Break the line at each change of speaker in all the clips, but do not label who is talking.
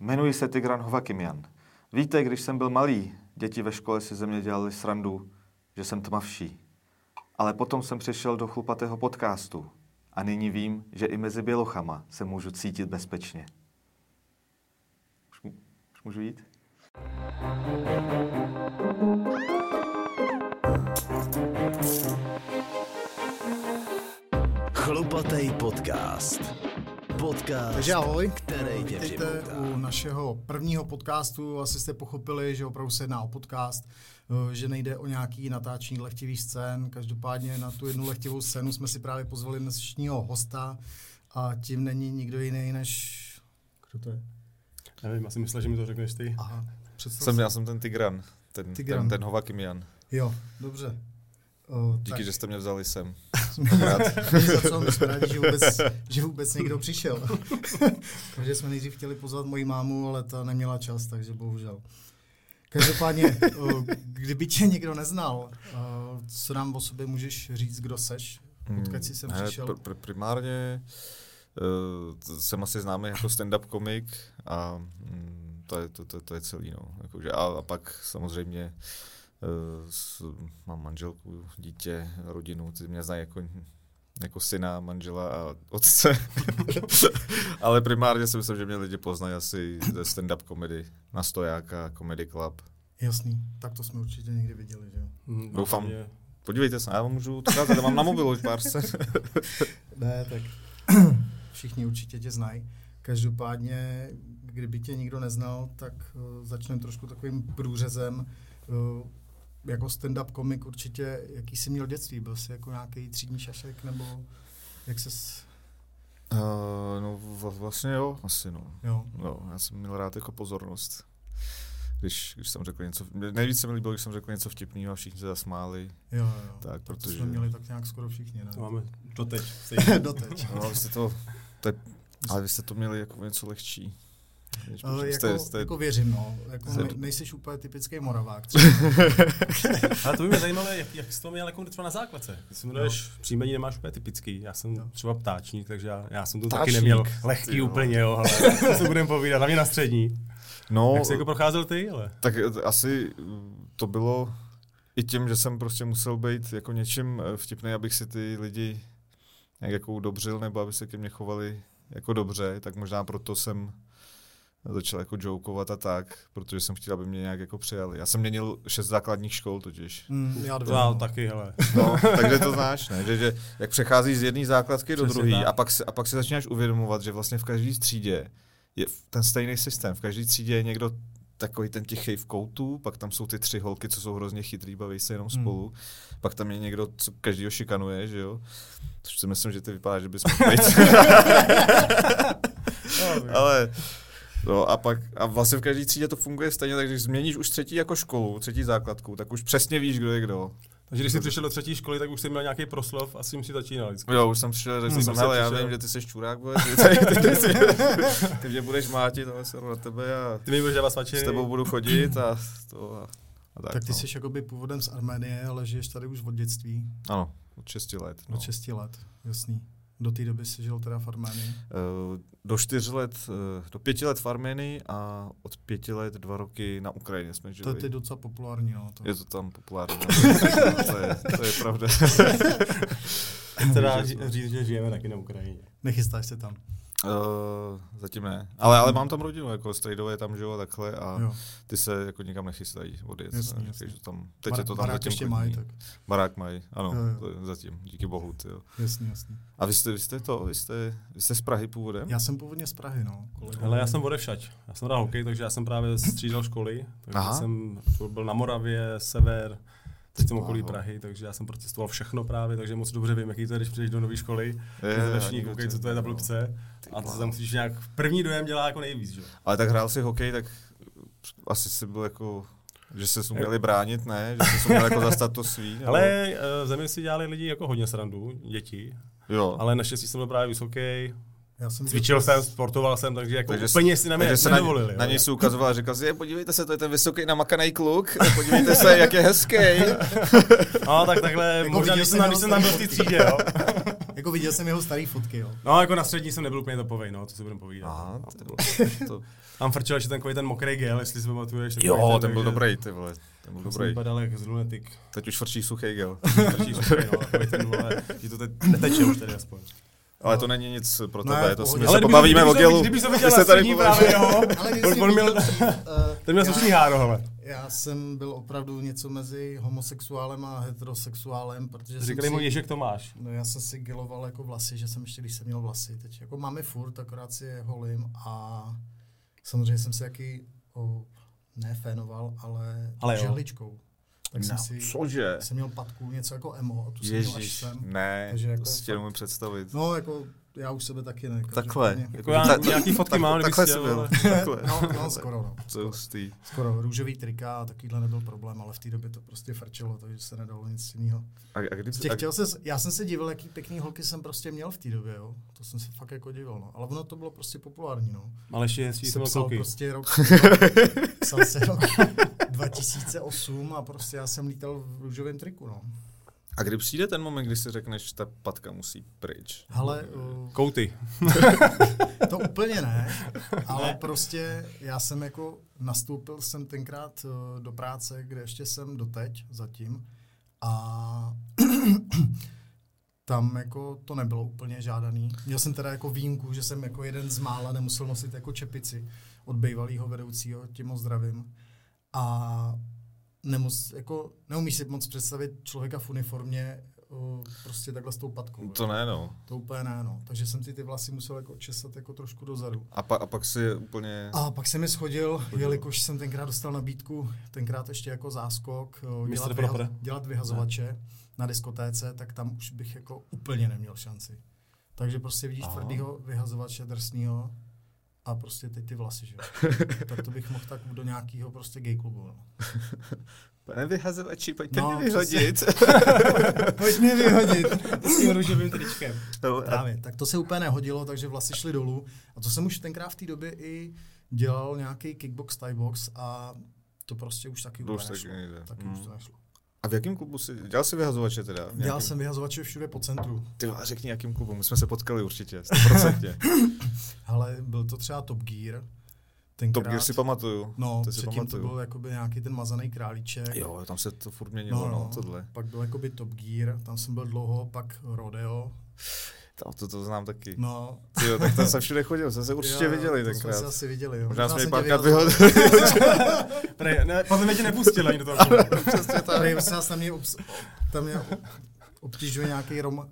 Jmenuji se Tigran Hovakimjan. Víte, když jsem byl malý, děti ve škole si ze mě dělali srandu, že jsem tmavší. Ale potom jsem přešel do chlupatého podcastu a nyní vím, že i mezi bělochama se můžu cítit bezpečně. Už, mů- už můžu jít?
Chlupatej podcast. Podcast,
Takže ahoj.
který tě
Vítejte
připomíná.
u našeho prvního podcastu. Asi jste pochopili, že opravdu se jedná o podcast, eh, že nejde o nějaký natáčení lehtivých scén. Každopádně na tu jednu lehtivou scénu jsme si právě pozvali dnešního hosta a tím není nikdo jiný než... Kdo to je?
Nevím, asi myslel, že mi to řekneš ty.
Aha, představ
Jsem,
si.
já jsem ten Tigran, ten,
Tigran.
Tigran. ten, ten Hovakimian.
Jo, dobře. Eh, O,
Díky, tak. že jste mě vzali sem.
Za co my jsme rádi, že vůbec, že vůbec někdo přišel. takže jsme nejdřív chtěli pozvat moji mámu, ale ta neměla čas, takže bohužel. Každopádně, o, kdyby tě někdo neznal, o, co nám o sobě můžeš říct, kdo seš? Odkud jsi sem
Ne,
přišel?
Hmm, Pr- pr- primárně uh, jsem asi známý jako stand-up komik a mm, to, je, to, to, to je celý. No. Jakože, a, a pak samozřejmě uh, s, mám manželku, dítě, rodinu, ty mě znají jako jako syna, manžela a otce. Ale primárně si myslím, že mě lidi poznají asi ze stand-up komedy na stojáka, comedy club.
Jasný, tak to jsme určitě někdy viděli, že jo?
Hm,
doufám.
Mě,
Podívejte se, já vám můžu to dát, já mám na mobilu už pár scén.
Ne, tak všichni určitě tě znají. Každopádně, kdyby tě nikdo neznal, tak uh, začneme trošku takovým průřezem. Uh, jako stand-up komik určitě, jaký jsi měl dětství? Byl jsi jako nějaký třídní šašek nebo jak ses...
Uh, no v- vlastně jo, asi no.
Jo,
no. Já jsem měl rád jako pozornost. Když, když jsem řekl něco, nejvíc se mi líbilo, když jsem řekl něco vtipného a všichni se zasmáli.
jo, jo.
Tak,
to
protože-
jsme měli tak nějak skoro všichni, ne?
to máme doteď. stejně.
Doteď. Eh,
No, vy jste to, to je, ale vy jste to měli jako něco lehčí. Když
Ale
jste-
jako,
jste-
jako věřím, no. Jako
jste-
ne, nejseš úplně typický moravák. Třeba.
Ale to by mě zajímalo, jak, jak jsi to měl jako třeba na základce. Ty si jmenuješ, no. příjmení nemáš úplně typický. Já jsem
Jo.
třeba ptáčník, takže já, já jsem to taky
Ptáčník,
neměl
ty
lehký
jo.
úplně, jo, ale co si budeme povídat, hlavně na střední.
no,
Jak jsi jako procházel ty, ale?
Tak eh, asi mm, to bylo i tím, že jsem prostě musel být jako něčím eh, vtipný, abych si ty lidi nějak jako udobřil, nebo aby se ke mně chovali jako dobře, tak možná proto jsem začal jako jokovat a tak, protože jsem chtěl, aby mě nějak jako přijali. Já jsem měnil šest základních škol totiž.
Mm, já
To
dvě.
já
no.
taky, hele.
No, takže to znáš, ne? Že, že jak přecházíš z jedné základky do
Přesně
druhé
tak.
a pak, si, a pak si začínáš uvědomovat, že vlastně v každé třídě je v- ten stejný systém. V každé třídě je někdo takový ten tichý v koutu, pak tam jsou ty tři holky, co jsou hrozně chytrý, baví se
Hmm.
jenom spolu. Pak tam je někdo, co každýho šikanuje, že jo? Což si myslím, že ty vypadá, že bys mohl být. Ale No a pak, a vlastně v každé třídě to funguje stejně, takže když změníš už třetí jako školu, třetí základku, tak už přesně víš, kdo je kdo.
Takže když jsi přišel do třetí školy, tak už jsi měl nějaký proslov a s tím si začínal vždycky.
Jo, už jsem přišel, řekl
No,
Hmm.
jsem,
Už jsem
hele, já
přišel.
vím, že ty jsi čurák, bude, ty, ty, ty, ty, ty mě budeš mátit, ale se na tebe a
Ty mi budeš dávat svačiny.
s tebou budu chodit a to a, a tak.
Tak ty
no.
jsi jakoby původem z Arménie, ale žiješ tady už od dětství.
Ano, od 6 let.
No.
No.
Od 6 let, jasný. Do té doby jsi žil teda v Arménii.
Eh, Do 4 let, eh, do pěti let v Armenii a od pěti let dva roky na Ukrajině jsme
To
žili.
je teď docela populární, no. To.
Je to tam populární, no. to, je, to je pravda.
Teda ří- říct, že žijeme taky na Ukrajině.
Nechystáš se tam.
Uh, zatím ne. Ale, ale mám tam rodinu, jako strejdové je tam žijou takhle a
Jo.
ty se jako nikam nechystají odjet.
Jasně,
Jasný,
jasně.
jasný. Tam, teď
Bar-
je to tam
barák
zatím
ještě
klidný.
mají, tak.
Barák mají, ano,
Jo, jo.
to je zatím, díky bohu, ty jo.
Jasný, jasný.
A vy jste, vy jste to, vy jste, vy jste z Prahy původem?
Já jsem původně z Prahy, no. Kolega.
Hele, já jsem odevšať. Já jsem hrál hokej, takže já jsem právě střídal školy. Takže
Aha.
jsem byl na Moravě, sever, teď jsem okolí
Bláho.
Prahy, takže já jsem procestoval všechno právě, takže moc dobře vím, jaký to je, když přijdeš do nové školy.
Je,
Je, všichni
ani
koukej,
dobře,
co to je za
no.
blbce. A to
bláho.
se tam musíš nějak, první dojem dělá jako nejvíc, že? jo?
Ale tak hrál si hokej, tak asi jsi byl jako, že se uměli bránit, ne? Že jsi uměl jako zastat to svý? nebo-
Ale eh, v zemi si dělali lidi jako hodně srandu, děti,
jo.
ale naštěstí jsem byl právě vysoký,
já jsem
cvičil jsem, sportoval jsem, takže jako úplně si na mě
takže se na,
nedovolili.
na
jo.
něj si ukazoval a říkal si, je, podívejte se, to je ten vysoký namakaný kluk, podívejte se, jak je hezký.
No, tak takhle,
Jako
možná,
viděl
když
jsi
Jako
jsem, tam- když
jenom
jsem tam
tady
byl v té třídě, jo.
Jako viděl jsem jeho starý fotky, jo.
No, jako na střední jsem nebyl úplně topovej, no, to si budem povídat.
Aha,
No,
to
to bylo.
to,
Tam frčel ještě takový ten mokrý gel, jestli si pamatuješ. takový
jo, ten byl
že-
dobrý, ty vole. Ten byl
To jsem
dobrý.
vypadal jak z lunetik.
Teď už frčí suchý gel.
Frčí suchej, no, takový ten, vole, ti to teď neteče už tady aspoň.
Ale to není nic pro
No,
tebe,
je v
to se,
pohodě.
my
Ale
se
kdyby-
pobavíme
kdyby
o
se-
gelu.
Kdyby se
My
viděl
se tady
střední právě
pobavíme.
jeho,
Ale když
on,
jsi
on měl,
viděl, eh,
ten měl
já-
slušný háro, hele.
Já jsem byl opravdu něco mezi homosexuálem a heterosexuálem, protože jsem
Říkali mu
si,
Ježek Tomáš.
no já jsem si geloval jako vlasy, že jsem ještě, když jsem měl vlasy, teď jako máme furt, akorát si je holím a samozřejmě jsem se jaký o, ne fénoval, ale,
Ale jo.
žehličkou. Tak jsem No. si,
Cože?
jsem měl patku, něco jako emo, a tu jsem měl až
Ježíš,
sem.
ne,
Takže jako
to si tě
fakt-
nemůžu představit.
No, jako já už sebe taky ne.
Takhle.
každopádně.
Jako já
tak-
nějaký fotky
tak-
mám, kdybych
takhle
chtěl,
jsem byl.
ale-
Takhle.
No, no, skoro, no.
To je hustý.
Skoro růžový trika a takovýhle nebyl problém, ale v té době to prostě frčelo, takže se nedalo nic jiného.
A, a kdy,
Prostě
a,
chtěl se, já jsem se divil, jaký pěkný holky jsem prostě měl v té době, jo. To jsem se fakt jako divil, no. Ale ono to bylo prostě populární, no.
Ale ještě jestli jsem
jsem
byl
psal
kluky.
prostě rok, psal se rok 2008 a prostě já jsem lítal v růžovém triku, no.
a kdy přijde ten moment, kdy si řekneš, ta patka musí pryč?
Hele, uh,
Kouty.
To úplně ne, ale prostě já jsem jako nastoupil jsem tenkrát eh, do práce, kde ještě jsem doteď zatím a tam jako to nebylo úplně žádaný. Měl jsem teda jako výjimku, že jsem jako jeden z mála nemusel nosit jako čepici od bývalého vedoucího, tím ho zdravím. A nemus, jako, neumíš si moc představit člověka v uniformě eh, prostě takhle s tou patkou.
To ne, no.
To úplně ne, no. Takže jsem si ty vlasy musel jako česat jako trošku dozadu.
A, pa, a pak si je úplně...
A pak jsem je schodil, jelikož jsem tenkrát dostal nabídku, tenkrát ještě jako záskok, eh, dělat,
Mistr Proper.
dělat vyhazovače na diskotéce, tak tam už bych jako úplně neměl šanci. Takže prostě vidíš
Aha.
tvrdýho vyhazovače drsného a prostě teď ty vlasy, že? jo. tak to bych mohl tak do nějakého prostě gay klubu. No.
Pane vyhazovači, pojďte
No,
mě
přesně.
vyhodit.
Pojď mě vyhodit s tím růžovým tričkem.
No, a-
Právě, tak to se úplně nehodilo, takže vlasy šly dolů. A to jsem už tenkrát v té době i dělal nějaký kickbox, thai box a to prostě už taky
To
úplně
už taky
nešlo.
nejde.
Taky
Mm.
už to nešlo.
A v jakém klubu jsi? Dělal jsi vyhazovače teda? V
Dělal
nějakém-
jsem vyhazovače všude po centru,
Ty vole, řekni, jakým klubu. My jsme se potkali určitě, 100%.
ale byl to třeba Top Gear.
Top
Tenkrát,
Gear si pamatuju.
No,
to si
předtím to
pamatuju.
byl jakoby nějaký ten mazaný králíček.
Jo, tam se to furt měnilo, no, no tohle.
Pak byl jakoby Top Gear, tam jsem byl dlouho, pak Rodeo.
To, to, to znám taky.
No,
Ty jo, tak tam jsem všude chodil, jsme se určitě
jo, jo,
viděli
to jsme se
tenkrát.
asi viděli, jo.
Možná jsme
jsem
ji
tě
párkrát
vyhazoval.
vyhodili.
Prej, ne, podle mě tě nepustil ani do toho. klubu.
Přesně tak. Tady se nás na mě, obs- tam mě obtěžuje nějaký Rom.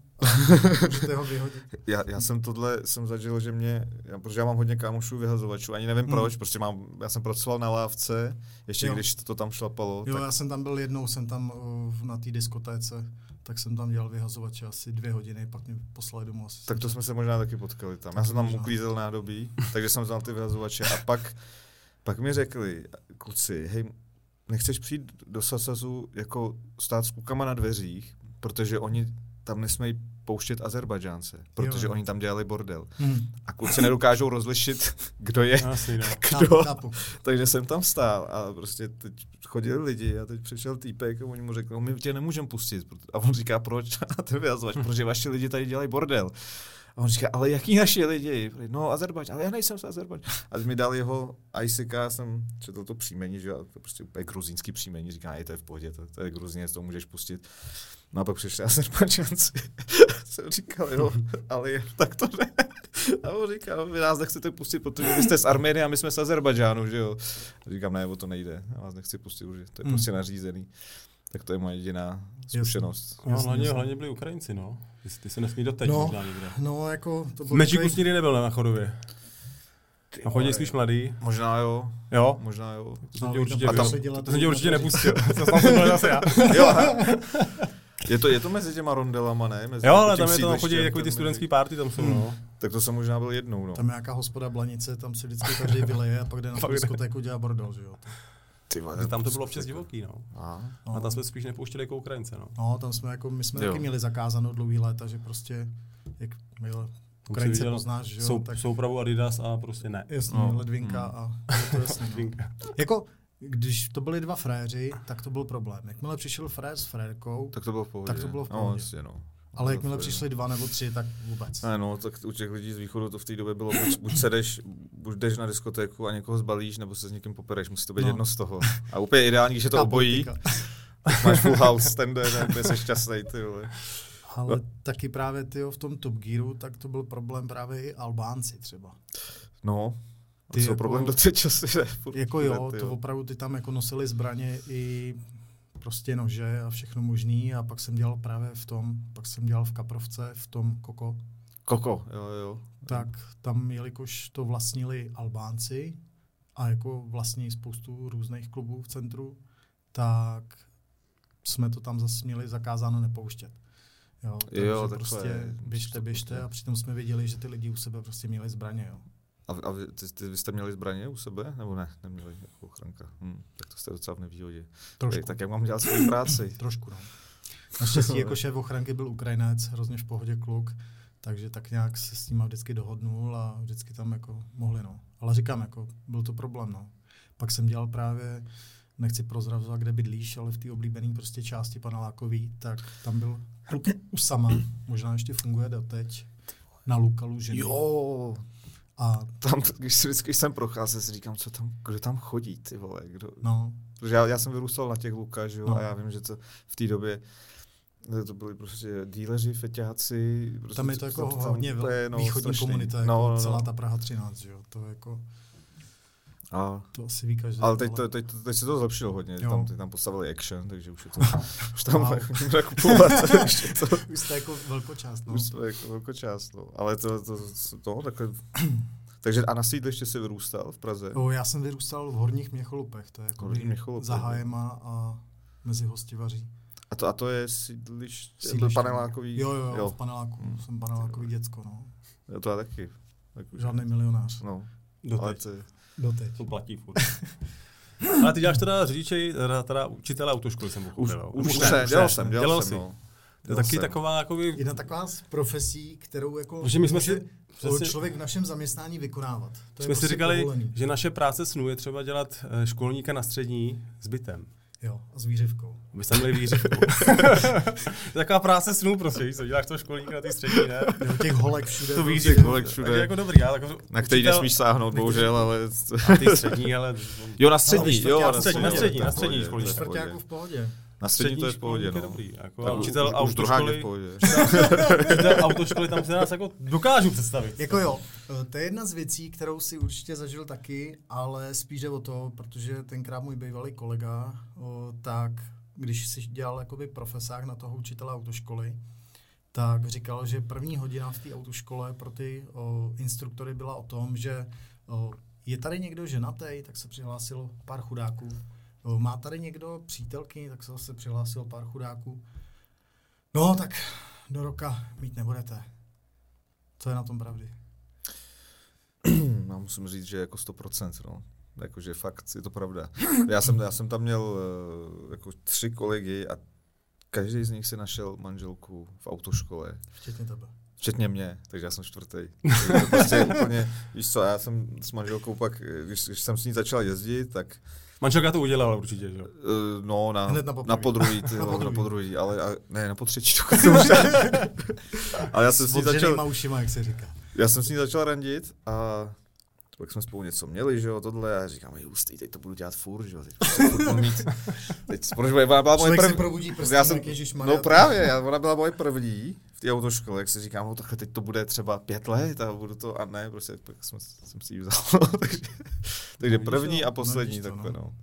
Můžete ho vyhodit.
Já, já jsem tohle jsem zažil, že mě, já, protože já mám hodně kámošů vyhazovačů, ani nevím proč, prostě mám, já jsem pracoval na lávce, ještě
Mm. Jo.
když to, to tam šlapalo,
Jo,
tak
já jsem tam byl jednou, jsem tam uh, na té diskotéce, tak jsem tam dělal vyhazovače asi dvě hodiny, pak mě poslali domů asi.
Tak to jsme se možná taky potkali tam. Já jsem tam uklízel nádobí, takže jsem znal ty vyhazovače a pak, pak mi řekli, kluci, hej, nechceš přijít do Sasazu jako stát s klukama na dveřích, protože oni tam nesmějí pouštět Azerbajdžánce, protože
Jo.
oni tam dělali bordel.
Hmm.
A kluci nedokážou rozlišit, kdo je
Asi, no.
kdo.
Chápu.
Takže jsem tam stál a prostě teď chodili lidi a teď přišel týpek a oni mu řekli, no my tě nemůžeme pustit. proto- A on říká, proč? A ten vyhazovač, protože vaši lidi tady dělají bordel. A on říká, ale jaký naši lidi? No, Azerbajdž, ale já nejsem z Azerbajdž. A teď mi dal jeho ICK, já jsem četl to příjmení, že jo, to prostě úplně gruzínský příjmení, říká, je to je v pohodě, to, to je gruzině, to můžeš pustit. No a pak přišli Azerbajdžanci. jsem říkal, jo, ale je, tak to ne. A on říkal, vy nás nechcete pustit, protože vy jste z Arménie a my jsme z Azerbajdžánu, že jo. A říkám, ne, o to nejde, já vás nechci pustit, protože to je
Hmm.
prostě nařízený. Tak to je moje jediná zkušenost.
No, hlavně, hlavně byli Ukrajinci, no. Ty, ty se nesmí doteď
No.
no. možná někde.
No, jako to byl
Mečík
takovej-
už nikdy nebyl ne, na chodově. A chodí spíš mladý.
Možná jo,
Jo.
možná jo.
To jsem
Ale
tě
tam
určitě,
pak
tam,
se dělá
to jsem tě
to-
určitě nepustil. To tam jsem byl zase já.
Jo, aha. je to, je to mezi těma rondelama, ne? Mezi
Jo,
jako
ale
tím
tam je to tam chodí
sídlištěm,
jako ty
tam
studentský party, tam jsou, no.
mezi- Tak to jsem možná byl jednou, no.
Tam je nějaká hospoda Blanice, tam si vždycky každý vyleje a pak jde na tu
Fakt ne.
diskotéku dělá bordel, že jo.
Ty vole,
Že Tam to bylo občas divoký, no.
Aha.
No.
A tam jsme spíš nepouštěli jako Ukrajince, no.
No, tam jsme jako, my jsme
Jo.
taky měli zakázáno dlouhý léta, že prostě, jak milé,
Tam si
Ukrajince
viděl
poznáš, že jo,
sou-
tak
Soupravu Adidas a prostě ne.
jasně,
No.
ledvinka a je to jasný. no. Jako, když to byli dva fréři, tak to byl problém. Jakmile přišel frér s frérkou,
Tak to bylo v pohodě.
Tak to bylo v pohodě.
No, jasně, no.
Ale
To
jakmile
je-
přišli dva nebo tři, tak vůbec.
Ne, no, tak u těch lidí z východu to v té době bylo, buď, buď, se jdeš, buď jdeš na diskotéku a někoho zbalíš, nebo se s někým popereš, musí to být
No.
no. jedno z toho. A úplně ideální, když je to
Ta
obojí,
politika.
máš full house ten den, a úplně jsi šťastný, ty vole.
Ale
No.
taky právě tyjo, v tom Top Gearu, tak to byl problém právě i Albánci třeba.
No,
Ty
ty jsou
jako-
jako, problém do té časy, ne? furt
Jako
tyhle,
jo,
ty
to opravdu ty tam jako nosili zbraně i prostě nože a všechno možný a pak jsem dělal právě v tom, pak jsem dělal v Kaprovce, v tom Koko,
Koko, jo, jo.
tak tam jelikož to vlastnili Albánci a jako vlastní spoustu různých klubů v centru, tak jsme to tam zase měli zakázáno nepouštět. Jo, takže
Jo, takhle,
prostě běžte,
přístup,
běžte
jo.
a přitom jsme věděli, že ty lidi u sebe prostě měli zbraně, jo.
A, a vy, ty, ty, vy jste měli zbraně u sebe? Nebo ne? Neměli jako ochranka. Hm, tak to jste docela v nevýhodě.
Trošku.
Tak, tak jak mám dělat svoji práci?
Trošku, no. Naštěstí jako šéf ochranky byl Ukrajinec, hrozně v pohodě kluk, takže tak nějak se s ním vždycky dohodnul a vždycky tam jako mohli, no. Ale říkám, jako byl to problém, no. Pak jsem dělal právě, nechci prozrazovat, kde bydlíš, ale v té oblíbené prostě části Panelákový, tak tam byl kluk Usama, možná ještě funguje doteď, na Lukalu, že
Jo,
A
tam, když, si, vždycky, když jsem procházel, si říkám, co tam, kdo tam chodí, ty vole, kdo,
no,
Protože já, já jsem vyrůstal na těch Luka, že jo,
No.
a já vím, že to v té době eh, to byli prostě díleři, feťáci. Prostě
tam je to
co-
jako
co tam
hodně
úplně,
vel- východní
no, strašný.
komunita, jako no, celá ta Praha 13, že jo, to jako,
A,
to asi ví každý.
ale teď, to, teď, to- teď, se to zlepšilo hodně,
Jo.
tam, teď tam postavili action, takže už je to, už
Wow.
tam můžeme kupovat, už je to,
Už jste jako velkočást, no.
už to je jako velkou část, no. ale to, to, to, to takhle, takže a na sídliště jsi vyrůstal v Praze?
Jo, já jsem vyrůstal v Horních Měcholupech, to je jako
Horní Měcholupe,
za
jo.
Hájema a mezi hostivaří.
A to, a to je sídliště, sídliště.
Sídliště.
panelákový?
Jo, jo, jo, v
jo.
paneláku,
Hm.
jsem panelákový děcko, no.
jo, to já taky. Tak už,
Žádný milionář.
No, ale
Doteď.
to je,
Doteď.
To platí furt. Ale ty děláš teda řidiče, teda, teda učitele autoškoly jsem pochopil. jo?
Už, už
ne,
ne, ne, dělal jsem, dělal,
dělal
jsem,
jsi.
no.
To je
Dělal
taky
jsem.
taková, jako by,
Jedna taková z profesí, kterou jako
Protože my jsme
může
si- přesně-
člověk v našem zaměstnání vykonávat. To je
jsme si
prostě
říkali,
povolený.
že naše práce snů je třeba dělat eh, školníka na střední s bytem.
Jo, a zvířivkou.
Aby tam měli výřivku. Taková práce snů prostě, víš co, děláš toho školníka na té střední, ne?
Jo, těch holek všude.
To
prostě.
víš,
těch holek všude.
Tak je jako dobrý, já tak
Na který
učitel-
nesmíš sáhnout, bohužel, ale...
Na té střední, ale...
Jo, na
Ale
střední,
čtvrtě-
jo,
na
na
střední,
střední,
na střední,
to je v
na střední
pohodě,
školní
to je prostě v
škole.
Čtvrťáku jako
pohodě.
v pohodě.
Na střední to je v pohodě,
školník je
no.
dobrý, jako, a
Tak u-
učitel
už- už druhá je v
autoškoly,
pohodě.
učitel autoškoly tam se nás jako dokážu představit.
Jako jo, eh, to je jedna z věcí, kterou si určitě zažil taky, ale spíš jde o to, protože tenkrát můj bývalý kolega, o, tak když si dělal jakoby profesák na toho učitele autoškoly, tak říkal, že první hodina v té autoškole pro ty o, instruktory byla o tom, že o, je tady někdo ženatý, tak se přihlásil pár chudáků. O, má tady někdo přítelky, tak se zase přihlásil pár chudáků. No, tak do roka mít nebudete. Co je na tom pravdy?
Hmm, Já musím říct, že jako 100%, no. Jakože fakt, je to pravda. Já jsem, já jsem tam měl eh, jako tři kolegy a každý z nich si našel manželku v autoškole.
Včetně tebe.
Včetně mě, takže já jsem čtvrtý. Takže to prostě úplně, víš co, a já jsem s manželkou pak, eh, když, když jsem s ní začal jezdit, tak
Manželka to udělala určitě, že jo?
Eh, No, na,
Hned na
na,
poprvé.
na podruhý, ty,
Na
na, podruhý.
podruhý.
na podruhý, ale a, ne, na potřetí dokonce už ne. Ale já jsem, s ní začal,
ušima, jak se říká.
já jsem s ní začal randit a pak jsme spolu něco měli, že jo, tohle, a já říkám, je hustý, teď to budu dělat furt, že jo, teď prostě furt budu mít, teď, protože byla, byla moje
Člověk
první,
se probudí prstem,
já jsem,
jak ježišmarja.
no právě, já, ona byla moje první v té autoškole, jak si říkám, no takhle teď to bude třeba pět let a budu to, a ne, prostě pak jsem, jsem si ji vzal, takže, takže
No,
první
vidíš to,
a
no,
poslední,
vidíš to,
takhle,
no.
no.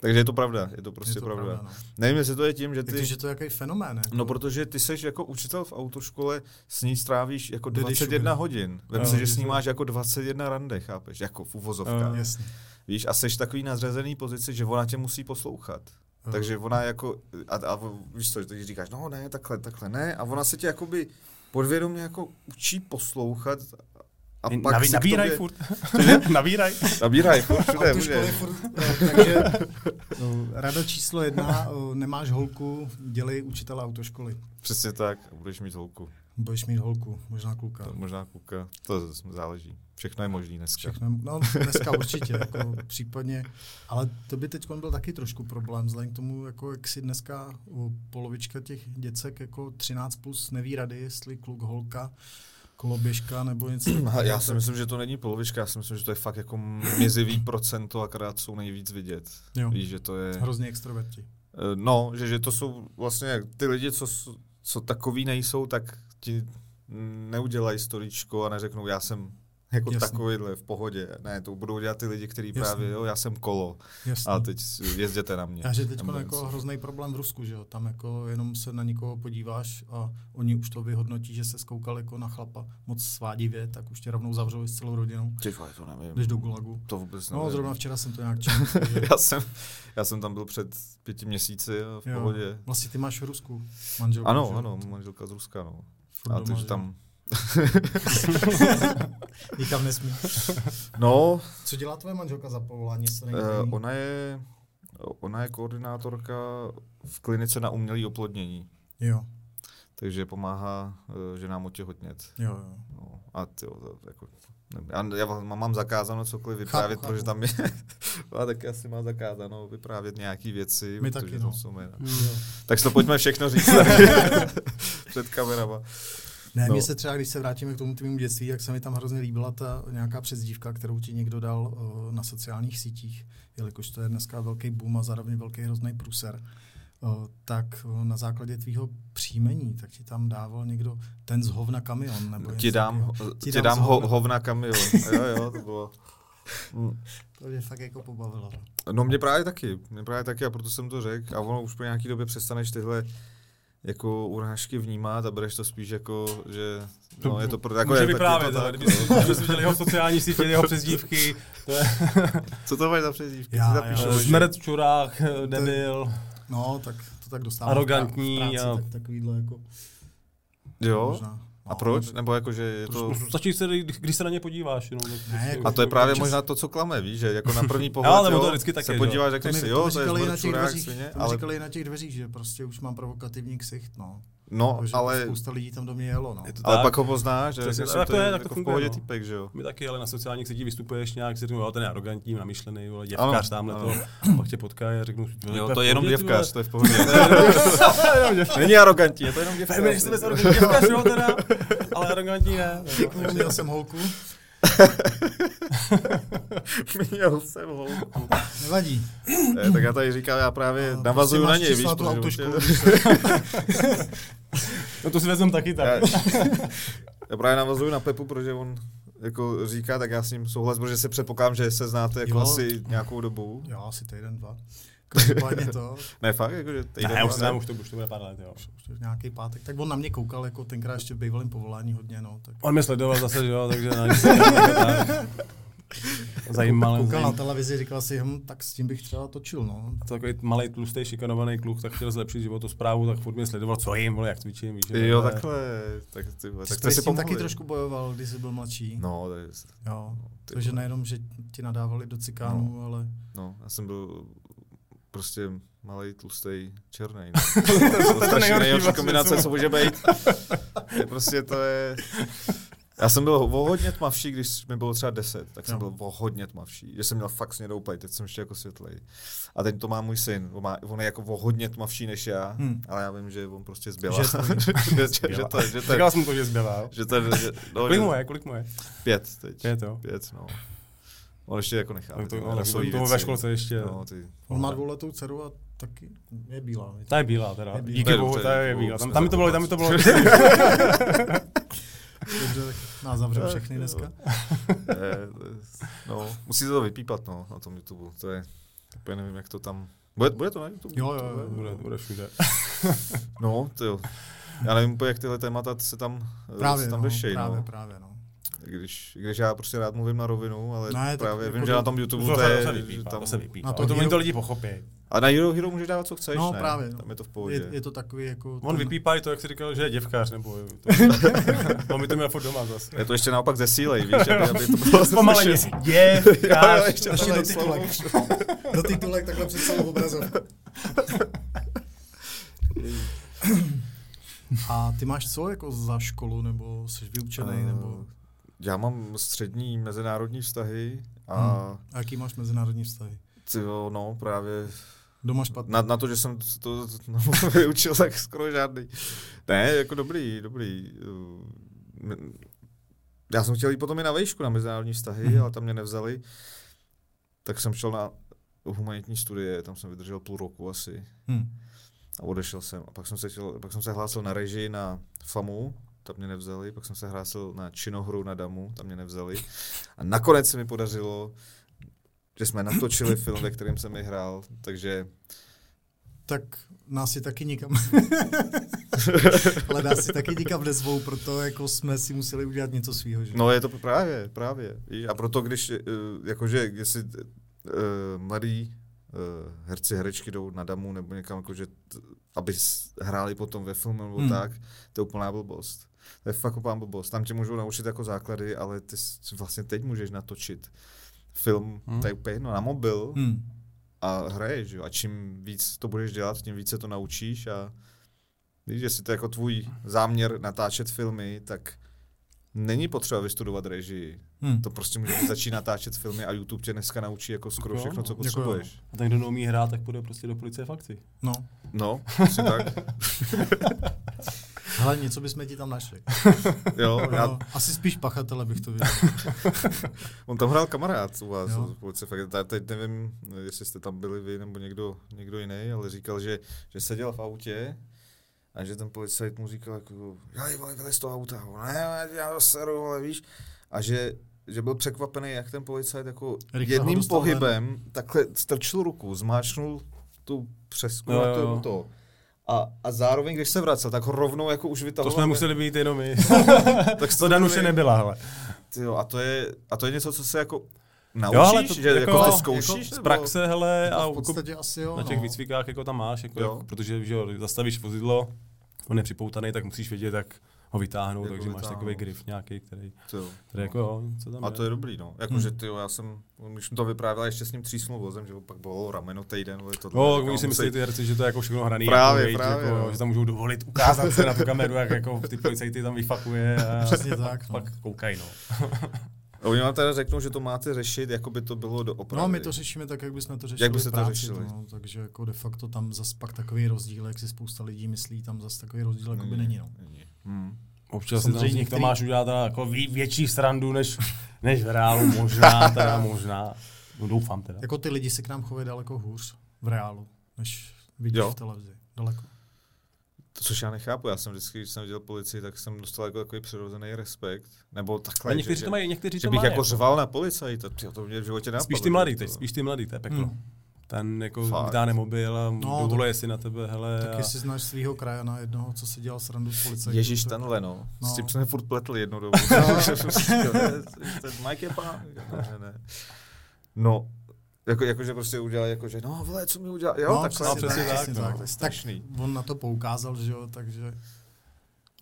Takže je to pravda, je to prostě
je to
pravda.
pravda. no.
Nevím, jestli to je tím, že ty...
Takže to je jaký fenomén. Jako.
No, protože ty seš jako učitel v autoškole, s ní strávíš jako
Jde, když
21
ubyde.
hodin. Vem
Jo,
si, že s
jasně.
ní máš jako 21 rande, chápeš? Jako v uvozovkách.
Jo,
Jasně.
Víš, a seš takový na zřazený pozici, že ona tě musí poslouchat.
Jo.
Takže ona jako, a, a víš to, že teď říkáš, no ne, takhle, takhle ne, a ona se tě jakoby podvědomě jako učí poslouchat a pak
Naví-
se k
nabíraj
tobě-
furt. nabíraj.
Nabíraj, furt, všude,
Autoškoly
všude.
furt, eh, takže no, rada číslo jedna, eh, nemáš holku, dělej učitele autoškoly.
Přesně tak, a budeš mít holku.
Budeš mít holku, možná kluka.
To možná kluka, to z- záleží. Všechno je možný dneska.
Všechno, no dneska určitě, jako případně, ale to by teď byl taky trošku problém, vzhledem k tomu, jako jak si dneska uh, polovička těch děcek jako 13 plus neví rady, jestli kluk, holka, koloběžka nebo něco.
A já
takového,
si
tak-
myslím, že to není polovička, já si myslím, že to je fakt jako mizivý procento, akorát jsou nejvíc vidět.
Jo,
Víš, že to je...
hrozně extroverti.
Eh, No, že, že to jsou vlastně jak ty lidi, co, s- co takový nejsou, tak ti neudělají storičko a neřeknou, já jsem jako
Jasně.
Jasný. takovýhle v pohodě. Ne, to budou dělat ty lidi, kteří
Jasně.
právě, jo, já jsem kolo
Jasně.
a teď s- jezděte na mě.
A že teď
Nebo
jako
něco.
hrozný problém v Rusku, že jo? Tam jako jenom se na někoho podíváš a oni už to vyhodnotí, že se skoukal jako na chlapa moc svádivě, tak už tě rovnou zavřou i s celou rodinou,
Ty vole, to nevím.
jdeš do gulagu.
To vůbec nevím.
No, zrovna včera jsem to nějak četl. takže-
já, jsem, já jsem tam byl před pěti měsíci a v
Jo.
jo. pohodě.
Vlastně ty máš v Rusku manželku.
Ano,
že?
ano, manželka z Ruska, no.
Furt
A
doma,
takže
že?
tam...
Nikam nesmí.
No,
Co dělá tvoje manželka za povolání? jestli není tajný?
Uh, ona je ona je koordinátorka v klinice na umělé oplodnění,
Jo,
takže pomáhá uh, ženám otěhotnět.
jo, jo.
No, a ty jako, nevím, já, já vám- mám zakázáno cokoliv vyprávět,
chápu.
protože tam je, a taky asi má zakázáno vyprávět nějaké věci,
My
protože
taky,
tam
no.
jsou jména.
jo.
Tak si to pojďme všechno říct před kamerama.
Ne,
No.
mně se třeba, když se vrátíme k tomu tvému dětství, jak se mi tam hrozně líbila ta nějaká přezdívka, kterou ti někdo dal uh, na sociálních sítích, jelikož to je dneska velký boom a zároveň velký hrozný pruser, uh, tak uh, na základě tvýho příjmení, tak ti tam dával někdo ten z hovna kamion. Nebo
Ti
něco
dám,
takového.
ti dám,
z
ho, hovna kamion. Jo, jo, to bylo.
To mě fakt jako pobavilo.
No mě právě taky, mě právě taky a proto jsem to řekl a ono už po nějaký době přestaneš tyhle jako urážky vnímat a bereš to spíš jako, že no, je to pro, jako
Může
je, tak je
vyprávět,
to
ale
tak,
kdyby
no.
jsi- kdyby jsi viděl jeho sociální sítě, jeho přezdívky, to je
Co to máš za přezdívky?
Já,
Já, zapíšu,
já.
že-
smrt, čurák, eh, debil.
No, tak to tak dostávám.
Arogantní
v práci,
a-
tak, takovýhle jako...
Jo?
Možná. No,
A proč? Nebo jako, že je to...
To... Stačí se, když když se na ně podíváš. Jenom, tak
Ne, jako-
A to je právě možná to, co klame, víš, že jako na první pohled,
ale
jo,
to vždycky tak
se
je,
podíváš,
To
jo.
řekneš
mi,
si,
to
jo,
mi
to je
říkali na
smrt,
těch
čurák,
dveřích,
svině,
to mi
ale,
říkali na těch dveřích, že prostě už mám provokativní ksicht, no.
no,
Protože
ale,
spousta lidí tam do mě jelo, no.
Je to
ale
tak.
pak ho poznáš, že
Přesně,
řekneš si,
tak to
to je
je, tak to
jako v
funguje,
pohodě
no.
týpek, že jo.
My taky, ale na sociálních sítích vystupuješ nějak, si řeknu, jo, ten je arrogantní, namyšlený, vole,
Ano,
děvkař tamhle
ano.
to, pak tě potká a řeknu,
Jo, to je jenom děvkař, to je v pohodě.
jenom
Není arrogantní, je to jenom děvkař.
Feminist bez arrogantní děvkař, jo, teda, ale arrogantní ne.
Měl jsem holku,
Měl jsem holku.
nevadí.
Eh, tak já tady říkám, já právě navazuju
Prostě
na
máš
něj,
číslo
víš,
na tu
protože
autošku,
určitě-
víš co?
No to si vezmem taky
já,
tak.
já právě navazuju na Pepu, protože on jako říká, tak já s ním souhlasím, protože se předpokládám, že se znáte jako
Jo.
asi nějakou dobu.
Jo, asi týden, dva. Každopádně to,
Ne, fakt, jako, že týden,
Ne, už
dva,
znám, už to, už to bude pár let, jo.
už to nějaký pátek, tak on na mě koukal, jako tenkrát ještě v bývalém povolání hodně, no. Tak
On mě sledoval zase, že jo, takže na nic se tak. Zajímal.
koukal na
zajímal.
televizi, říkal si, hm, tak s tím bych třeba točil, no.
To takový malý, tlustý, šikanovaný kluk, tak chtěl zlepšit životosprávu, tak furt mě sledoval, co jim, vole, jak cvičím, víš. že
Jo,
takhle.
takhle, tak, ty, vole,
Ty
tak jste
jsi
si
s tím
pomohli.
taky trošku bojoval, když jsi byl mladší.
No, tak,
Jo, takže nejenom, že ti nadávali do cikánů, ale
no, já jsem byl prostě malý, tlustý, černý.
to je to nejhorší
nejhorší
vlastně,
kombinace,
co-
co může být. Je prostě to je... Já jsem byl o hodně tmavší, když mi bylo třeba 10, tak jsem
Jo.
byl o hodně tmavší. Že jsem měl fakt snědou pleť, teď jsem ještě jako světlej. A teď to má můj syn, on, má, on je jako o hodně tmavší než já,
Hmm.
ale já vím, že on prostě zbělá.
Že je
že, že, že to je, že to je,
Říkal jsem to, že zbělá.
že to je, že, no, že,
Kolik mu je, kolik mu je?
pět teď.
Pět, jo.
Pět, no. On ještě jako nechápe.
Tak to-
ty
no, tak
rasový
to ve
věci.
školce ještě.
No, ty,
on má dvouletou dceru a taky je bílá.
Ta je bílá teda.
Je bílá.
To
Díky
je
bohu,
dobře,
ta
díky
je
bohu,
bílá. Tam,
jsme
tam mi to bylo, tam mi to bylo.
Dobře, tak nás zavřel všechny dneska.
Eh, no, musíte to vypípat, no, na tom YouTube. To je, úplně nevím, jak to tam... Bude, bude to na YouTube?
Jo, jo, jo.
Bude, bude všude.
No, to jo. Já nevím, úplně, jak tyhle témata se tam, eh,
Právě,
se tam
no,
řešej,
právě,
no.
právě, no.
Když, když já prostě rád mluvím na rovinu, ale
Ne,
ne,
tak
právě
jako
vím, že
to-
na tom YouTube
To
to,
se- to
je...
se
že
vypípá,
tam, No,
to se
Na
vypípá.
to
To, to,
Hero-
to lidi pochopí.
A na Hero Hero můžeš dávat, co chceš,
No,
ne?
právě, no.
Tam je to v
Je,
pohodě.
je to takový jako... ten-
On vypípá i to, jak jsi říkal, že je děvkář, nebo jo, to, on mi to měl furt doma zase.
Je to ještě naopak zesílej, víš, aby, aby to bylo
Zpomaleně,
slyšet. Jo, jo,
děvkář.
ještě
Ještě do
tohle
titulek. do titulek takhle před celou obrazovku. A ty máš co jako za školu, nebo jsi vyučený,
Eh,
nebo
Já mám střední mezinárodní vztahy a
Hmm. a jaký máš mezinárodní vztahy?
ty jo, no právě
Doma špatný.
na, na, to, že jsem to, to no, vyučil, tak skoro žádný. Ne, jako dobrý, dobrý. eh, m- Já jsem chtěl jít potom i na vejšku na mezinárodní vztahy, ale tam mě nevzali. Tak jsem šel na humanitní studie, tam jsem vydržel půl roku asi
Hmm.
a odešel jsem. A pak jsem se, chtěl, pak jsem se hlásil na režii na FAMu, tam mě nevzali, pak jsem se hlásil na činohru na Damu, tam mě nevzali. A nakonec se mi podařilo, že jsme natočili film, ve kterém jsem i hrál, takže
Tak nás je taky nikam. Ale nás si taky nikam nezvou, proto jako jsme si museli udělat něco svýho. Že?
No je to právě, právě. Víš, A proto, když, eh, jakože, jestli eh, mladí eh, herci, herečky jdou na damu nebo někam, jakože, t- aby s- hráli potom ve filmu nebo
Hmm.
hmm. tak, to je úplná blbost. To je fakt úplná blbost. Tam tě můžou naučit jako základy, ale ty s- vlastně teď můžeš natočit film, hmm. tak úplně jedno, na mobil hmm.
Hmm.
a hraješ, jo. A čím víc to budeš dělat, tím více to naučíš a víš, jestli to je jako tvůj záměr natáčet filmy, tak není potřeba vystudovat režii.
Hmm.
To prostě můžeš začít natáčet filmy a YouTube tě dneska naučí jako skoro
Jo,
všechno, co
jako
potřebuješ.
A ten, kdo neumí hrát, tak půjde prostě do policie fakci.
No,
No, asi tak.
hele, něco bychom ti tam našli.
Jo, já,
No, asi spíš pachatele bych to viděl.
on tam hrál kamarád u vás,
Jo.
z policie fakt. Já teď nevím, jestli jste tam byli vy nebo někdo, někdo jiný, ale říkal, že, že seděl v autě a že ten policajt mu říkal, jako, já vole, vylez z toho auta, A on, ne, ne, já to seru, ale víš. A že, že byl překvapený, jak ten policajt jako
Rychle ho
jedním
dostal
pohybem takhle strčil ruku, zmáčnul tu přesku
Jo,
na
jo, jo.
to, to. A, a zároveň, když se vracel, tak ho rovnou jako už
To
vytahoval.
jsme museli být jenom my.
tak
to Danuše nebyla, hele.
Tyjo, a to je, a to je něco, co se jako naučíš,
Jo, ale to-
to, že jako,
jako-
to zkoušíš?
Z
nebo-
praxe, hele, a
A v
jako
podstatě asi jo,
na těch
no.
výcvikách jako tam máš, jako,
Jo.
jako, protože že jo, zastavíš vozidlo, on je připoutaný, tak musíš vědět, jak ho vytáhnout,
Jak ho
takže máš
vytáhnout.
takový grif nějaký, který,
Tyjo.
který jako jo, co tam
A to je dobrý, no.
Hmm.
Jakože ty, já jsem, když jsem to vyprávěl ještě s ním třísnul vozem, že mu pak bylo rameno týden, ale to.
No, tak oni si myslí ty herci, že to je jako všechno hraný.
Právě,
jako, veď,
právě,
jako,
no.
že tam můžou dovolit ukázat se na tu kameru, jak jako ty policajty tam vyfakuje a
Přesně tak, no.
pak koukají, no.
Oni vám teda řeknou, že to máte řešit, jako by to bylo doopravdy.
No, my to řešíme tak, jak bychom to řešili.
Jak by
v
se to
práci,
řešili?
No, takže jako de facto tam zas pak takový rozdíl, jak si spousta lidí myslí, tam zas takový rozdíl jako
Mm.
by není. No.
Hmm.
Občas
Samozřejmě
samozřejmě některý...
některý-
máš udělat teda jako vě- větší srandu, než, než v reálu, možná, teda možná. No doufám teda.
Jako ty lidi se k nám chovají daleko hůř v reálu, než vidíš
Jo.
v televizi. Daleko.
To, což já nechápu, já jsem vždycky, když jsem viděl policii, tak jsem dostal jako takový přirozený respekt. Nebo takhle,
A
že-
někteří
že,
to mají, někteří
že
to
bych
mají.
jako řval na policajta, tyjo, to mě v životě napadlo.
Spíš ty mladý
to-
teď, spíš ty mladý, to je peklo.
Hmm.
Ten jako
Fakt.
vytáhne mobil a no,
to-
dovoluje si na tebe, hele.
Tak
a...
jestli znáš svého krajana jednoho, co si dělal srandu s policajtem.
Ježíš
tak-
tenhle, no.
No.
S tím jsem furt pletl jednu dobu. Ten Mike je pán. Jako, Ne, ne. No, jako, jako, že prostě udělal, jako, že no, vole, co mi udělal, jo,
no,
tak
přesně,
no, přesně
tak,
tak.
přesně
no.
tak.
To je
tak.
strašný.
on na to poukázal, že jo, takže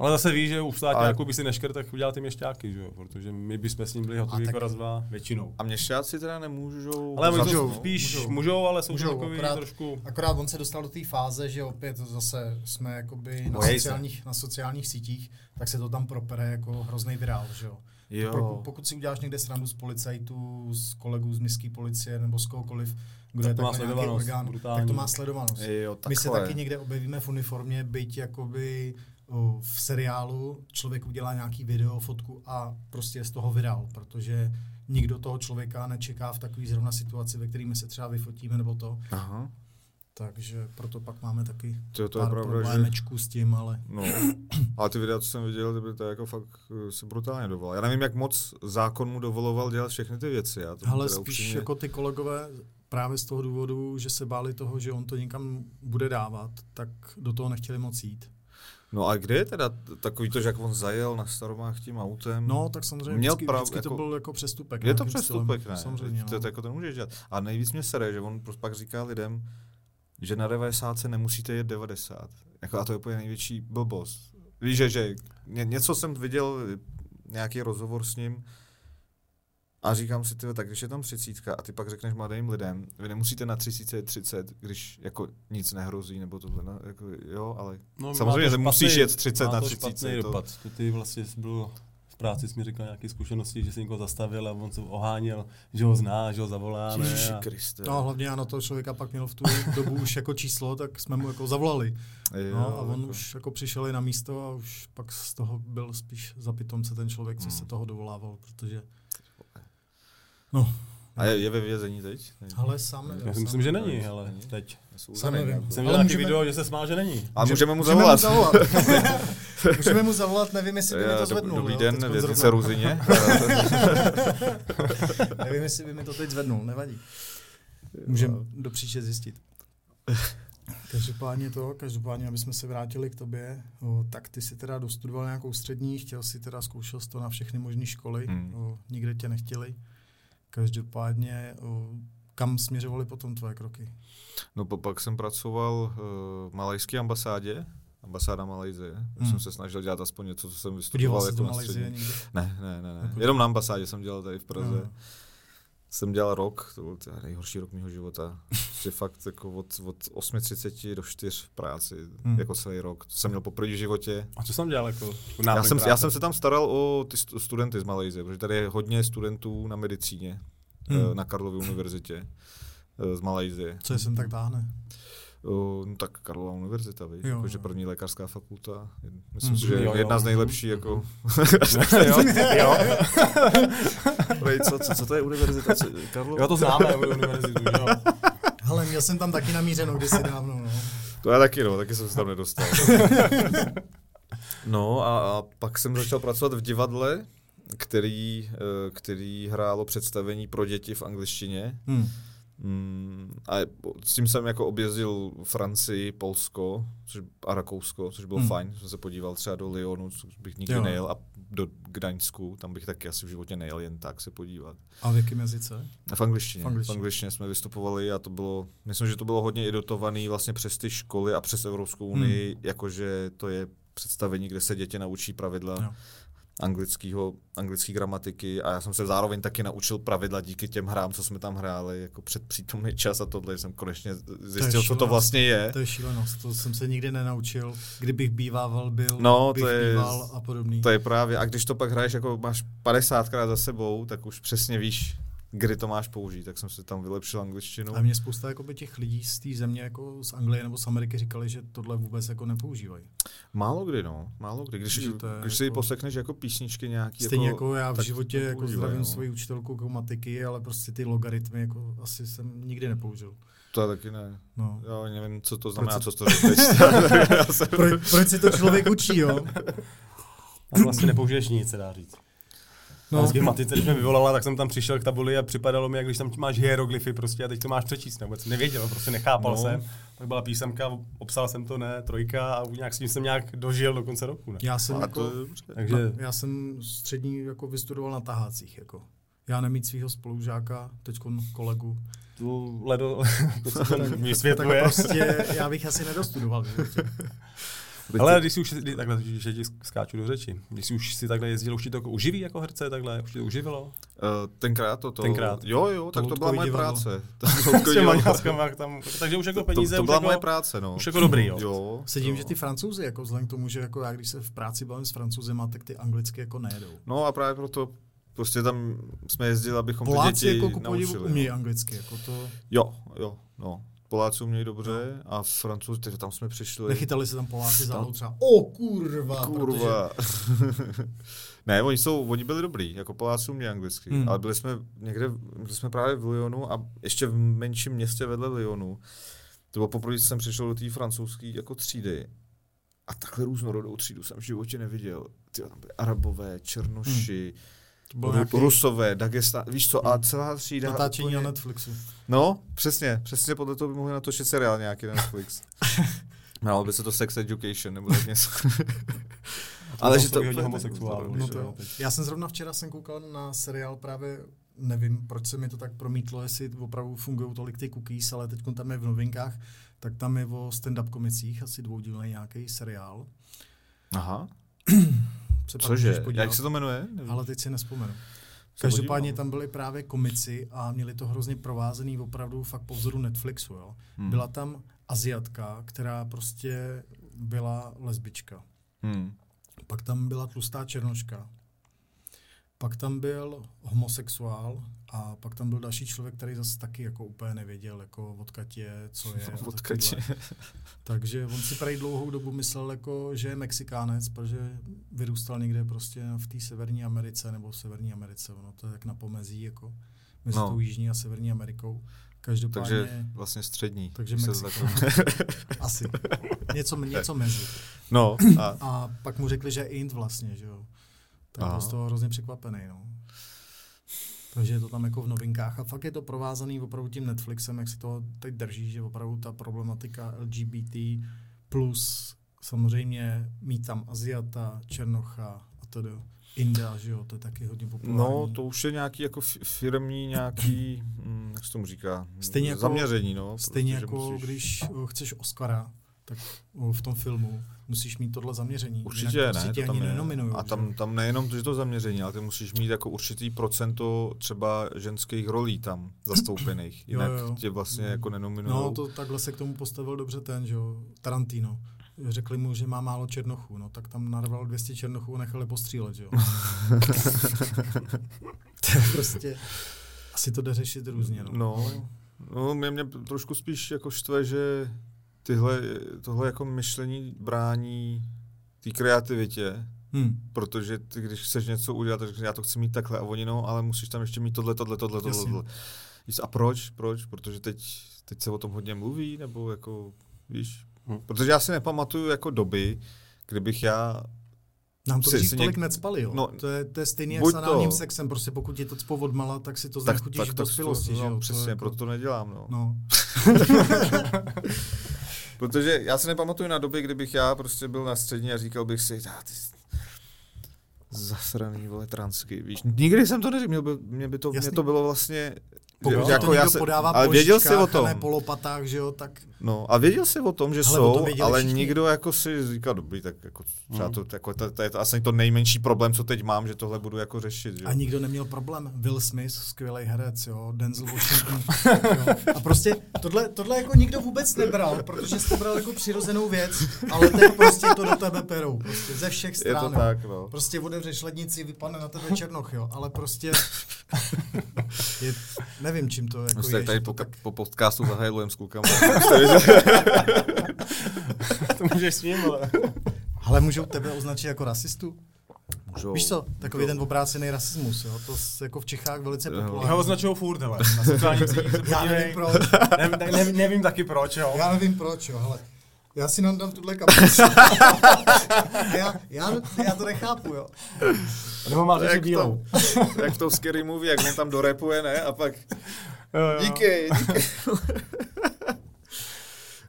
Ale zase víš, že u státňáků
Ale-
by si neškrt, tak udělal ty měšťáky, že jo? Protože my bychom s ním byli hotoví
A
jako
tak-
raz, dva, většinou.
A měšťáci teda nemůžou...
Ale oni
Můžou,
to
no.
spíš můžou,
můžou.
ale jsou
Můžou,
to takový
akorát-
trošku...
Akorát on se dostal do té fáze, že opět zase jsme jakoby na
Bojej se.
sociálních, na sociálních sítích, tak se to tam propere jako hrozný virál, že jo. Pro,
Jo.
pokud si uděláš někde srandu z policajtů, z kolegů z městské policie nebo z kohokoliv, kdo
Tak
je
to
takhle
má
nějaký
sledovanost,
orgán, tak
brutální.
to má sledovanost.
Jo,
My se
takhle.
taky někde objevíme v uniformě, byť jakoby o, v seriálu člověk udělá nějaký video, fotku a prostě je z toho virál, protože nikdo toho člověka nečeká v takové zrovna situaci, ve které my se třeba vyfotíme nebo to.
Aha,
Takže proto pak máme taky
to, to je
pár
pravda, že...
problémečků s tím, ale
No, ale ty videa, co jsem viděl, to by to jako fakt eh, se brutálně dovoloval. Já nevím, jak moc zákon mu dovoloval dělat všechny ty věci. Já to
hele,
teda
spíš
upřímně-
jako ty kolegové právě z toho důvodu, že se báli toho, že on to někam bude dávat, tak do toho nechtěli moc jít.
No a kde je teda t- takový to, že jak on zajel na staromách tím autem?
No, tak samozřejmě
Měl
vždycky,
prav-
vždycky to
jako-
byl jako přestupek.
je to
nějakým
přestupek,
stylem,
ne?
Samozřejmě,
To,
no.
to, jako to nemůžeš dělat. A nejvíc mě sere, že on pr- pak říká lidem, že na 90 se nemusíte jet 90. Jako, a to je úplně největší blbost. Víš, že, že ně, něco jsem viděl, nějaký rozhovor s ním, A říkám si, tyhle, tak když je tam třicítka a ty pak řekneš mladým lidem, vy nemusíte na třicíce třicet, když jako nic nehrozí, nebo tohle, ne, jako, jo, ale
No,
Samozřejmě,
má to
že musíš
špatný-
jet 30
má
na
to
30,
špatný
je to-
dopad. To ty vlastně jsi byl v práci jsi mi říkal nějaké zkušenosti, že jsi někoho zastavil a on se oháněl, že ho zná, že ho zavolá. ne, a-
Kriste.
No a hlavně já na toho člověka pak měl v tu dobu už jako číslo, tak jsme mu jako zavolali.
Jo,
No, a on
jako-
už jako přišel i na místo a už pak z toho byl spíš za pitomce ten člověk, co se toho dovolával, protože... No,
A je, je ve vězení teď? Nevím.
ale sám nevím.
Já si
sám
myslím, že
nevím.
není, ale teď.
Jsou
Sám
uzavřený,
nevím.
jako.
Jsem
Ale
viděl nějaký
můžeme-
video, že se smál, že není.
A můžeme mu
Můžeme mu
zavolat.
zavolat. Můžeme mu zavolat, nevím, jestli by mi to
Eh, dob-
zvednul.
Dobrý
jo,
den,
teďkon
věznice
no, zrovna.
Ruzině.
Nevím, jestli by mi to teď zvednul, nevadí. Můžeme do příště zjistit. Každopádně to, každopádně, aby jsme se vrátili k tobě, o, tak ty si teda dostudoval nějakou střední, chtěl si teda, zkoušel jsi to na všechny možné školy,
Hmm.
o, nikde tě nechtěli. Každopádně, o, kam směřovaly potom tvoje kroky?
No po- pak jsem pracoval eh, v malajské ambasádě, ambasáda Malajzie.
Hmm.
Hmm. jsem se snažil dělat aspoň něco, co jsem
Podíval
vystudoval
jsi
jako
do
na
Malezie
střední.
někde?
Ne, ne, ne, ne.
Jako-
Jenom na ambasádě jsem dělal tady v Praze.
No.
Jsem dělal rok, to byl teda nejhorší rok mého života. Prostě fakt jako od, od 8.30 do 4 v práci,
Hmm.
hmm. jako celý rok. To jsem měl poprvé v životě.
A co jsem dělal jako?
Já jsem, já jsem se tam staral o ty stu- studenty z Malajzie, protože tady je hodně studentů na medicíně
Hmm.
hmm. na Karlově univerzitě eh, z Malajzie.
Co je sem tak táhne?
O, no tak Karlova univerzita, víš,
Jo,
jakože
jo.
první lékařská fakulta. Jed-
Mhm.
Myslím si, že
Jo, jo.
je jedna z nejlepších, jako...
jo, jo,
Vej, co, co, co to je univerzita? Co- Karlova?
jo, to známe, univerzitu, jo.
Hele, měl jsem tam taky namířeno kdysi dávno, no.
To já taky, no, taky jsem se tam nedostal. No a, a pak jsem začal pracovat v divadle, který, eh, který hrálo představení pro děti v angličtině.
Hmm.
Mm, a je- po- s tím jsem jako objezdil Francii, Polsko což, a Rakousko, což bylo
Hmm.
hmm. fajn. Jsem se podíval třeba do Lyonu, což bych nikdy
Jo.
jo. nejel, a do Gdaňsku, tam bych taky asi v životě nejel jen tak se podívat.
A v jakém jazyce?
V angličtině.
V angličtině.
V angličtině jsme vystupovali a to bylo, myslím, že to bylo hodně i dotovaný vlastně přes ty školy a přes Evropskou
Hmm.
unii, jakože to je představení, kde se děti naučí pravidla
Jo.
anglického, anglické gramatiky a já jsem se zároveň taky naučil pravidla díky těm hrám, co jsme tam hráli, jako před přítomný čas a tohle, že jsem konečně zjistil, co to
šílenost.
vlastně je.
To je šílenost, to jsem se nikdy nenaučil. Kdybych bývával, byl,
No,
bych
to je-
býval a podobný.
To je právě, a když to pak hraješ, jako máš 50krát za sebou, tak už přesně víš, kdy to máš použít, tak jsem se tam vylepšil angličtinu.
A mě spousta jakoby, těch lidí z té země, jako z Anglie nebo z Ameriky, říkali, že tohle vůbec jako nepoužívají.
Málo kdy, no. Málo kdy. Když,
Že to je
když si
jako-
posekneš jako písničky nějaký.
Stejně jako, já v
tak
životě
to
jako
používají,
zdravím
no.
svoji učitelku komatiky, ale prostě ty logaritmy jako asi jsem nikdy nepoužil.
To já taky ne.
No.
Já ani nevím, co to znamená,
Proč-
co to Eh, teď.
Proč, proč si to člověk učí, jo?
Tam vlastně nepoužiješ nic, se dá říct. No.
No.
Z matice, když mě vyvolala, tak jsem tam přišel k tabuli a připadalo mi, jak když tam máš hieroglyfy prostě a teď to máš přečíst. Nebo jsem nevěděl, prostě nechápal
No.
jsem. Pak byla písemka, obsal jsem to, ne, trojka a nějak s tím jsem nějak dožil do konce roku. Ne?
Já jsem
A
jako,
to je dobře.
Takže
Na- Já jsem střední jako vystudoval na tahácích. Jako. Já nemít svého spolužáka, teď kolegu.
tu ledo, to se tam
Tak
vysvětluje.
prostě já bych asi nedostudoval. v životě. prostě-
Ale když si už, kdy- takhle, když já ti skáču do řeči, když si už si takhle jezdil, už ti to jako uživí jako herce, takhle, už ti to uživilo.
Eh, Tenkrát to, to.
Tenkrát.
Jo, jo, tak to byla
loutkový
moje
divadlo.
práce.
S
loutkový
těma
divadlo.
ňáskama, jak tam, takže už jako
Jako To, to,
peníze,
to
už
byla
jako,
moje práce, no.
už jako dobrý, jo.
Jo.
Sedím,
jo.
že ty francouzi, jako vzhledem k tomu, že jako já, když se v práci bavím s francouzema, tak ty anglicky jako nejedou.
No a právě proto prostě tam jsme jezdili, abychom
Poláci
ty děti
jako ku podivu
naučili.
umějí
no.
anglicky, jako to,
Jo, jo, no. Poláci umějí dobře a Francouzi, takže tam jsme přišli.
nechytali se tam Poláci za hlavu třeba, o kurva,
Kurva. ne, oni, jsou, oni byli dobrý, jako Poláci umějí anglicky,
Hmm.
hmm. ale byli jsme někde, byli jsme právě v Lyonu a ještě v menším městě vedle Lyonu. To bylo poprvé, co jsem přišel do té francouzské jako třídy. A takhle různorodou třídu jsem v životě neviděl. Tyjo, tam byly arabové, černoši,
to
hmm.
bylo nějaký Hmm.
rusové, Dagestá, víš co, a celá třída.
natáčení
úplně-
na Netflixu.
No, přesně, přesně podle toho by mohli natočit seriál nějaký na Netflix. Jmenovalo by se to Sex Education nebo tak něco. Ale že to
hodí
úplně-
homosexuálů,
No
že
to jo. Já jsem zrovna včera jsem koukal na seriál právě, nevím, proč se mi to tak promítlo, jestli opravdu fungují tolik ty cookies, ale teď tam je v novinkách, tak tam je o stand-up komicích, asi dvoudílný nějaký seriál.
Aha,
Se pak můžeš
cože?
podívat.
Jak se to jmenuje? Nevím.
Ale teď si nespomenu. Každopádně
podívám.
tam byli právě komici a měli to hrozně provázený opravdu fakt po vzoru Netflixu. Jo. Hmm. Byla tam Aziatka, která prostě byla lesbička.
Hmm.
Pak tam byla tlustá černoška. Pak tam byl homosexuál a pak tam byl další člověk, který zase taky jako úplně nevěděl, jako odkud je, co je. a
Odkud
takovýhle. Takže on si prej dlouhou dobu myslel, jako, že je Mexikánec, protože vyrůstal někde prostě v té Severní Americe nebo v Severní Americe, ono to je tak na pomezí, jako mezi
No.
no. tou Jižní a Severní Amerikou. Každopádně,
Takže
takže,
vlastně střední.
takže
když se
Mexikánec.
takhle-
Asi. Něco, něco mezi.
No, a
A pak mu řekli, že je Ind vlastně, že jo. Tak
Aha.
byl z toho hrozně překvapený, no. Takže je to tam jako v novinkách a fakt je to provázaný opravdu tím Netflixem, jak se to teď drží, že opravdu ta problematika LGBT plus samozřejmě mít tam Aziata, Černocha a tedy Inda, že jo, to je taky hodně populární.
No, to už je nějaký jako fi- firmní nějaký, mm, jak se tomu říká,
Stejně jako-
zaměření, no.
Stejně
protože
jako
musíš-
když o, chceš Oscara, tak o, v tom filmu musíš mít tohle zaměření.
Určitě
jinak
ne,
prostě
to
tě
tam
ani
je.
nenominujou.
A
že
tam,
jo.
tam nejenom to, že to zaměření, ale ty musíš mít jako určitý procento třeba ženských rolí tam zastoupených,
Jo,
jinak
jo, jo.
tě vlastně jako nenominují.
No, to takhle se k tomu postavil dobře ten, že jo, Tarantino. Řekli mu, že má málo černochů, no tak tam narval 200 černochů a nechali postřílet, že jo. to je prostě, asi to jde řešit různě, no.
No, no mě, mě trošku spíš jako štve, že tyhle, tohle jako myšlení brání té kreativitě,
Hm,
protože ty, když chceš něco udělat, tak řekneš, já to chci mít takhle a oni no, ale musíš tam ještě mít tohle, tohle, tohle, tohle.
Jasně.
tohle. Víš, A proč? Proč? Protože teď, teď se o tom hodně mluví, nebo jako, víš?
Hm.
Protože já si nepamatuju jako doby, kdybych já,
nám to
Si-
dřív
si
tolik
něk-
necpali, jo.
no,
No, to, je, to je stejný jak
buď
s análním
to-
sexem, prostě pokud je to cpo odmala, tak si to
tak,
znechutíš
tak,
v
tak,
dospělosti, že jo.
no,
To
přesně,
jako-
proto to nedělám, no.
No,
Protože já si nepamatuju na doby, kdybych já prostě byl na střední a říkal bych si, ah, ty jsi zasraný, vole, transky, víš. Nikdy jsem to neřekl, měl by, mě, by to, mě
Jasný.
to bylo vlastně...
pokud
že-
to jako někdo podává
ale
po
věděl jsi o
lžičkách a
tom.
ne po lopatách, že jo, tak
No a věděl jsi o tom, že
Hele, o
jsou,
tom věděli
ale
všichni. Hmm.
nikdo jako si říkal, dobrý, tak jako třeba to, jako, to, to, je to asi to nejmenší problém, co teď mám, že tohle budu jako řešit. Že?
A nikdo neměl problém. Will Smith, skvělý herec, jo, Denzel Washington. jo. A prostě tohle, tohle jako nikdo vůbec nebral, protože jsi to bral jako přirozenou věc, ale teď prostě to do tebe perou, prostě ze všech
je
stran.
to
jo.
tak, no.
Prostě odevřeš lednici, vypadne na tebe černoch, jo, ale prostě je, nevím, čím to jako
Prostě
je.
jak tady
že to
po,
tak,
po podcastu zahajlujem s klukama.
to můžeš s ním, ale...
ale můžou tebe označit jako rasistu?
Můžou.
Víš co, takový ten obrácený rasismus, jo, to s- jako v Čechách velice
Já ho
populární.
označuju furt, hele, na sociálních sítích se
Já
podívej.
nevím proč.
nevím, tak nevím, nevím taky proč, jo.
Já nevím proč, jo, ale já si nám dám tuhle kapuci. já, já, já, to nechápu, jo.
Nebo má řeši
Jak,
bílou.
to, jak to v Scary Movie, jak on tam dorepuje, ne? A pak
Jo, jo.
díky, díky.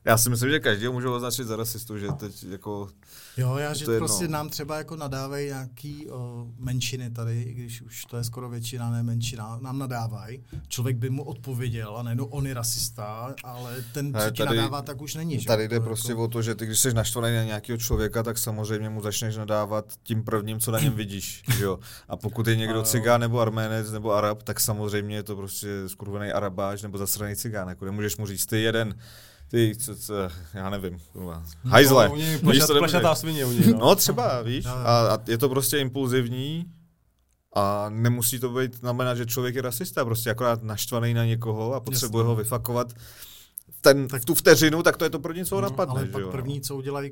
Já si myslím, že každého můžou označit za rasistu, že teď jako...
Jo, já, že
to jedno.
prostě nám třeba jako nadávají nějaký o, menšiny tady, i když už to je skoro většina, ne menšina, nám nadávají. Člověk by mu odpověděl a nejenom on je rasista, ale ten,
Ale
co ti
tady-
nadává, tak už není, že?
Tady
jo,
jde
to jako-
prostě o to, že ty, když jsi naštvaný na nějakého člověka, tak samozřejmě mu začneš nadávat tím prvním, co na něm vidíš. Že jo? A pokud je někdo cigán nebo arménec nebo arab, tak samozřejmě je to prostě skurvený arabáš nebo zasraný cigán. Jako nemůžeš mu říct, ty jeden, ty, co, co já nevím, kurva. hajzle.
No,
Víš,
oni
co
plešat,
nemůžeš.
plešatá svině u něj, no.
No třeba, víš, a, a je to prostě impulzivní a nemusí to být znamenat, že člověk je rasista, prostě akorát naštvaný na někoho a potřebuje ho vyfakovat ten, tak. tu vteřinu, tak to je to pro něco napadne,
ale
že
pak
jo, no.
první, co udělají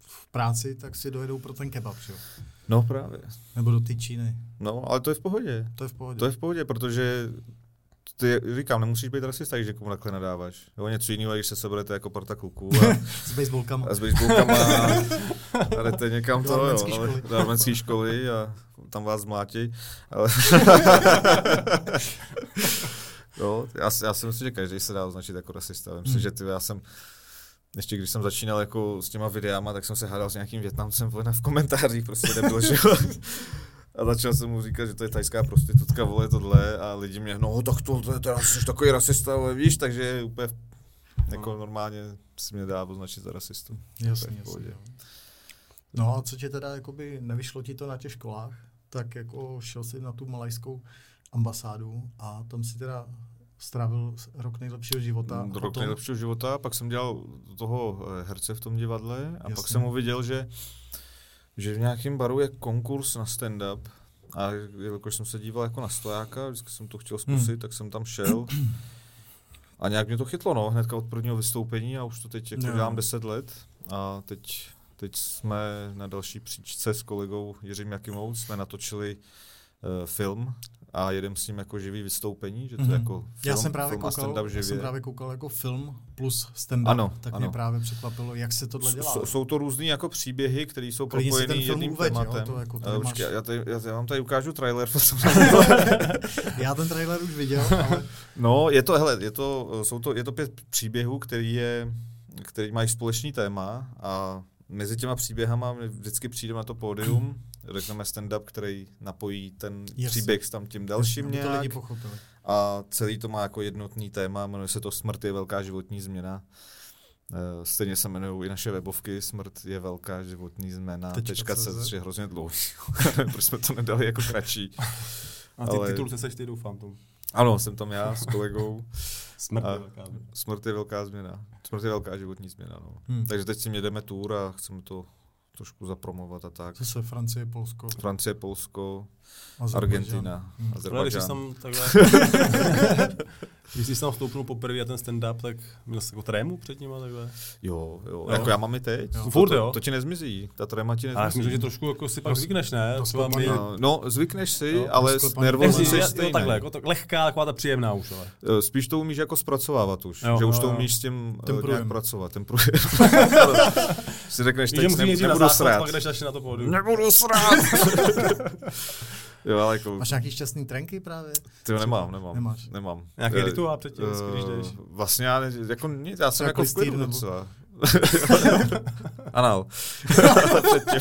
v práci, tak si dojedou pro ten kebab, že? jo?
No právě.
Nebo do ty Číny.
No, ale to je v pohodě.
To je v pohodě.
To je v pohodě, protože ty, říkám, nemusíš být rasista, když někomu takhle nadáváš. Jo, něco jiného, když se seberete jako parta kluků a,
S baseballkama.
a s baseballkama a, a jdete někam
Do
to, jo,
arménský
ale,
školy.
do arménské školy a tam vás zmlátí. Ale... no, já, si- já, si myslím, že každý se dá označit jako rasista. Myslím, hmm. že ty, já jsem ještě když jsem začínal jako s těma videama, tak jsem se hádal s nějakým Větnamcem vole, na- v komentářích, prostě nebyl, že jo. A začal jsem mu říkat, že to je tajská prostitutka, vole, tohle, a lidi mě, no tak to, to, je teda jsi takový rasista, vole, víš, takže úplně jako normálně si mě dá označit za rasistu.
Jasně,
v pohodě.
jasně. jo. No a co tě teda, jakoby, nevyšlo ti to na těch školách? tak jako šel si na tu malajskou ambasádu a tam si teda strávil s- rok nejlepšího života.
Mm,
a
Rok nejlepšího života, pak jsem dělal toho eh, herce v tom divadle a
Jasně.
pak jsem uviděl, že, že v nějakém baru je konkurs na stand-up a jakož jsem se díval jako na stojáka, vždycky jsem to chtěl zkusit, hmm. tak jsem tam šel a nějak mě to chytlo, no, hnedka od prvního vystoupení a už to teď jako
No.
dělám 10 let a teď, teď jsme na další příčce s kolegou Jiřím Jakimou, jsme natočili eh, film a jedem s ním jako živý vystoupení, že to je
Mhm.
jako film,
já jsem právě
film a
koukal,
stand-up
já
živě.
jsem právě koukal jako film plus stand-up,
Ano,
tak
ano.
mě právě překvapilo, jak se tohle
S-
dělá. no.
s- Jsou to různý jako příběhy, které jsou
Klidně si ten
propojený
film
jedným
uveď, jo,
tématem.
to jako tady
Eh,
máš-
Počkej, já, tady, já, já vám tady ukážu trailer.
Já ten trailer už viděl, ale
no, je to, hele, je to, eh, jsou to, je to pět příběhů, který, je, který mají společný téma a mezi těma příběhama my vždycky přijde na to pódium, řekneme stand-up, který napojí ten
Jasně.
příběh s tam tím dalším
aby to lidi
nějak.
pochopili.
A celý to má jako jednotný téma, jmenuje se to Smrt je velká životní změna. Eh, Stejně se jmenují i naše webovky Smrt je velká životní změna.
Tečka
Tečka
CZ.
CZ, je hrozně dlouhý. Proč jsme to nedali jako kratší.
A ty
Ale-
ale... titul se seš ty, doufám tomu.
Ano, jsem tam já s kolegou.
Smrt
A-
je velká. věc.
Smrt je velká změna. Smrt je velká životní změna. No.
Hmm.
Takže teď si jedeme tour a chceme to trošku zapromovat a tak.
Zase Francie, Polsko,
Francie, Polsko,
Azerbajdžán.
Argentina,
Hmm.
Ale když jsi
Azerbajdžán.
tam takhle... když jsi tam vstoupnul poprvé a ten stand-up, tak měl jsi jako trému před ním a takhle.
Jo, jo, jako já mám i teď.
Jo.
To-
Furt,
to-
jo?
To ti nezmizí, ta trema ti
A já
nezmizí.
si myslím, že trošku jako si pak
To-
zvykneš, ne?
to
Třeba
sklopaný.
my,
No, no, zvykneš si,
Jo,
jo, ale
sklepaný.
nervózní
Nechci-
jsi
jo,
stejný.
takhle, jako to, lehká, taková ta příjemná už, ale.
Eh, Spíš to umíš jako zpracovávat už,
Jo,
že už
jo,
to
jo.
umíš s tím eh,
Temperujeme.
nějak pracovat, ten průjem. si řekneš,
Víš, že
teď
musíš
ne,
nejdřív na
nebudu
záchod,
srát.
pak jdeš až na to pódium.
Nebudu srát! jo, ale jako,
Máš nějaký šťastný trenky právě?
ty nemám, nemám,
Nemáš.
nemám.
Nějaký
Eh,
rituál předtím, vždycky, když
eh,
jdeš.
Vlastně já, ne- jako, nic, já jsem
Třeba
jako v klidu
klystýr nebo-
docela. Anal. Předtím.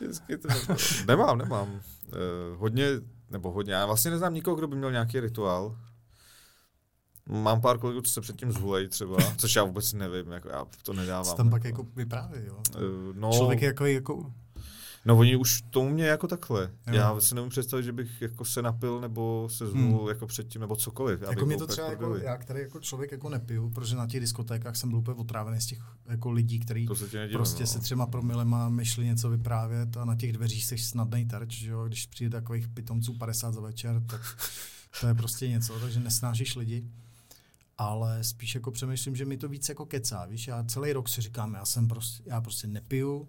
Vždycky to bylo. nemám, nemám. Eh, hodně, nebo hodně, já vlastně neznám nikoho, kdo by měl nějaký rituál. Mám pár kolegů, co se předtím zhulejí třeba, což já vůbec nevím, jako já to nedávám.
Co tam pak jako vypráví, jo?
Eh, no,
Člověk je jako, jako
no oni už to umějí jako takhle.
Jo.
Já si nemůžu představit, že bych jako se napil, nebo se zhul
Hmm.
hmm. jako předtím, nebo cokoliv. Já
jako
bych
mě
byl
to
úplně
třeba,
v
jako,
prdeli.
já který jako člověk jako nepiju, protože na těch diskotékách jsem byl úplně otrávený z těch jako lidí, který
To se tě nedivím,
prostě
no.
se třema promilema myšli něco vyprávět a na těch dveřích jsi snadnej terč, že jo? Když přijde takových pitomců 50 za večer, tak to je prostě něco, takže nesnážíš lidi. Ale spíš jako přemýšlím, že mi to víc jako kecá, víš, já celý rok si říkám, já jsem prostě, já prostě nepiju,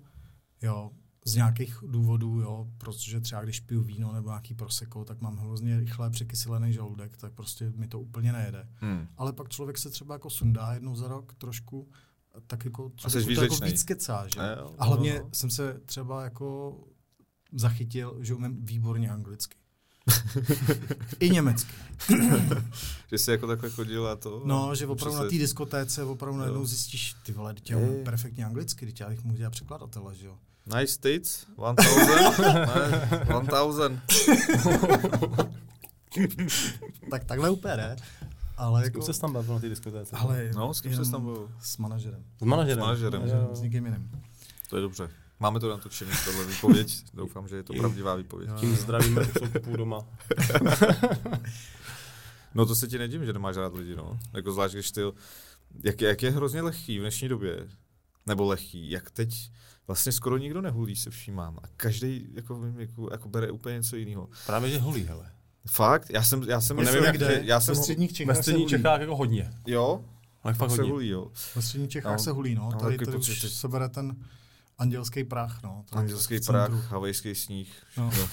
jo, z nějakých důvodů, jo, protože třeba když piju víno nebo nějaký prosecco, tak mám hrozně rychle překyselený žaludek, tak prostě mi to úplně nejede.
Hmm.
Ale pak člověk se třeba jako sundá jednou za rok trošku, a tak jako
jsi
člověk to jako
výřečnej.
víc kecá, že?
A jo,
A hlavně
no, no.
jsem se třeba jako zachytil, že umím výborně anglicky. I německy.
Že jsi jako takhle chodil a to...
No, že opravdu
Přece-
na té diskotéce opravdu najednou
Jo.
zjistíš, ty vole, teď já
Je,
umím
je.
perfektně anglicky, teď já bych mohl dělat překladatele, že jo.
Nice States, 1000, ne, 1000.
Tak takhle úplně ne, ale
S kým
jako,
se tam bavil na té diskotéce?
ale
No, s kým
jenom
jsi tam byl?
S manažerem,
S manažerem.
S manažerem.
Jo.
s nikým jiným.
To je dobře. Máme to natočený, tohle výpověď. Doufám, že je to pravdivá výpověď.
Jo.
Tím zdravíme, jsou půl doma.
No to se ti nedím, že nemáš rád lidi, no. Jako zvlášť, když ty, jak, jak je hrozně lehký v dnešní době, nebo lehký, jak teď vlastně skoro nikdo nehulí, se všímám. A každý jako, v mém věku, jako bere úplně něco jiného.
Právě, že holí, hele.
Fakt, já jsem, já jsem, nevím, jak,
kde?
tě- já jsem,
ve
ho-
středních Čechách
Ve středních
se hulí.
Čechách jako hodně.
jo,
Ale fakt
se
hodně.
hulí, jo.
Ve středních Čechách
Tam-
se hulí, no.
tam
Tady,
taky
tady
pocit,
už
že-
se bere ten andělský prach, no. Tady
Andělský
v centru.
prach, havajský sníh.
No.
Jo.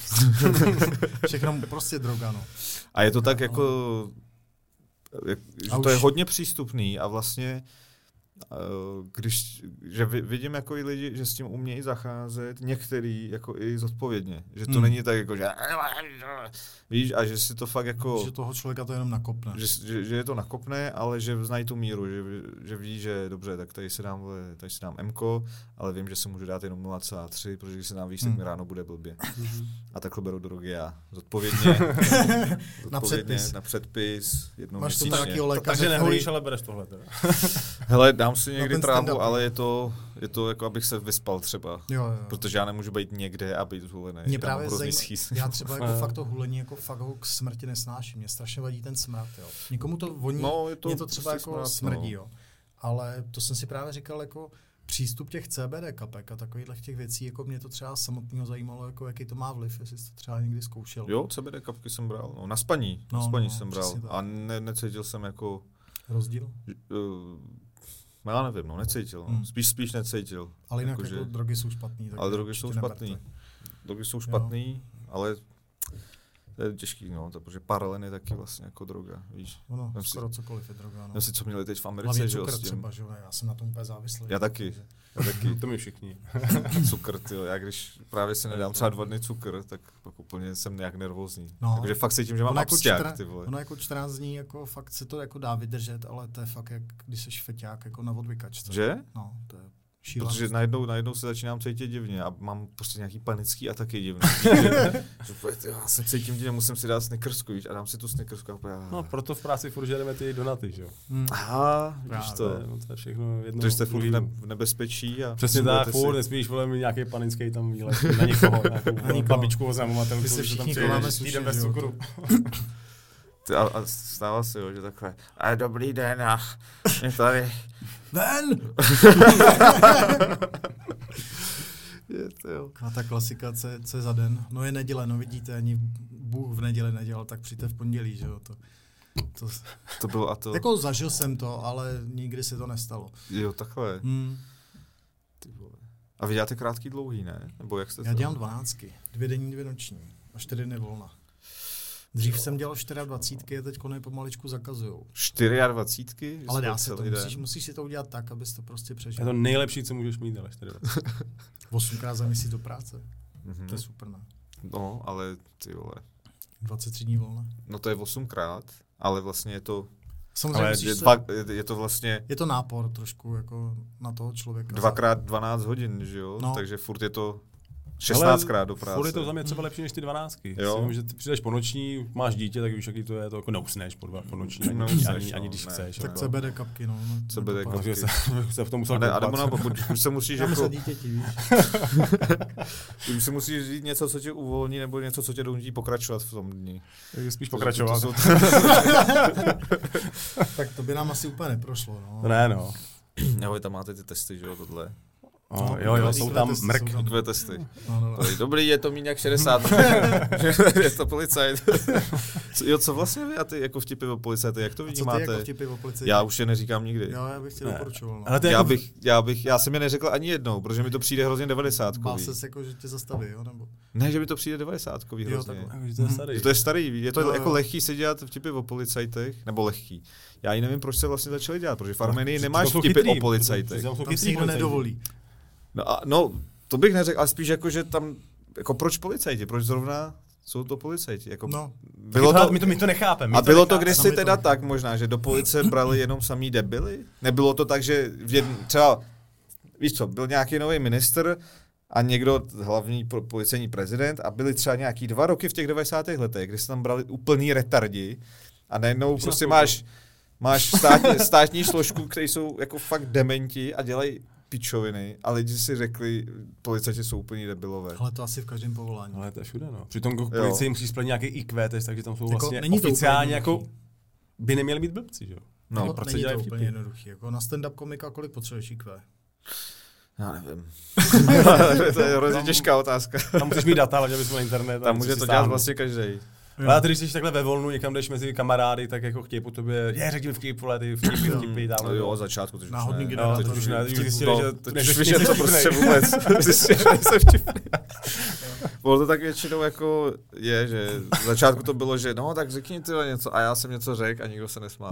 Všechno prostě droga, no.
A je to tak jako, jak, že
A
to je
už-
hodně přístupný a vlastně, eh, když, že vi- vidím jako i lidi, že s tím umějí zacházet, některý jako i zodpovědně, že to
Hmm.
není tak jako, že víš, a že si to fakt jako,
Že toho člověka to jenom nakopne.
že, že, že je to nakopne, ale že znají tu míru, že, že ví, že dobře, tak tady si dám, vole, tady si dám Mko, ale vím, že se můžu dát jenom 0,3, protože když se dám víc, tak mi
Hmm. Mhm.
ráno bude blbě. A takhle beru drogy já,
Na
zodpovědně. Odpovědně,
předpis.
Na předpis, jednou
Máš to
měsíčně.
nějakýho lékaře,
Takže neholíš,
který-
ale bereš tohle teda.
Hele, dám dám si někdy
ten
trávu,
stand-up.
ale je to, je to jako abych se vyspal třeba.
Jo, jo.
Protože já nemůžu být někde a být zvolený.
Mě
Já
právě
mám hrozný
zajímá,
schýz.
já třeba jako
Eh.
fakt to hulení, jako fakt ho k smrti nesnáším. Mě strašně vadí ten smrad, jo. Někomu to voní,
No, je
to,
to
mě to třeba
prostě
jako
smrad, no.
smrdí, jo. Ale to jsem si právě říkal, jako přístup těch CBD kapek a takových těch věcí, jako mě to třeba samotného zajímalo, jako jaký to má vliv, jestli jsi to třeba někdy zkoušel.
Jo, CBD kapky jsem bral. No, na spaní.
No,
na spaní
no,
jsem bral.
přesně tak.
A ne, necítil jsem jako...
Rozdíl?
Uh, já nevím, no, necítil. No.
Hmm.
Spíš, spíš necítil.
Ale jinak
Jakože-
jako, drogy jsou špatný. tak
Ale
je
drogy
určitě
jsou
neberte.
špatný. Drogy jsou špatný, ale to je těžký, no, to, protože paralen je taky vlastně jako droga, víš.
Ono,
Vem si-
skoro cokoliv je droga, no.
Já si co měli teď v Americe,
Hlavně
že jo,
cukr
s tím.
třeba, že jo, já jsem na tom úplně závislý.
Já taky. Já taky.
To my všichni.
cukr, ty já když právě si nedám třeba dva dny cukr, tak pak úplně jsem nějak nervózní.
No.
No. Takže fakt cítím, že mám
Ono jako
abstiak,
čtrna-
ty vole.
Ono jako 14 dní, jako fakt se to jako dá vydržet, ale to je fakt jak, když seš feťák jako na odvykačce.
Že?
No, to je šílené.
Protože najednou, najednou se začínám cítit divně a mám prostě nějaký panický ataky divný. že, úplně, ty, já se cítím divně, musím si dát snickersku, víš, a dám si tu snickersku a úplně,
No, proto v práci furt žereme ty donaty, že jo.
Hmm.
aha, vidíš
Právě.
to.
je, no, to je všechno jedno.
Takže jste furt
druhý.
v ne- v nebezpečí a
Přesně
budete
tak, furt,
si-
nesmíš vole mít nějaký panický tam výlet na někoho, nějakou
Na nikoho.
babičku oznamovatelku,
My se
že tam
všichni
přijde,
chováme
že
slušně,
týden bez
že jo,
cukru.
Ty, a, a stává se, jo, že takhle, a dobrý den, a mě tady,
Ven!
je to jo.
A ta klasika, co, je- co je za den. No je neděle, no vidíte, ani Bůh v neděli nedělal, tak přijďte v pondělí, že jo. To, to,
To bylo a to,
jako zažil jsem to, ale nikdy se to nestalo.
jo, takhle.
Hmm.
Ty vole. A vy děláte krátký dlouhý, ne? Nebo jak jste
Já
to-
dělám dvanáctky, dvě denní, dvě noční a čtyři dny volna. Dřív jsem dělal 24, teď je pomaličku zakazujou.
24? Že
Ale
jste
dá se to,
celý den?
musíš, musíš si to udělat tak, abys to prostě
Je to
přežil.
nejlepší, co můžeš mít, ale 4
Osmkrát za měsíc do práce,
Mhm.
to je super, ne?
No, ale ty vole.
23 dní volna.
No to je osmkrát, ale vlastně je to,
Samozřejmě
ale
musíš
je,
se-
dva, je- je to vlastně
je to nápor trošku jako na toho člověka.
dvakrát 12 hodin, že jo?
No.
Takže furt je to 16krát do práce.
Furt je to za mě třeba lepší než ty dvanáctky.
Jo.
Jo. Vím, že ty přijdeš po noční, máš dítě, tak víš, jaký to je, to jako neusneš po, dva, po noční, ani,
Neusneš,
ani,
no,
ani, když
ne.
chceš.
Tak
jo.
CBD kapky, no. no
CBD
nedopadá.
kapky.
Takže se, se v tom musel
A, ne, a nebo
koupat.
naopak, buď- už se musíš
Já
jako,
myslím dítěti, víš.
už se musíš říct něco, co tě uvolní, nebo něco, co tě donutí pokračovat v tom dni.
Takže spíš pokračovat.
To, to,
tak to by nám asi úplně neprošlo, no.
Ne, no.
to, jo, vy tam máte ty testy, že jo, tohle.
O, No, jo, jo, jsou tam mrk.
Dvě testy.
No, no, no.
To je Dobrý, je to míň jak 60. je to policajt. co, jo, co vlastně vy a ty jako vtipy o policajty, jak to
A co ty
vnímáte?
jako vtipy o policii?
já už je neříkám nikdy.
Jo, já bych ti
Ne.
doporučoval, no.
Ale to je
já,
jako-
bych, já, bych, já jsem je neřekl ani jednou, protože mi to přijde hrozně 90.
Bál ses jako, že tě zastaví, jo,
No,
nebo?
Ne, že mi to přijde 90. hrozně.
takhle.
Jako, že to je starý.
Mhm. Že to je starý, víš, je to
No,
Jo, jo.
jako lehký se dělat vtipy o policajtech, nebo lehký. Já ani nevím, proč se vlastně začali dělat, protože v Armenii nemáš
To jsou
vtipy
chytrý,
o policajtech.
to jsou
Tam
chytrý
si nikdo
policajti.
nedovolí.
No, a, no, to bych neřekl, ale spíš jako, že tam, jako proč policajti, proč zrovna jsou to policajti, jako
No.
bylo to,
my to, my to nechápeme.
a
my
bylo to
nechápeme.
kdysi
sami to
teda
nechápu.
tak možná, že do police brali jenom samý debily? Nebylo to tak, že v jed, třeba, víš co, byl nějaký nový minister a někdo, hlavní pro- policejní prezident, a byli třeba nějaký dva roky v těch 90. letech, kdy se tam brali úplný retardi a najednou prostě máš, máš státní, státní složku, které jsou jako fakt dementi a dělají pičoviny a lidi si řekli, policajti jsou úplní debilové.
Ale to asi v každém povolání.
Ale to je všude, no. Přitom k
Jo.
policii musí splnit nějaký IQ test, takže tam jsou
Jako,
vlastně
není to úplně
oficiálně jako
jednoduchý.
by neměli mít blbci, že jo?
No,
Jako
proč se
není to
dělají
úplně
vtipy?
jednoduchý. Jako na stand-up komika kolik potřebuješ IQ?
Já nevím. to je hrozně těžká otázka.
Tam musíš mít data, hlavně abys měl internet. a
Tam
něco
může
si
to dělat
stáhnout.
vlastně každý.
Ale ty, když jsi takhle ve volnu, někam jdeš mezi kamarády, tak jako chtějí po tobě, je, řekni mi vtip, vole, ty vtipy, vtipy,
No
tam.
jo, od začátku to už
Náhodný
ne.
No,
generátor.
teď už ne, teď už
Vtip-
zjistili,
no,
že
teď
nejsi-
už
nejsi
víš, že to
vtipnej.
prostě vůbec. Zjistili, že nejsem vtipný. Bylo to tak většinou jako je, že v začátku to bylo, že no tak řekni ty něco a já jsem něco řekl a nikdo se nesmál.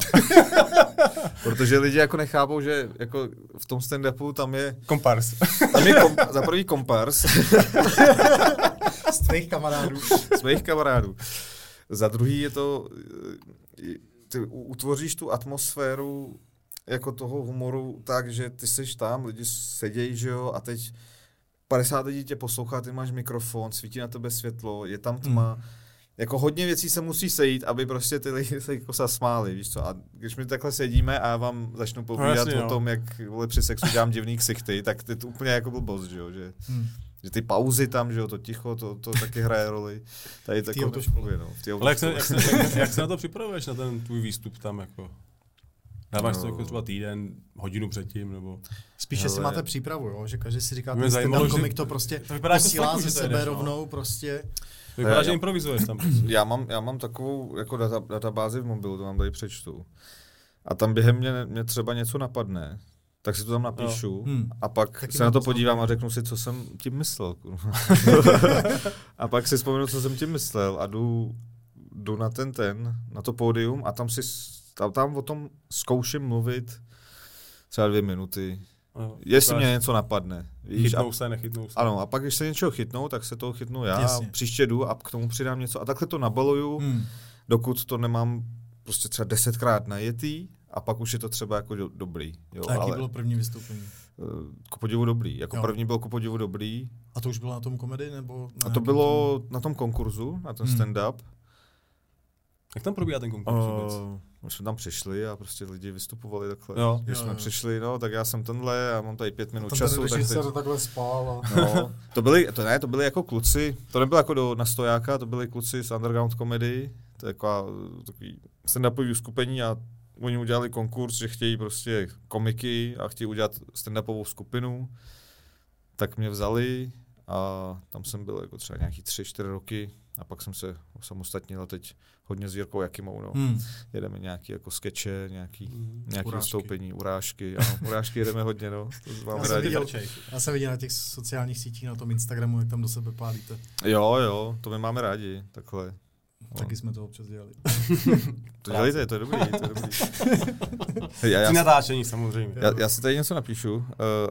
Protože lidi jako nechápou, že jako v tom stand-upu tam je,
Kompars.
tam je kom, za prvý kompars
Z tvých kamarádů.
z mých kamarádů. Za druhý je to, eh, ty u- utvoříš tu atmosféru jako toho humoru tak, že ty seš tam, lidi sedějí, že jo, a teď 50 lidí tě poslouchá, ty máš mikrofon, svítí na tebe světlo, je tam tma, jako hodně věcí se musí sejít, aby prostě ty lidi se jako zasmáli, víš co. A když my takhle sedíme a já vám začnu povídat
jasně,
no, o
no.
tom, jak vole, při sexu dělám divný ksichty, tak ty to úplně jako blbost, že jo, že,
Hmm.
že ty pauzy tam, že jo, to ticho, to, to taky hraje roli. Tady tak
autoškole.
no, v té
Ale jak se,
autoškole.
jak, se, jak, jak se na to připravuješ, na ten tvůj výstup tam jako? Dáváš to
No.
jako třeba týden, hodinu předtím, nebo...
Spíše si
Hele.
máte přípravu, jo? že každý si říká,
Mě
ten
zajímalo,
stand-up
že-
komik to prostě
to vypadá jako
posílá
fakt, že
ze
to
sebe
jedeš, no.
rovnou prostě.
To vypadá,
Eh,
že
jo.
improvizuješ tam.
Já mám, já mám takovou jako data, databázi v mobilu, to mám tady přečtu. A tam během mě, mě třeba něco napadne, tak si to tam napíšu
Hmm.
a pak
Taky
se na
mám
to
to
podívám a řeknu si, co jsem tím myslel. kurva. a pak si vzpomenu, co jsem tím myslel a jdu, jdu na ten ten, na to pódium a tam si s- tam, tam o tom zkouším mluvit třeba dvě minuty.
Jo.
Jestli
Vypadáš-
mě něco napadne. Víš, a
Chytnou se, nechytnou se.
ano, a pak když se něčeho chytnou, tak se toho chytnu já,
Jasně.
příště jdu a k tomu přidám něco. A takhle to nabaluju, hmm.
Hmm.
dokud to nemám prostě třeba desetkrát najetý a pak už je to třeba jako do, dobrý. Jo,
A jaký
ale
bylo první vystoupení?
eh, ku podivu dobrý. Jako
Jo.
jo. první byl ku podivu dobrý.
A to už bylo na tom komedy? Nebo na
A to
nějakém
bylo na tom konkurzu, na ten
Hmm. Eh,
stand-up.
Jak tam probíhá ten konkurs vůbec?
Uh, my jsme tam přišli a prostě lidi vystupovali takhle.
Jo.
Když
Jo,
jsme
jo.
přišli, no, tak já jsem tenhle a mám tady pět minut
Tam ten
času. Tak
režisér
teď-
takhle spál a...
No, to byly, to ne, to byly jako kluci, to nebylo jako do nastojáka, to byli kluci z underground comedy, to je taková, eh, takový stand-upový skupení a oni udělali konkurs, že chtějí prostě komiky a chtějí udělat stand-upovou skupinu, tak mě vzali a tam jsem byl jako třeba nějaký tři, čtyři roky a pak jsem se samostatnil teď hodně s Jirkou Jakimou, no.
Hmm.
Jedeme nějaký jako skeče, nějaký,
Mhm.
nějaký
Urážky.
vystoupení, urážky, ano, urážky jedeme hodně, no. To
Já
máme
jsem
rádi.
viděl- Já jsem viděl na těch sociálních sítích, na tom Instagramu, jak tam do sebe pálíte.
Jo, jo, to my máme rádi, takhle. No.
Taky jsme to občas dělali.
To dělejte, to je dobrý, to je dobrý. Hej, já,
Při
já,
natáčení samozřejmě.
já, já si tady něco napíšu, uh,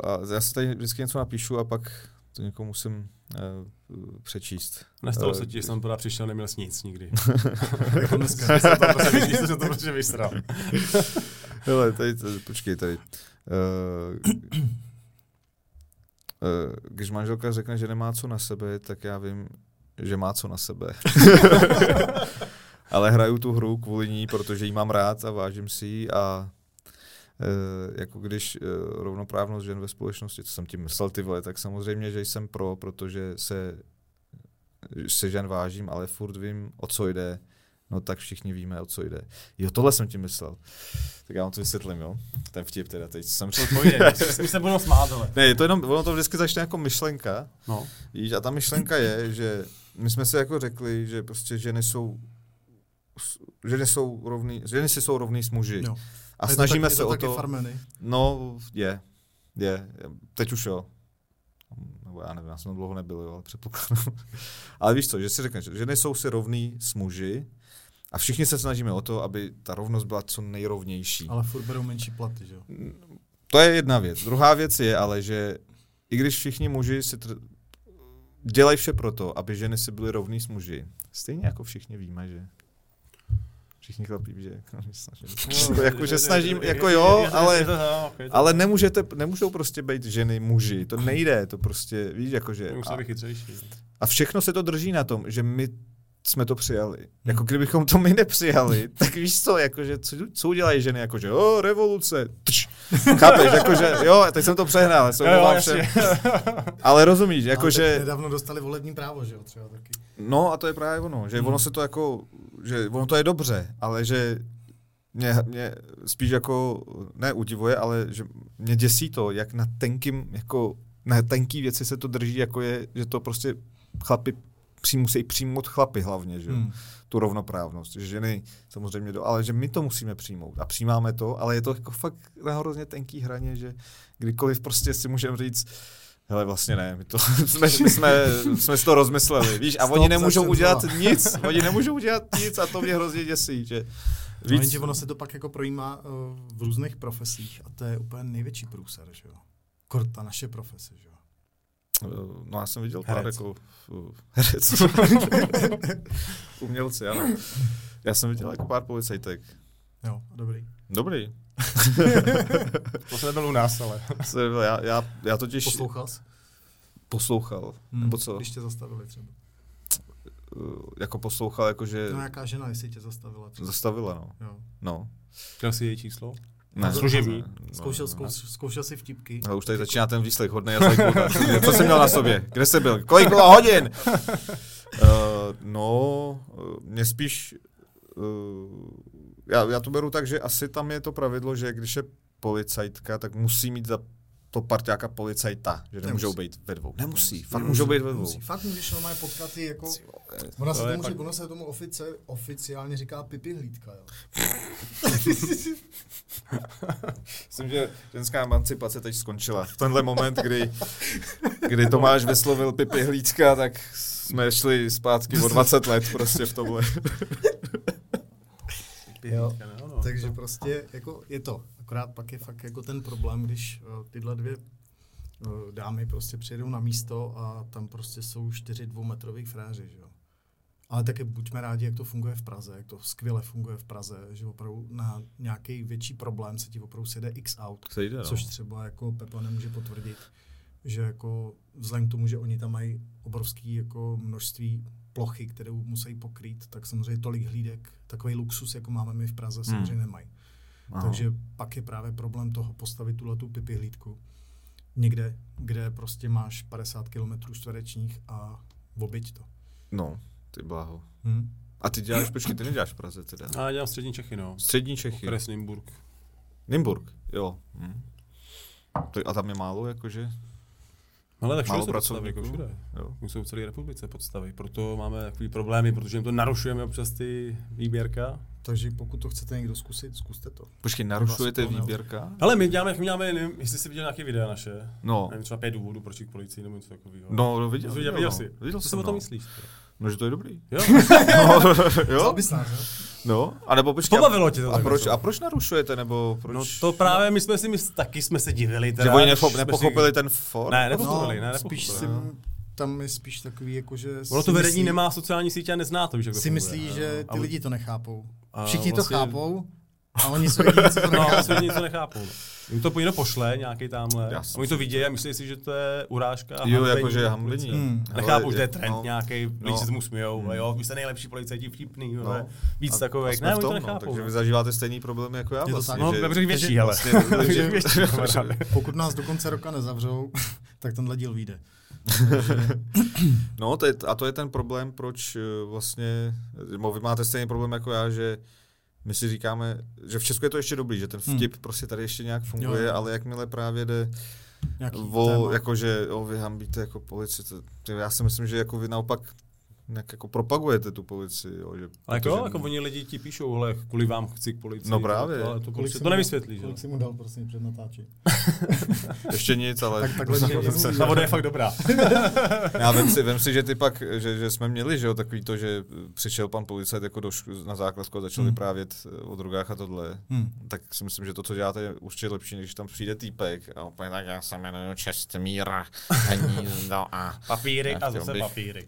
a já si tady vždycky něco napíšu a pak to někomu musím uh, přečíst.
Nestalo
Eh,
se ti, že jsem teda přišel, neměl jsi nic nikdy.
jako dneska.
Já jsem to prostě vy- jsem to prostě vystral.
Hele, tady, tady, počkej, tady. Uh, uh, když manželka řekne, že nemá co na sebe, tak já vím, že má co na sebe. Ale hraju tu hru kvůli ní, protože ji mám rád a vážím si ji a eh, jako když eh, rovnoprávnost žen ve společnosti, co jsem tím myslel ty vole, tak samozřejmě, že jsem pro, protože se, se žen vážím, ale furt vím, o co jde. No tak všichni víme, o co jde. Jo, tohle jsem tím myslel. Tak já vám to vysvětlím, jo? Ten vtip teda, teď jsem řekl.
My se budeme smát, ale.
Ne, je to jenom, ono to vždycky začne jako myšlenka,
No.
Víš, a ta myšlenka je, že my jsme si jako řekli, že prostě ženy jsou ženy jsou rovný, ženy si jsou rovný s muži.
No.
No. A
je
snažíme
taky,
se
je
o
taky
to.
Farmeny.
No, je. Je. Teď už jo. Nebo já nevím, já jsem tam dlouho nebyl, jo, ale předpokládám. ale víš co, že si řekneš, že nejsou si rovný s muži a všichni se snažíme o to, aby ta rovnost byla co nejrovnější.
Ale furt berou menší platy, že jo?
Jako To je jedna věc. Druhá věc je ale, že i když všichni muži si tr... dělají vše proto, aby ženy si byly rovný s muži, stejně jako všichni víme, že všichni chlapí, ví, že jako, my snažíme. No, jako, že snažím, jako jo, ale, ale nemůžete, nemůžou prostě být ženy muži, to nejde, to prostě, víš, jakože,
Musel
a,
bych chytřejší.
a všechno se to drží na tom, že my jsme to
Hmm.
přijali. Jako kdybychom to my nepřijali, tak víš co, jakože, co, co udělají ženy, jakože, jo, revoluce, tš, chápeš, jakože, jo, teď jsem to přehnal, se
Jo, jo,
omlouvám
jasně. No,
všem. Ale rozumíš, jako
Ale tak
jakože,
Nedávno dostali volební právo, že jo? Třeba taky.
no a to je právě ono, že ono se to jako, že ono to je dobře, ale že mě, mě spíš jako, ne udivuje, ale že mě děsí to, jak na tenkým, jako, na tenký věci se to drží, jako je, že to prostě chlapi přím, musí přijmout chlapy hlavně, že jo?
Hmm.
tu rovnoprávnost. Že ženy samozřejmě, do, ale že my to musíme přijmout a přijímáme to, ale je to jako fakt na hrozně tenký hraně, že kdykoliv prostě si můžeme říct, hele, vlastně ne, my, to, jsme, my jsme, jsme si to rozmysleli, víš, a
Stop,
oni nemůžou
začnem
udělat
znova.
nic, oni nemůžou udělat nic a to mě hrozně děsí, že
Víc... No, Jenže ono se to pak jako projímá eh, v různých profesích a to je úplně největší průser, že jo? Kor ta naše profese, že jo?
No já jsem viděl pár
Herec.
jako uh, herec. Umělci, ano. Já jsem viděl jako pár policajtek.
Jo, dobrý.
Dobrý.
To se nebylo u nás, ale.
Já, já, já totiž
Poslouchal jsi?
poslouchal. Nebo co?
Když tě zastavili třeba.
Uh, jako poslouchal, jakože
No jaká žena, jestli tě zastavila. třeba.
zastavila, no.
Jo.
No.
Chtěl si její číslo?
Ne,
Služební.
No,
Zkoušel,
no.
zkouš, zkoušel si vtipky.
Ale už tady začíná ten výslech hodnej a zajbouta. Co jsi měl na sobě? Kde jsi byl? Kolik bylo hodin? uh, no, eh, mě spíš... Uh, já, já to beru tak, že asi tam je to pravidlo, že když je policajtka, tak musí mít za to parťáka policajta, že nemůžou být ve dvou. Nemusí, fakt můžou být ve dvou.
Musí, fakt můžeš normálně potkat i jako... Ona
To
se
je
tomu,
fakt-
pak... ona se tomu ofice, oficiálně říká pipi hlídka, jo.
Myslím, že ženská emancipace teď skončila. V tenhle moment, kdy, kdy Tomáš vyslovil Pipi Hlídka, tak jsme šli zpátky o 20 let prostě v tomhle.
jo.
Ne, no, no.
Takže prostě jako je to. Akorát pak je fakt jako ten problém, když eh, tyhle dvě eh, dámy prostě přijedou na místo a tam prostě jsou čtyři dvoumetrový fráři, že jo. Ale taky buďme rádi, jak to funguje v Praze, jak to skvěle funguje v Praze, že opravdu na nějaký větší problém se ti opravdu sjede x aut.
Sejde, no.
Což třeba jako Pepa nemůže potvrdit, že jako vzhledem k tomu, že oni tam mají obrovský jako množství plochy, kterou musí pokrýt, tak samozřejmě tolik hlídek, takový luxus, jako máme my v Praze, samozřejmě nemají.
Aha.
Takže pak je právě problém toho postavit tuhle tu pipi hlídku někde, kde prostě máš 50 km čtverečních a oběť to.
No, ty bláho.
Hm?
A ty děláš, počkej, ty neděláš v Praze teda.
A já dělám střední Čechy, no.
Střední Čechy.
Okres Nymburk.
Nymburk, jo. Hm. To- A tam je málo, jakože?
Ale tak všude
Málo
jsou podstavy,
pracovníků.
jako všude.
Jo.
Už jsou v celé republice podstavy, proto máme takový problémy, protože jim to narušujeme občas ty výběrka.
Takže pokud to chcete někdo zkusit, zkuste to.
Počkej, narušujete
no.
Vlastně to ne-
výběrka?
Ale my děláme, my děláme, nevím, jestli jsi viděl nějaké videa naše.
No.
Nevím, třeba pět důvodů, proč jít k policii nebo něco takového.
No, no, viděl,
viděl,
no.
viděl, jsi.
Viděl
Co si
jsem,
o tom
no.
myslíš?
No, že to je dobrý.
Jo?
jo?
Bys nás, jo?
No, a nebo počkej. a-
Pobavilo tě to
a
tak
proč,
něco?
a proč narušujete, nebo proč?
No to právě my jsme si, my taky jsme se divili. Teda,
Že oni
když
nepo,
jsme
nepochopili
si,
ten for?
Ne, nepochopili, ne, nepochopili.
No,
no.
spíš si, tam je spíš takový, jako že...
Ono
si
to vedení
myslí-
nemá sociální sítě a nezná to, víš, jak to
si
funguje,
myslí,
no.
že
A
ty
oni-
lidi to nechápou.
A
Všichni to
vlastně-
chápou a oni jsou jediní, co to
No,
nechápou.
vlastně něco nechápu. Jim to někdo pošle, nějaký tamhle.
Já jsem-
Oni to vidí a myslí si, že to je urážka. a
Jo, jako jakože
hanbení policie.
hambení.
Hmm.
A Nechápu, že to je trend
no,
nějaký, lidi
no.
se tomu smějou, ale jo, vy jste nejlepší policajti, vtipný, no.
No.
víc
A
takových.
jsme
Ne,
v
oni to
tom, no,
nechápou.
takže vy zažíváte stejný problém jako já
to
vlastně.
tak.
No,
že-
dobře, větší, hele.
Vlastně,
Takže větší, kamaráde.
Pokud nás do konce roka nezavřou, tak tenhle díl vyjde.
No, to je, a to je ten problém, proč eh, vlastně, no, vy máte stejný problém jako já, že my si říkáme, že v Česku je to ještě dobrý, že ten vtip prostě tady ještě nějak funguje,
Hmm. Jo, jo.
ale jakmile právě jde
Nějaký
o,
téma.
jakože, o, vy hambíte jako policii, to, to, já si myslím, že jako vy naopak nějak jako propagujete tu policii, jo, že,
Ale jako,
protože-
jako oni lidi ti píšou, hele, kvůli vám chci k policii.
No právě.
To, ale to,
Kolik
prostě,
jsi
to
mu-
nevysvětlí, že? jo.
Kolik jsi mu dal, prosím, před natáčí?
ještě nic, ale...
Tak takhle nikdo nemluví.
Ta voda je fakt dobrá.
Já vem si, vem si, že ty pak, že, že jsme měli, že jo, takový to, že přišel pan policajt jako do šk- na základku a začal hmm. vyprávět eh, o drogách a tohle.
Hmm.
Tak si myslím, že to, co děláte, je určitě lepší, než tam přijde týpek a opět tak já se jmenuji Čestmíra a nízdo a
Papíry
Já
a zase
chtěl bych
papíry.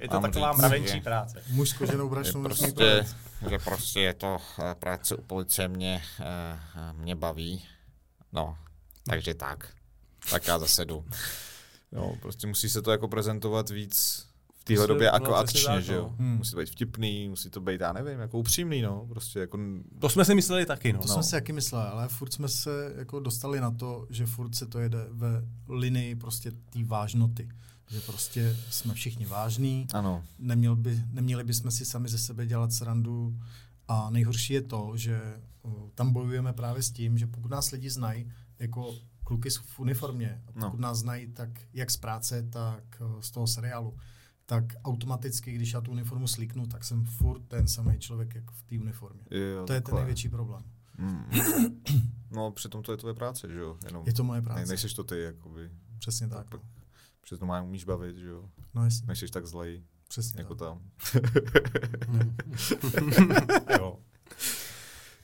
Je to
vám
taková
říct,
mravenčí
že-
práce.
Muž s koženou brašnou nesmí
prostě,
prostě...
že prostě je to eh, práce u policie mě, eh, mě baví. No, takže tak. Tak já zase jdu. No, prostě musí se to jako prezentovat víc v téhle
Prostě,
době
no,
jako
přesně
akčně,
tak,
že jo.
no.
Hmm. Musí to být vtipný, musí to být, já nevím, jako upřímný, no. Prostě jako,
To jsme si mysleli taky, no.
To jsem si jaký myslel, ale furt jsme se jako dostali na to, že furt se to jede ve linii prostě té vážnoty. Že prostě jsme všichni vážní,
ano.
neměl by, neměli bychom si sami ze sebe dělat srandu. A nejhorší je to, že o, tam bojujeme právě s tím, že pokud nás lidi znají, jako kluky jsou v uniformě, a
No.
pokud nás znají tak jak z práce, tak o, z toho seriálu, tak automaticky, když já tu uniformu slíknu, tak jsem furt ten samý člověk, jak v té uniformě.
Jo,
To je ten
takhle.
největší problém.
Mm. No, přitom to je tvoje práce, že jo. Jenom,
Je to moje
ne,
práce.
nejseš to ty, jakoby.
Přesně tak.
jako-
no.
Přitom má umíš bavit, že jo.
No jasně,
Nejseš tak zlej,
přesně
jako
tak.
tam.
Jo.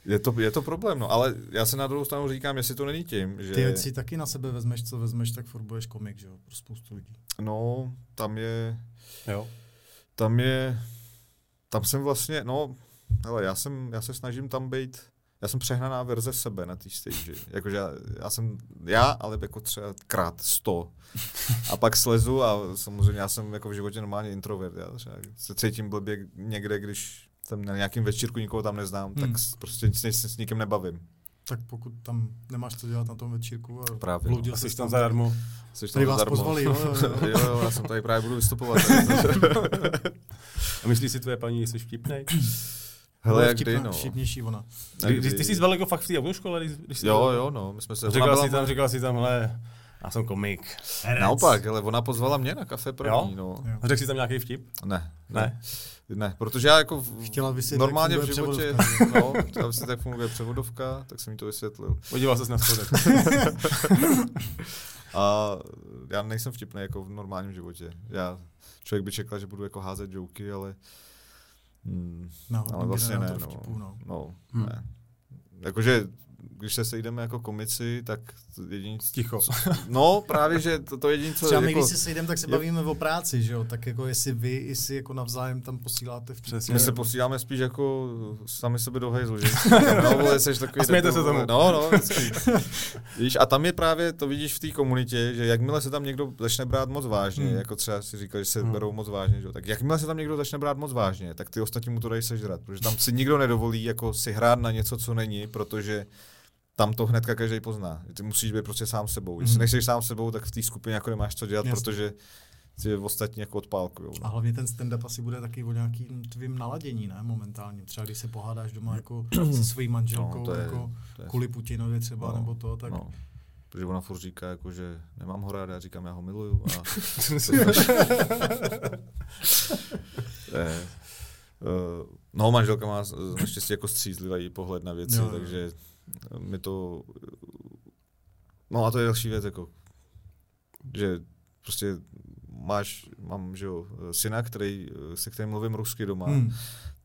Je to, je to problém, no, ale já se na druhou stranu říkám, jestli to není tím, že...
Ty jak si taky na sebe vezmeš, co vezmeš, tak furt budeš komik, že jo, pro spoustu lidí.
No, tam je,
Jo.
tam je, tam jsem vlastně, no, hele, já, jsem, já se snažím tam být já jsem přehnaná verze sebe na té stage. Jakože já, já, jsem, já, ale jako třeba krát sto. A pak slezu a samozřejmě já jsem jako v životě normálně introvert. Já třeba se cítím blbě někde, když jsem na nějakém večírku nikoho tam neznám, hmm. tak s- prostě se s, s nikým nebavím.
Tak pokud tam nemáš co dělat na tom večírku a
Právě, no.
bloudil
A
jsi
jsi tam zadarmo.
Jsi
Tady
tam
vás
zadarmo.
pozvali, jo, jo, jo.
jo, jo, já jsem tady právě budu vystupovat.
A myslíš si tvoje paní, jsi vtipnej?
Hele,
Byla
jak kdy,
vtipná-
no.
Vtipnější ona.
Jak
Když, ty
kdy.
jsi zval jako fakt v té autoškole, když, když jsi-
Jo, jo, no, my jsme se... ona
Říkal
byla
jsi tam, říkal jsi tam, hele, já jsem komik. herec."
Naopak, ale ona pozvala mě na kafe první,
Jo?
no.
Jo.
A Řekl jsi tam nějaký vtip?
Ne,
Ne.
ne, protože já jako v,
Chtěla vysvětlit, jak
normálně v
funguje
životě, no, já vlastně tak funguje převodovka, tak jsem jí to vysvětlil.
Podíval ses na schodek.
A já nejsem vtipný jako v normálním životě. Já, člověk by čekal, že budu jako házet joky, ale, mm,
No,
ale vlastně ne,
generátor
no.
vtipů, no.
no
Hmm.
ne. Jakože, když se sejdeme jako komici, tak jediný...
Ticho.
No, právě, že to, to jediné, co...
Třeba my,
jako,
když se sejdeme, tak se
je-
bavíme o práci, že jo? Tak jako jestli vy, jestli jako navzájem tam posíláte v
Přesně.
My se posíláme spíš jako sami sebe do hejzlu, že? No, vole, seš takový...
A smějte
debil,
se tomu.
vole. No, no, vždycky. Víš, a tam je právě, to vidíš v té komunitě, že jakmile se tam někdo začne brát moc vážně,
Hmm.
hmm. jako třeba si říkal, že se hmm. berou moc vážně, že? jo, tak jakmile se tam někdo začne brát moc vážně, tak ty ostatní mu to dají sežrat, protože tam si nikdo nedovolí jako si hrát na něco, co není, protože tam to hnedka každý pozná. Ty musíš být prostě sám sebou. Když
Mhm.
hmm. nejsi sám sebou, tak v té skupině jako nemáš co dělat,
Jasně.
Jasně. protože tě ostatní jako odpálkujou.
A hlavně ten stand-up asi bude taky o nějakým tvým naladění, ne, momentálně. Třeba když se pohádáš doma jako se svojí manželkou, no,
No, to je-
jako
to je-
kvůli Putinově třeba, no,
No,
nebo to, tak no.
No. Protože ona furt říká, jako, že nemám ho ráda, já říkám, já ho miluju. A... Eh, eh, no, manželka má z- naštěstí jako střízlivý pohled na věci,
Jo,
jo,
jo.
takže mi to... No a to je další věc, jako, že prostě máš, mám, že jo, syna, který, eh, se kterým mluvím rusky doma
Hmm.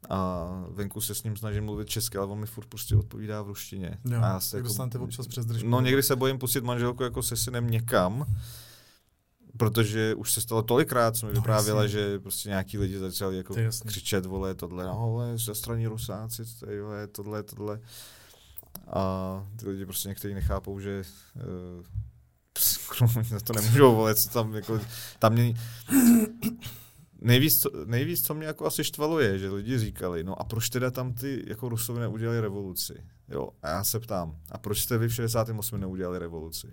a venku se s ním snažím mluvit česky, ale on mi furt prostě odpovídá v ruštině.
Jo,
a já jako
tak dostanete občas přes držku.
No někdy se bojím pustit manželku jako se synem někam, protože už se stalo tolikrát, co mi
No,
vyprávěla,
jasně.
že prostě nějaký lidi začali jako
To je jasný.
křičet, vole, tohle, no, vole, zastraní rusáci, tady, vole, tohle, tohle. A ty lidi prostě někteří nechápou, že eh, kromě na to nemůžou, vole, co tam jako, tam mě, Nejvíc, co- nejvíc, co mě jako asi štvalo je, že lidi říkali, no a proč teda tam ty jako Rusové neudělali revoluci? Jo, a já se ptám, a proč jste vy v 68. neudělali revoluci?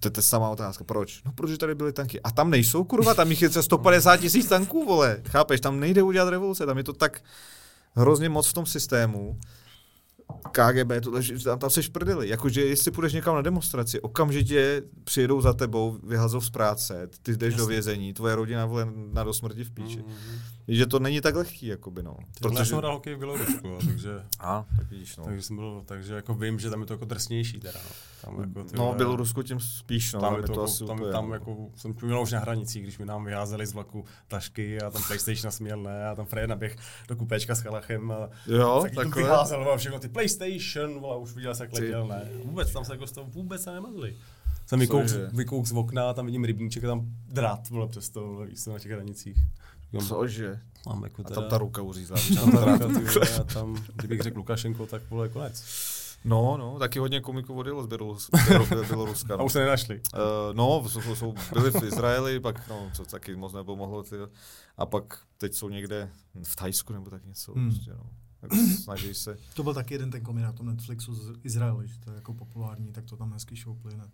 To je ta samá otázka. Proč? No, protože tady byly tanky. A tam nejsou, kurva, tam jich je třeba 150 tisíc tanků, vole. Chápeš, tam nejde udělat revoluce, tam je to tak hrozně moc v tom systému. KGB, tohle, že tam, tam se šprdili. Jakože jestli půjdeš někam na demonstraci, okamžitě přijedou za tebou, vyhazov z práce, ty jdeš Jasně. do vězení, tvoje rodina vole na do smrti v píči. Mm. Že to není tak lehký, jakoby, no.
Protože... Mhm. Já jsem hrál hokej v Bělorusku, jo, takže,
A, tak vidíš, no.
takže, jsem byl, takže jako vím, že tam je to jako drsnější teda. No, tam jako, ty
No,
vole,
v Bělorusku tím spíš, no,
tam, je
je
to,
to
jako-
asi
tam,
úplně,
tam
no.
jako, jsem měl už na hranicích, když mi nám vyházeli z vlaku tašky a tam PlayStation směl ne, a tam Fred naběh do kupečka s Kalachem a
Jo,
tak to
takhle.
vyházel a všechno ty PlayStation, vole, už viděl, jak
Ty.
letěl, ne. Vůbec tam se jako z toho vůbec se nemazli. Jsem vykouk,
Cože?
vykouk z okna, tam vidím rybníček a tam drát, vole, přes to, vole, víš co, na těch hranicích. Říkám,
Cože?
Mám jako
A
teda,
tam ta ruka uřízla.
tam ta ruka, ty vole, a tam, kdybych řekl Lukašenko, tak vole, konec.
No, no, taky hodně komiků odjelo z Bělorus- Bělo- Běloruska.
A
No.
už se nenašli.
Uh, no, jsou, jsou- jsou, byli v Izraeli, pak no, to taky moc nepomohlo. Ty, a pak teď jsou někde v Thajsku nebo tak něco.
Hmm.
Hmm. Prostě, no. Tak snaží se.
To byl taky jeden ten komik na tom Netflixu z Izraele, že to je jako populární, tak to tam hezky šoupli hned.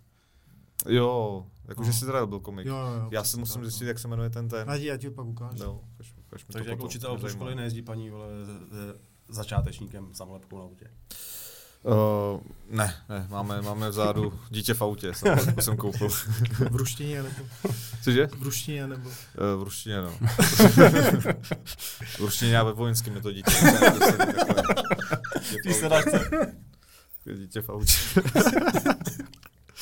Jo, jakože
No.
no. Izrael byl komik.
Jo, jo, jo,
Já si
přesně
musím
tak,
zjistit,
no.
jak se jmenuje ten ten.
Radí, já ti ho pak ukážu.
No, ukaž, ukaž mi
Takže
to
jako
potom,
učitel
mě
do
zajímá.
školy nejezdí paní vole, začátečníkem samolepkou na autě.
Uh, ne, ne, máme, máme vzadu dítě v autě, jsem, jsem koupil.
V ruštině nebo?
Cože?
V ruštině nebo?
Eh, V ruštině, no. v ruštině a ve vojenském je to dítě.
Ty se dáš
Takové dítě v autě.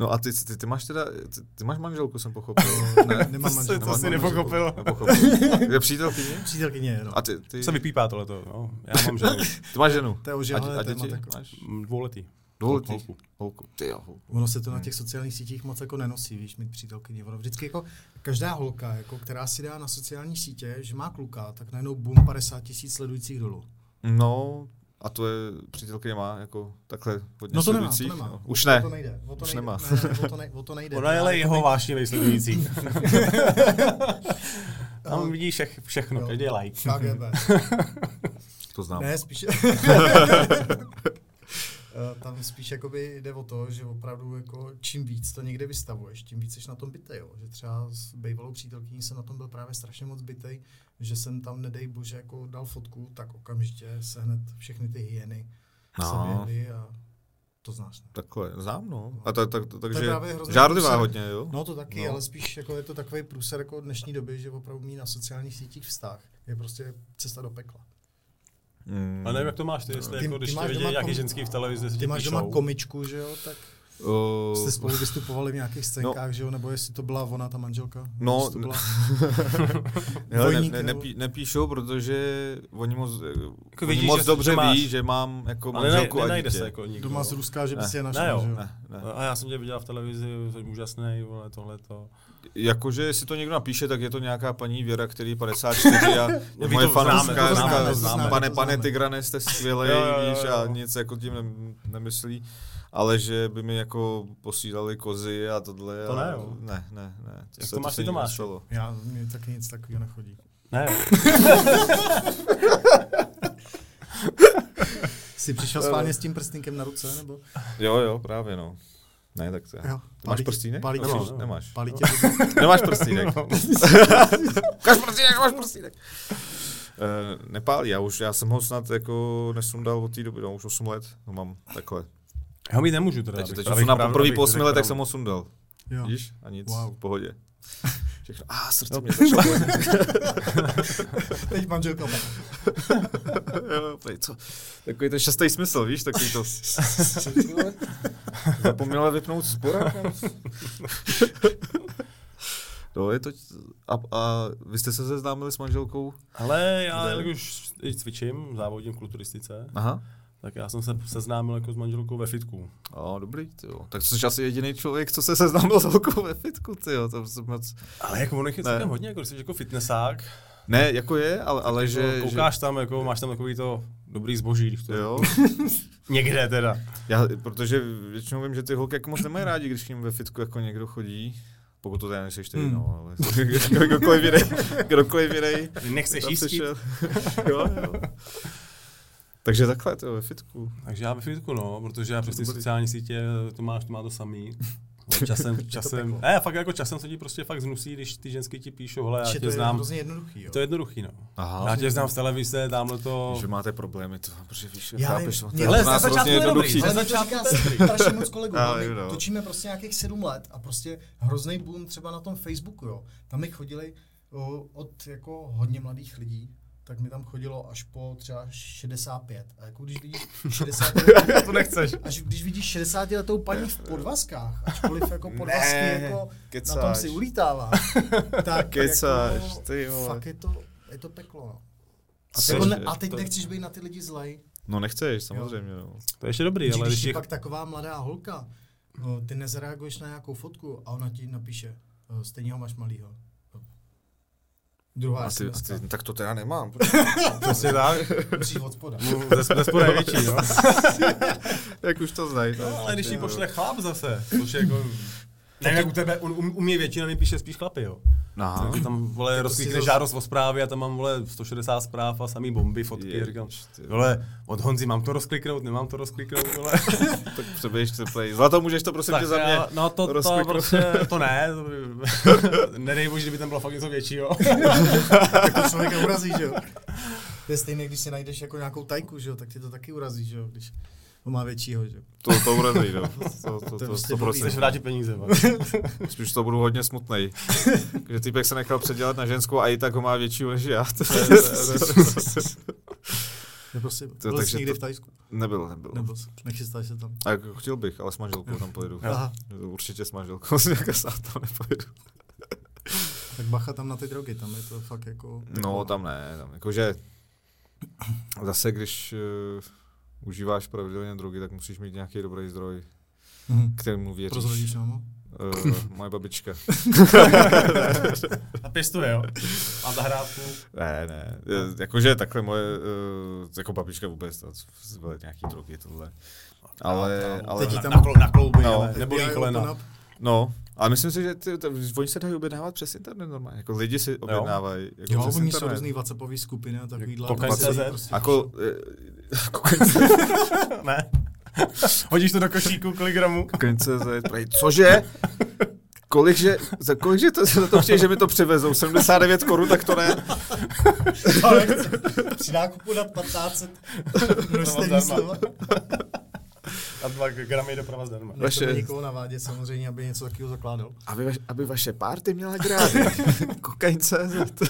No a ty, ty, ty máš teda, ty, ty máš manželku, jsem pochopil. Ne,
No, Nemám manželku.
nemáš manželku.
jsi nepochopil.
Nepochopil. Je přítelkyně?
Přítelkyně, no.
A ty, ty,
se vypípá tohleto, no. Já mám ženu.
ty máš ženu?
To je
A, dě-
ožehané
a
téma
děti?
takové.
Máš?
Mm, Dvouletý.
Dvouletý.
Holku.
Holku. Ty jo, holku.
Ono se to na těch sociálních sítích moc jako nenosí, víš, mít přítelkyni. Ono vždycky jako každá holka, jako, která si dá na sociální sítě, že má kluka, tak najednou bum 50 tisíc sledujících dolů.
No, A to je přítelkyně má jako takhle hodně
No to nemá, to
sledujících,
nemá.
no. Už
O
ne.
to nejde. O to
Už
nejde.
nemá.
Ne, ne, o to, ne, o to nejde.
Ona je ale jeho vášnivý sledující. Tam vidí všech, všechno,
Jo.
každý like.
KGB.
To znám.
Ne, spíš... Eh, tam spíš jakoby jde o to, že opravdu jako čím víc to někde vystavuješ, tím víc jsi na tom bytej, jo. Že třeba s bývalou přítelkyní jsem na tom byl právě strašně moc bytej, že jsem tam, nedej bože, jako dal fotku, tak okamžitě se hned všechny ty hyeny no.
No.
se a to znáš, ne?
Takhle, znám, no. A tak, tak, takže
právě hrozný
žárlivá
průser.
hodně, jo?
No to taky,
No.
no. ale spíš jako je to takový průser jako dnešní doby, že opravdu mít na sociálních sítích vztah je prostě cesta do pekla.
Mm.
A nevím, jak to máš ty, jestli
Ty-
jako,
ty
když
máš
tě vidí
doma
nějaký
kom-
ženský v televizi, že
Ty
ti
máš doma
píšou.
komičku, že jo, tak
O,
jste spolu vystupovali v nějakých scénkách, no. že jo, nebo jestli to byla ona, ta manželka?
No,
Jestli to byla...
Hele, ne,
Dvojník
ne,
nebo-
nepí, nepíšou, protože oni moc, jako oni
vidíš,
moc
že-
dobře
že máš.
ví, že mám jako
Ale ne,
manželku a
nenajde
dítě.
se jako nikdo.
Doma z Ruska, že by
Ne,
si je
ne,
našel,
jo.
že jo.
Ne, ne.
A já jsem tě viděl v televizi, jsi úžasný, vole, tohleto.
Jakože, jestli to někdo napíše, tak je to nějaká paní Věra, který je 54 a je
No, to
moje
známe,
fanouška.
to
říká,
známe, to známe,
Pane,
to
pane
známe.
Tigrane, jste skvělý,
Jo, jo, jo,
víš,
jo.
a nic jako tím nem- nemyslí. Ale že by mi jako posílali kozy a tohle.
To
a-
ne, jo.
Ne, ne, ne.
Jak to máš ty,
nikdy
Tomáši?
nestalo.
Já, mě taky nic takového nechodí.
Ne,
Jsi přišel schválně s tím prstinkem na ruce, nebo?
Jo, jo, právě no. Ne, tak to je.
Jo.
Ty Máš prstínek?
Pálí tě,
Nemáš,
no.
nemáš.
pálí tě blbě?
Nemáš prstínek. Ukáž prstínek, máš prstínek. Uh, nepálí, já už, já jsem ho snad jako nesundal od té doby, no, už 8 let ho mám takhle.
já ho mít nemůžu teda.
Teď,
abych-
teď
abych
jsem na
pravdu-
poprvé
abych
po 8
řekl
letech
pravdu.
jsem ho sundal.
Jo.
Víš? A nic,
No. Wow.
v pohodě. Všechno, a srdce
No.
mě začalo. bolet.
Teď manželka.
Jo, tady co? Takový ten šestý smysl, víš, takový to. Zapomněla vypnout spora. kam? No, je to... A, a vy jste se seznámili s manželkou?
Ale já
Kde?
jak už i cvičím, závodím v kulturistice,
Aha.
tak já jsem se seznámil jako s manželkou ve fitku.
O, dobrý, ty jo. Tak jsi asi jediný člověk, co se seznámil s holkou ve fitku, ty jo. To jsem moc...
Ale jako ono jich je
Ne.
celkem hodně, jako když jsi jako fitnessák,
Ne, jako je, ale, ale že...
že, koukáš tam, jako máš tam takový to dobrý zboží, když to
Že, jo.
Někde teda.
Já, protože většinou vím, že ty holky jako moc nemají rádi, když k ním ve fitku jako někdo chodí. Pokud to teda nejseš ty,
Hmm.
no, ale kdokoliv jiný, kdokoliv jiný.
Nechceš
tam
jistit.
přišel. jo, jo. Takže takhle, to ve fitku.
Takže já ve fitku, no, protože já přes ty
dobrý.
sociální sítě, to máš, to má to samý. No, Časem, časem, ne, fakt jako časem se ti prostě fakt znusí, když ty ženský ti píšou, hele, já
Že to
tě
je
znám,
hrozně jednoduchý, jo.
to je jednoduchý, no.
Aha.
Já tě znám z televize, tamhle to,
Že máte problémy, to, protože víš,
Já
chápeš,
vím.
to je
Ale
pro
ze
nás
začátku
hrozně
je dobrý,
jednoduchý.
ze
Ale to
začátku
říká
to je dobrý.
strašně moc kolegů.
Já
no, my
vím, no.
Točíme prostě nějakých sedm let a prostě hrozný boom třeba na tom Facebooku, jo. Tam mi chodili o, od jako hodně mladých lidí, tak mi tam chodilo až po třeba 65. A jako když vidíš 60
to nechceš.
až když vidíš 60 letou paní v podvazkách, ačkoliv jako podvazky
Ne,
jako
kecáš.
na tom si ulítává, tak
Kecáš,
jako,
ty vole.
fakt je to, je to peklo. no.
A
Jako
to-
ne, a teď
to-
nechceš být na ty lidi zlej,
No nechceš, samozřejmě. No.
To je ještě dobrý,
když,
ale
když
když
je
jich,
pak taková mladá holka, no, ty nezareaguješ na nějakou fotku a ona ti napíše, eh, stejně ho máš malýho. No. Druhá
A ty,
SMS,
a ty, tak to teda nemám.
přesně tak,
musíš jako od spoda.
No.
ze, ze spoda je větší, no.
Jak už to znají.
No, ale když ti pošle chlap zase, což je jako... Nevím, jak u tebe, u, u, u mě většina mi píše spíš chlapy, jo.
No.
Taky tam, vole, rozklikne
zas-
žádost o zprávy a tam mám, vole, 160 zpráv a samý bomby, fotky.
Je,
říkám,
ty-
vole, od Honzi mám to rozkliknout, nemám to rozkliknout, vole.
no, Tak přebejš teplej. Zlato, můžeš to prosím tě za mě
já- no to, to,
rozkliknout?
prostě, to ne, to by, nedej bože, kdyby tam bylo fakt něco většího.
tak to Jako člověka urazí, že jo. To je stejné, když si najdeš jako nějakou tajku, že jo, tak tě to taky urazí, že jo, když ho má většího, že jo.
To, to urazí, no. To, to, to, to,
prostě
to
blbý,
prostě.
Chceš vrátit peníze, vole.
Spíš to budu hodně smutnej. Že týpek se nechal předělat na ženskou a i tak ho má většího než já.
To prostě,
To-
to, byl
takže
jsi někdy
to-
v Tajsku,
nebyl, nebyl.
nebo nechystáš se tam.
A jako chtěl bych, ale s manželkou tam pojedu.
Aha,
Určitě s manželkou, s nějaká sám tam nepojedu.
tak bacha tam na ty drogy, tam je to fakt jako...
No, tam ne, tam jakože zase, když uh, užíváš pravidelně drogy, tak musíš mít nějaký dobrý zdroj,
Mhm. no?
kterému věříš.
Prozradíš nám, ho?
Uh, moje babička.
A pěstuje, jo? A zahrádku.
Ne, ne. Eh, Jakože takhle moje, eh, jako babička vůbec, ta z- byly nějaký drogy, tohle. Ale, ale,
Teď ti tam-
Na, kol, na klouby,
No.
ale, nebo jí
FBI open
kolena.
up.
no, ale myslím si, že ty, to, oni se dají objednávat přes internet normálně. Jako lidi si objednávají jako
Jo,
přes
oni jsou
internet.
různý WhatsAppové skupiny a takovýhle.
Kokain
tam se
CZ?
prostě-
Jako, eh, kokain
ne. Hodíš to do košíku, kolik gramů?
Kokain.cz, prej, cože? Kolikže, za kolikže to, za to chtějí, že mi to přivezou? 79 korun, tak to ne.
Při nákupu nad 1500
To
množství
mám
slova.
A dva gramy doprava zdarma.
Vaše-
Nechceme nikoho navádě samozřejmě, aby něco takového zakládal.
Aby, vaš, aby vaše párty měla grát. Kokain.cz.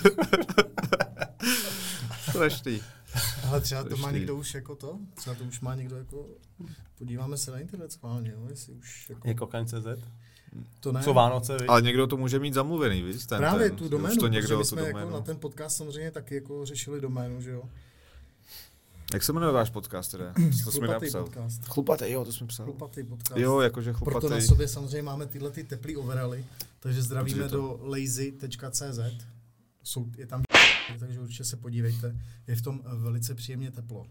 Strašný.
Ale třeba to má
Strašný.
někdo už jako to? Třeba to už má někdo jako... Podíváme se na internet schválně, jo, jestli už jako...
Je kokaň.cz?
To ne.
Co Vánoce, víš?
Ale někdo to může mít zamluvený, víš? Ten,
Právě
ten,
tu
Už
doménu,
to
protože
někdo,
my
tu
jsme
doménu.
jako na ten podcast samozřejmě taky jako řešili doménu, že jo.
Jak se jmenuje váš podcast teda? To jsi mi
Chlupatý
napsal.
podcast.
Chlupatý, jo, to jsi mi psal.
Chlupatý podcast.
Jo, jakože chlupatý.
Proto na sobě samozřejmě máme tyhle ty teplý overaly, takže zdravíme
Určitě to.
do lazy.cz. Jsou, je tam takže určitě se podívejte. Je v tom eh, velice příjemně teplo.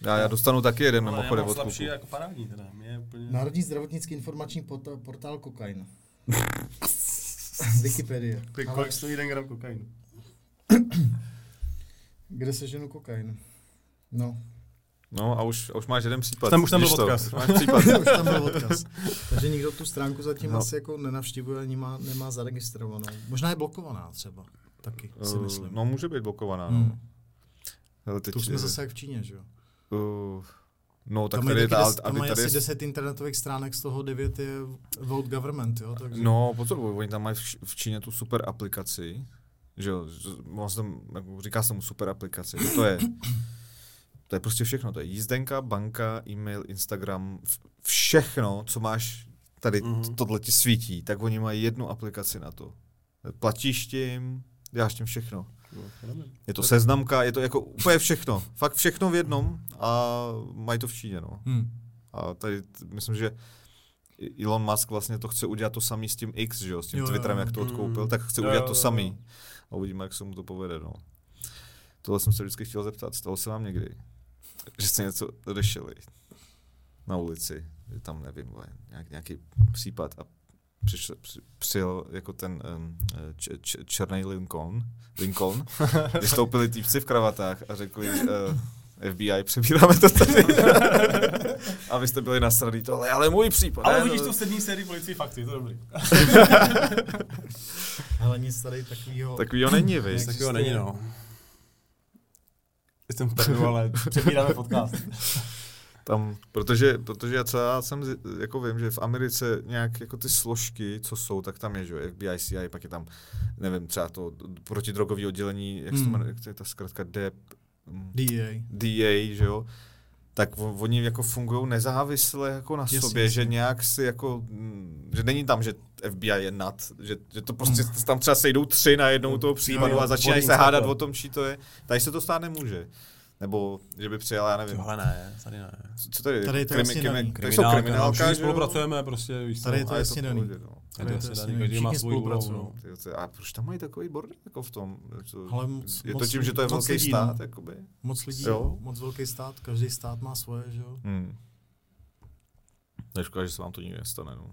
Já, já dostanu taky jeden
Ale já
mimochodem
mám
od kluku.
slabší jako parádní teda. Mě je úplně...
Národní zdravotnický informační portál, portál kokain. Wikipedie.
Kolik-
Ale
Kolik stojí jeden gram kokainu?
kde se ženu kokain? No,
No a už, a už máš jeden případ.
Tam už tam byl
Vidíš to?
odkaz.
Už máš případ.
už tam byl odkaz. Takže nikdo tu stránku zatím
No.
no. asi jako nenavštivuje, ani má, nemá zaregistrovanou. Možná je blokovaná třeba, taky si
Eh,
myslím.
No může být blokovaná. No.
Hmm.
Hele, teď,
To už jsme
eh,
zase jak v Číně, že jo?
eh, no tak
Tam
tady
je
je
taky
ta,
des,
a
tam
teď
je
tady
asi
je...
10 internetových stránek, z toho 9 je World Government, jo? Takže
No pozor, oni tam mají v Č- v Číně tu super aplikaci. Že jo, že- ono se tam, jako říká se mu super aplikaci. To je, to je prostě všechno. To je jízdenka, banka, e-mail, Instagram, v- všechno, co máš tady, mm-hmm.
Mhm.
tohle ti svítí, tak oni mají jednu aplikaci na to. Platíš tím, děláš tím všechno. Je to seznamka, je to jako úplně všechno. Fakt všechno v jednom a mají to v Číně, no.
Hmm.
A tady t- myslím, že Elon Musk vlastně to chce udělat to samý s tím X, že jo, s tím
Jo, jo,
Twitterem,
jo.
jak to
Mm.
odkoupil, tak chce
Jo,
udělat
jo,
to
jo.
samý. A uvidíme, jak se mu to povede, no. Tohle jsem se vždycky chtěl zeptat, stalo se vám někdy, že jste něco řešili na ulici, že tam nevím, vole, nějak, nějaký případ a přišel, při, přijel jako ten um, č, č, černý Lincoln, Lincoln, vystoupili týpci v kravatách a řekli, uh, FBI, přebíráme to tady. a vy jste byli nasraný, tohle je ale můj případ.
Ale
ne,
vidíš
no.
to v sedmý sérii policie fakty, je to dobrý.
Hele, nic tady takového.
Takový jo není, víš.
Tak jo, není, no.
Jsem v Brnu, ale přebíráme podcast.
Tam, protože, protože já třeba jsem, z- jako vím, že v Americe nějak jako ty složky, co jsou, tak tam je, že jo, FBI, CIA, pak je tam, nevím, třeba to protidrogové oddělení, jak se to
Hmm.
jmenuje, jak to je ta zkrátka DEP, mm,
DA.
DA, že jo, tak o- oni jako fungují nezávisle jako na
Jasně,
sobě,
jasně.
že nějak si jako, mm, že není tam, že FBI je nad, že, že to prostě
Hmm.
tam třeba sejdou tři na
No,
jednou toho případu
jo,
a začínají
vodní
se hádat
takhle.
o tom, čí to je. Tady se to stát nemůže. Nebo že by přijela, já nevím,
Tohle ne, tady ne.
co- co tady,
Tady je to jasně daný.
tady jsou kriminálka,
no, všichni
že jo?
spolupracujeme prostě, víš co,
Tady je to
A je
jasně
v
daný.
pohodě, no.
tady je to
jasně
asi daný,
daný.
každý má
Všichni
svůj úlohu.
spolupracujou.
No.
Ty- ty- A proč tam mají takový bordel jako v tom? To,
Ale moc-
je to
moc
tím, že to je
lidí, moc
velký
lidí,
stát,
no.
jakoby?
Moc lidí,
Jo.
jo. moc velký stát, každý stát má svoje, že jo?
Hmm. To je škoda, že se vám to nikdy nestane, no.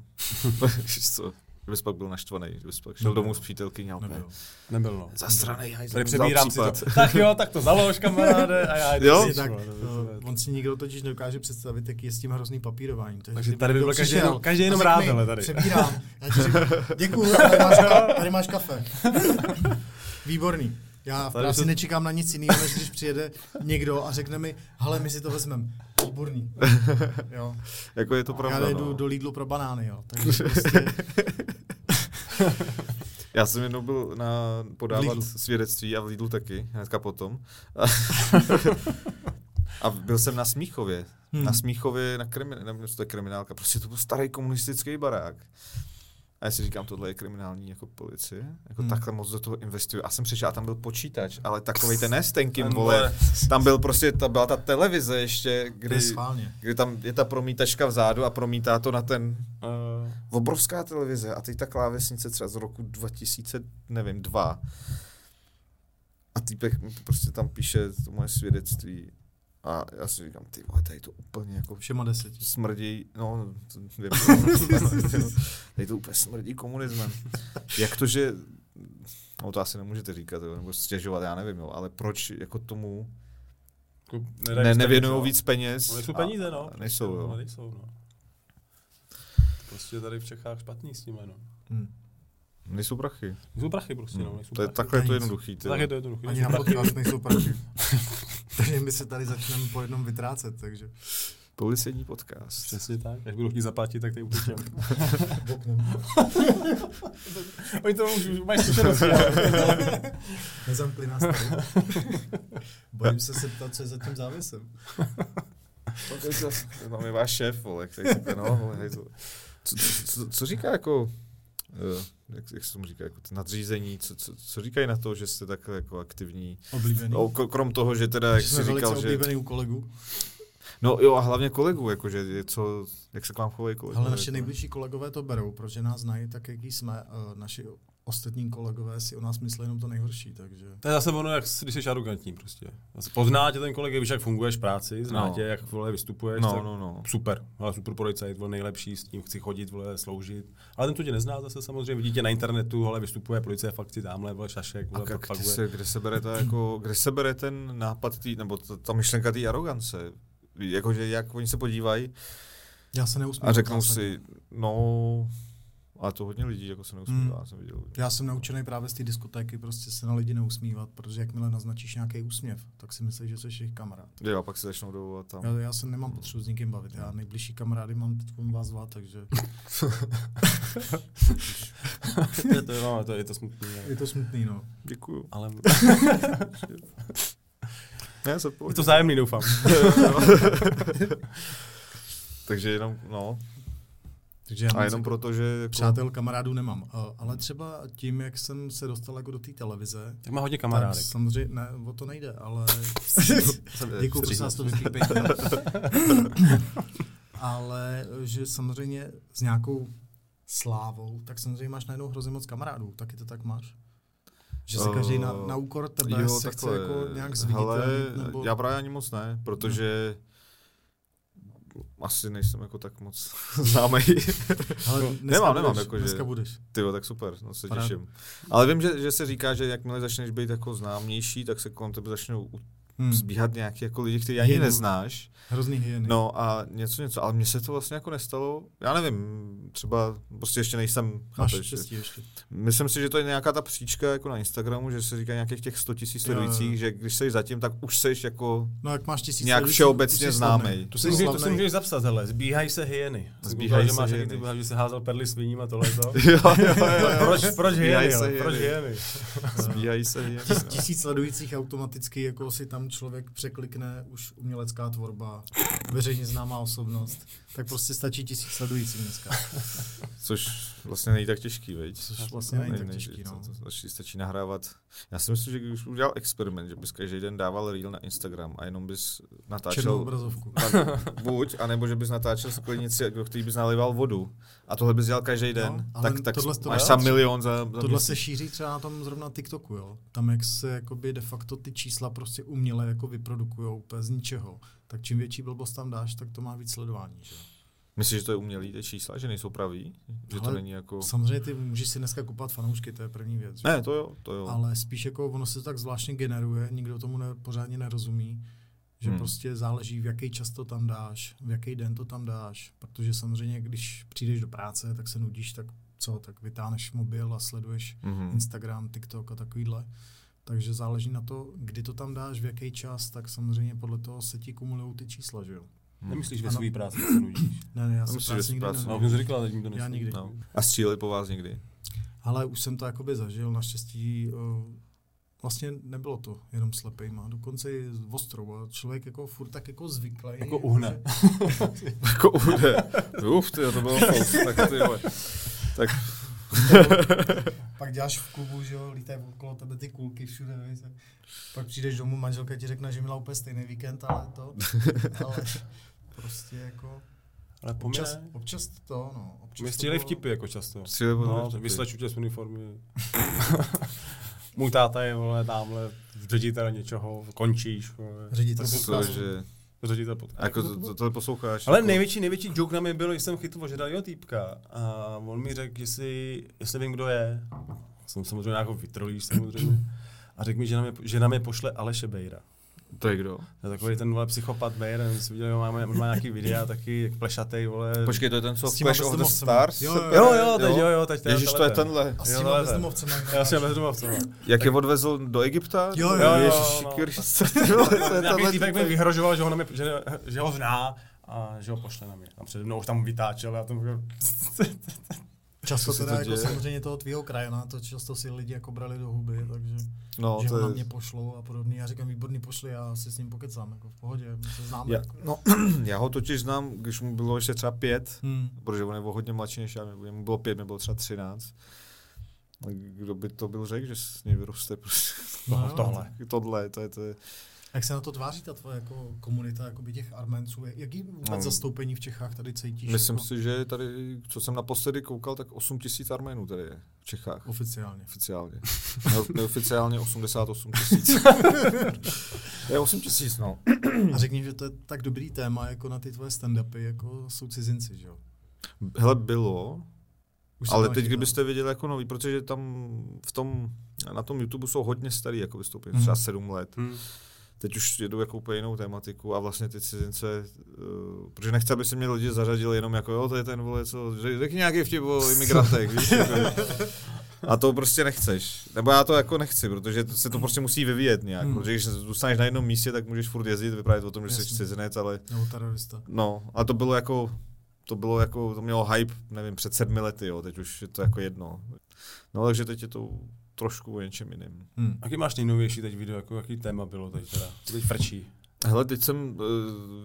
Víš co? Že bys pak byl naštvaný, že bys pak šel
Nebyl.
domů s přítelkyní a úplně
Nebyl.
Nebyl no.
zasranej hajzl.
Tady
vzal
přebírám si to.
případ.
Tak jo, tak to založ, kamaráde, a já jdu
Jo?
pryč,
tak,
vole, to je
eh,
super.
on si nikdo totiž nedokáže představit, jaký je s tím hrozný papírováním.
Takže
kdyby
tady by
někdo
byl každý
přišel
jenom- každý jenom
a řekl
rád,
mi,
hele, tady.
Přebírám. Já ti řeknu, děkuju, tady máš, ka- tady máš kafe. Výborný. Já v
Tady
práci
se-
nečekám na nic jiného, než když přijede někdo a řekne mi, hele, my si to vezmeme. Výborný. Jo.
Jako je to pravda,
Já jdu
no.
do Lidlu pro banány, jo. Takže prostě,
Já jsem jednou byl na podávat
V Lidlu.
svědectví a v Lidlu taky, hnedka potom. a byl jsem na Smíchově. Hmm. Na Smíchově, na krimin, nevím, co to je kriminálka, prostě to byl starý komunistický barák. A já si říkám, tohle je kriminální jako policie, jako hmm. takhle moc do toho investuju. A jsem přišel, a tam byl počítač, ale takovej ten ne s tenkým,
Ten
vole.
vole.
Tam byl prostě, ta, byla ta televize ještě,
to
kdy,
je schválně.
kdy tam je ta promítačka vzadu a promítá to na ten
Eh,
obrovská televize a teď ta klávesnice třeba z roku 2000, nevím, dva. A týpek mi prostě tam píše to moje svědectví a já si říkám, ty vole, tady to úplně jako
Všema deseti.
smrdí, no, to dvě tady to úplně smrdí komunismem. Jak to, že, no to asi nemůžete říkat, jo, nebo stěžovat, já nevím, jo, ale proč jako tomu
Jako, nedají
ne,
dostatek,
nevěnují
no.
víc peněz?
No, nejsou
a-
peníze, no.
a Nejsou,
prostě, No,
jo.
nejsou, no. Prostě tady v Čechách špatný s tím, no.
Nejsou prachy.
Nejsou prachy prostě, no. Nejsou
Hmm. To je,
prachy.
takhle je to
Nejsou.
jednoduchý. Ty.
Tak
jo.
je to jednoduché.
Ani na podcast nejsou prachy. Takže my se tady začneme po jednom vytrácet, takže.
Policejní podcast.
Přesně tak. Až budou chtít zaplatit, tak tady utečem.
Boknem.
Oni to můžou, mají zkušenosti. ale-
Nezamkli nás tady. Bojím se se ptat, co je za tím závěsem.
Tam je váš šéf, vole, který říká, no, vole, hej, to. Co, co, co, říká jako, eh, jak, jak se tomu říká, jako ty nadřízení, co, co, co říkají na to, že jste takhle jako aktivní?
Oblíbený.
No, ko- krom toho, že teda, jak
Že jsme
jsi
velice
říkal, že...
oblíbený u kolegů.
No jo, a hlavně kolegů, jakože, je co, jak se k vám chovají kolegové.
Ale naše
jako, ne?
nejbližší kolegové to berou, protože nás znají tak, jaký jsme. Eh, Naši ostatní kolegové si o nás myslí jenom to nejhorší, takže...
To je zase ono, jak, s- když jsi arrogantní prostě. Zase Pozná tě ten kolega, víš, jak funguješ v práci, zná
No.
tě, jak vole vystupuješ.
No,
tak
no, no.
Super, ale super policajt, vole nejlepší, s tím chci chodit, vole sloužit. Ale ten to tě nezná zase samozřejmě, vidí tě na internetu, ale vystupuje policie, fakci tamhle, vole šašek,
A
vole
kde, kde,
propaguje.
se, kde, se bere ta, jako, kde se bere ten nápad, tý, nebo ta, ta myšlenka té arogance? Jakože jak oni se podívají
Já se neusmívám.
a řeknou
zásadně.
si, no, a to hodně lidí jako se neusmívá,
Hmm.
já jsem viděl.
Já jsem naučený právě z té diskotéky prostě se na lidi neusmívat, protože jakmile naznačíš nějaký úsměv, tak si myslíš, že jsi jejich kamarád.
Jo, a pak se začnou dovolat tam.
Já, já se nemám potřebu s nikým bavit. Já nejbližší kamarády mám teď vás dva, takže
je, to, no, to, je to smutný.
je
Ale...
to smutný, no.
Děkuju.
ale...
Ne, se
je to vzájemný, doufám.
Takže jenom, no,
Takže já
a
moc
jenom
jako
proto, že jako,
přátel kamarádů nemám. Eh, Ale třeba tím, jak jsem se dostal jako do té televize,
Tak má hodně
tak
kamarádek.
samozřejmě, ne, o to nejde, ale Děkuji,
Vstříhnu.
prosím vás, to vypípejte. Ale že samozřejmě s nějakou slávou, tak samozřejmě máš najednou hrozně moc kamarádů. Taky to tak máš? Že se každý na, na úkor tebe jo, se chce
takhle.
jako nějak
Hele,
zviditelnit? Nebo...
Já právě ani moc ne, protože
No.
asi nejsem jako tak moc známý.
Ale dneska
nemám, nemám,
budeš,
jako, že-
Dneska budeš.
Ty jo, tak super, no se
Paráda.
těším. Ale vím, že, že se říká, že jakmile začneš být jako známější, tak se kolem tebe začnou u-
Hmm.
zbíhat nějaký jako lidi, kteří ani
Hyeny.
neznáš.
Hrozný hyeny.
No a něco, něco. Ale mně se to vlastně jako nestalo. Já nevím, třeba prostě ještě nejsem,
Máš
chápeš, že-
štěstí ještě.
Myslím si, že to je nějaká ta příčka jako na Instagramu, že se říká nějakých těch 100 tisíc
Jo, jo.
sledujících, že když jsi zatím, tak už jsi jako
No jak máš tisíc
Nějak
sledujících,
všeobecně
už jsi
známej.
slavnej.
To
To si,
Jsi
můžeš, to si
slavnej.
můžeš zapsat, hele, zbíhají se hyeny. Jsem
Zbíhají
koukal,
se
že máš
hyeny.
Ty, báhají, že se házel perly sviním a tohle to.
Jo, jo,
proč, proč
Zbíhají
hyeny,
se
hele, proč
hyeny.
hyeny?
Zbíhají se hyeny.
Tis, tisíc sledujících automaticky, jako si tam člověk překlikne už umělecká tvorba, veřejně známá osobnost, tak prostě stačí tisíc sledujících dneska.
Což vlastně není tak těžký, veď?
Což vlastně není tak
Ne-
těžký, no.
to- to Stačí, stačí nahrávat. Já si myslím, že když udělal experiment, že bys každý den dával reel na Instagram a jenom bys
Černou
natáčel
obrazovku.
tak buď, anebo že bys natáčel sklenici, do který bys nalival vodu. A tohle bys dělal každý den,
No, ale
tak, tak
tohle- tohle-
máš tam milion za, za
Tohle
měsíc.
se šíří třeba na tom zrovna TikToku, jo. Tam, jak se jakoby de facto ty čísla prostě uměle jako vyprodukujou úplně z ničeho. Tak čím větší blbost tam dáš, tak to má víc sledování, že jo.
Myslíš, že to je umělý, ty čísla, že nejsou pravý? Že to
Ale
není jako...
Samozřejmě ty můžeš si dneska kupovat fanoušky, to je první věc. že jo.
Ne, to jo, to jo.
ale spíš jako ono se to tak zvláštně generuje, nikdo tomu ne, pořádně nerozumí, že
Hmm.
hmm. prostě záleží, v jaký čas to tam dáš, v jaký den to tam dáš, protože samozřejmě, když přijdeš do práce, tak se nudíš, tak co, tak vytáhneš mobil a sleduješ
Mhm.
Instagram, TikTok a takovýhle. Takže záleží na to, kdy to tam dáš, v jaký čas, tak samozřejmě podle toho se ti kumulují ty čísla, že jo?
Nemyslíš ve
Ano.
svý práci, že se nudíš.
Ne, ne, já
Myslím,
jsem
že
práci
si
nikdy
práci-
ne-
No, už jsem to říkal, ale nikdo nesmí.
Já nikdy.
No. A stříleli po vás někdy?
Ale už jsem to jakoby zažil, naštěstí uh, vlastně nebylo to jenom slepejma, dokonce i s ostrou a člověk jako furt tak jako zvyklý.
Jako uhne.
Jako ude. Uf, ty, to bylo faust, tak ty vole. Tak
Pak děláš v klubu, že jo, lítají okolo tebe ty kulky všude, víš, a pak přijdeš domů, manželka ti řekne, že měla úplně stejný víkend, ale to, ale prostě jako...
Ale po
Občas,
mně...
občas to, no. Občas
Mě
to
střílej
bylo-
vtipy jako často.
Střílej po
No,
mě vtipy.
vysleču tě z uniformy. Můj táta je, vole, tamhle ředitel něčeho, končíš, vole.
Ředitel
To jsou-
Cože,
Ředitel pod...
a jako to, to, to posloucháš.
Ale
jako-
největší, největší joke na mě byl, že jsem chytl ožedalýho týpka a on mi řekl, jestli, jestli vím, kdo je. Jsem samozřejmě jako vytrolíš samozřejmě. A řekl mi, že na mě, že na mě pošle Aleše Bejra.
To je kdo?
To je takový ten vole psychopat Bejr, nevím, jestli viděl, má, má, má nějaký videa taky, jak plešatej, vole.
Počkej, to je ten, co
S tím
Clash of the
Abestomovcem.
Stars?
Jo,
se
Jo,
jo,
pere,
jo, teď jo, jo, teď ten.
Ježíš, to je tenhle.
A s těma
Jo, leve.
bezdomovcema. jak
Já jsem
naráží.
bez domovce.
Jak je odvezl do Egypta?
Jo, jo,
jo,
Ježíši
no.
Kriste, ty vole, to je
Nějaký
tenhle
týpek mi
týpek.
vyhrožoval, že ho, na mě, že, že ho zná a že ho pošle na mě. A přede mnou už tam vytáčel, já tam
Často
Co se
teda
to
jako
děje?
samozřejmě toho tvýho krajana, to často si lidi jako brali do huby, takže
No,
že ho na
to
mě
je,
pošlou a podobně. Já říkám, výborný pošli, já si s ním pokecám, jako v pohodě, my se známe.
Já- no, já ho totiž znám, když mu bylo ještě třeba pět,
Hmm.
protože on je o hodně mladší než já, mě- mu bylo pět, mě bylo třeba třináct. Kdo by to byl řekl, že s něj vyroste prostě
No, jo.
tohle.
tohle, to je, to je,
Jak se na to tváří ta tvoje jako komunita jakoby těch Arménců? Jak- Jaký vůbec
No.
zastoupení v Čechách tady cítíš?
myslím
jako
si, že tady, co jsem naposledy koukal, tak 8 tisíc Arménů tady je v Čechách.
Oficiálně.
Oficiálně. Ne- Neoficiálně 88 tisíc. je 8 tisíc, no.
A řekni, že to je tak dobrý téma jako na ty tvoje stand-upy, jako jsou cizinci, že jo?
Hele, bylo,
Už se
ale
to
teď,
nechytá.
kdybyste viděli jako nový, protože tam v tom, na tom YouTube jsou hodně starý, jako vystoupení,
Mhm.
třeba 7 let.
Mhm.
Teď už jedou jako úplně jinou tématiku a vlastně ty cizince, uh, protože nechci, aby se mě lidi zařadili jenom jako, jo, to je ten vole, co, řek- řekni nějaký vtip o imigrantech, víš, jako, a to prostě nechceš. Nebo já to jako nechci, protože to- se to prostě musí vyvíjet nějak.
Mhm.
Protože když zůstaneš na jednom místě, tak můžeš furt jezdit, vyprávět o tom, že jsi
Jasně.
cizinec, ale
Nebo terorista.
No, a to bylo jako, to bylo jako, to mělo hype, nevím, před sedmi lety, jo, teď už je to jako jedno. No, takže teď je to trošku o něčem jiným.
Hmm.
Jaký máš nejnovější teď video, jako jaký téma bylo teď teda? To teď frčí.
Hele, teď jsem uh,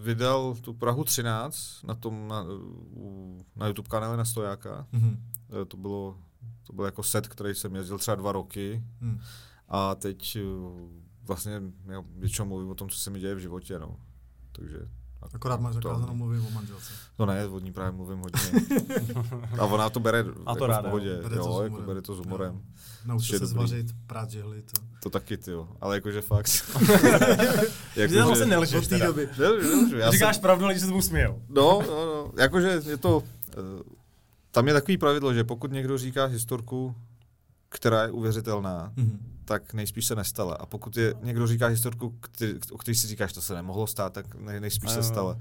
vydal tu Prahu 13 na tom, na, uh, na YouTube kanále na Stojáka.
Mhm.
Eh, to bylo, to byl jako set, který jsem jezdil třeba dva roky
Hmm.
a teď eh, vlastně já většinou mluvím o tom, co se mi děje v životě, no. Takže
Akorát máš
to-
zakázanou mluvit o manželce.
No ne, od ní právě mluvím hodně. A ona to bere
A to
jako
ráda,
v pohodě,
jo. Bere to s
jo, jako
humorem.
bere to s humorem. Což
Naučil
je
se
dobrý.
zvařit, prát žihly, to.
To taky, ty jo. Ale jakože fakt.
Ty tam vlastně nelžeš
Od té
teda.
doby.
Ne, ne, ne, já
Říkáš
jsem,
pravdu, lidi se tomu smějou.
no, no, no, jakože je to, eh, tam je takový pravidlo, že pokud někdo říká historku, která je uvěřitelná,
Mhm.
tak nejspíš se nestala. A pokud je, někdo říká historku, který, o který si říkáš, to se nemohlo stát, tak nej, nejspíš se
Ano.
stala.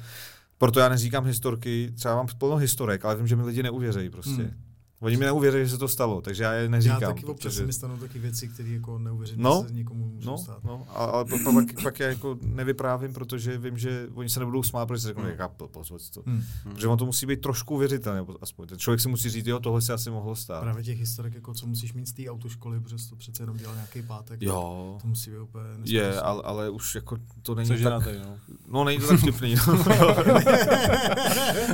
Proto já neříkám historky, třeba mám plno historek, ale vím, že mi lidi neuvěří prostě.
Hmm.
Hmm. Oni mi neuvěří, že se to stalo, takže já je
Já
neříkám.
taky občas se mi stanou taky věci, které jako neuvěřím,
No,
že se nikomu můžou
No,
stát.
no, a- ale pak, pak, pak já jako nevyprávím, protože vím, že oni se nebudou smát, protože si řeknou, jaká blbost, co to.
Hmm.
Protože on to musí být trošku věřitelné, aspoň. Ten člověk si musí říct, jo, tohle se asi mohlo stát.
Právě těch historek, jako co musíš mít z té autoškoly, protože to přece jenom dělal nějaký pátek.
Jo,
To musí být úplně neskutečný.
je, ale, ale už jako to není
Hmm,
Což je na
tak,
tej, no.
no není to tak vtipný.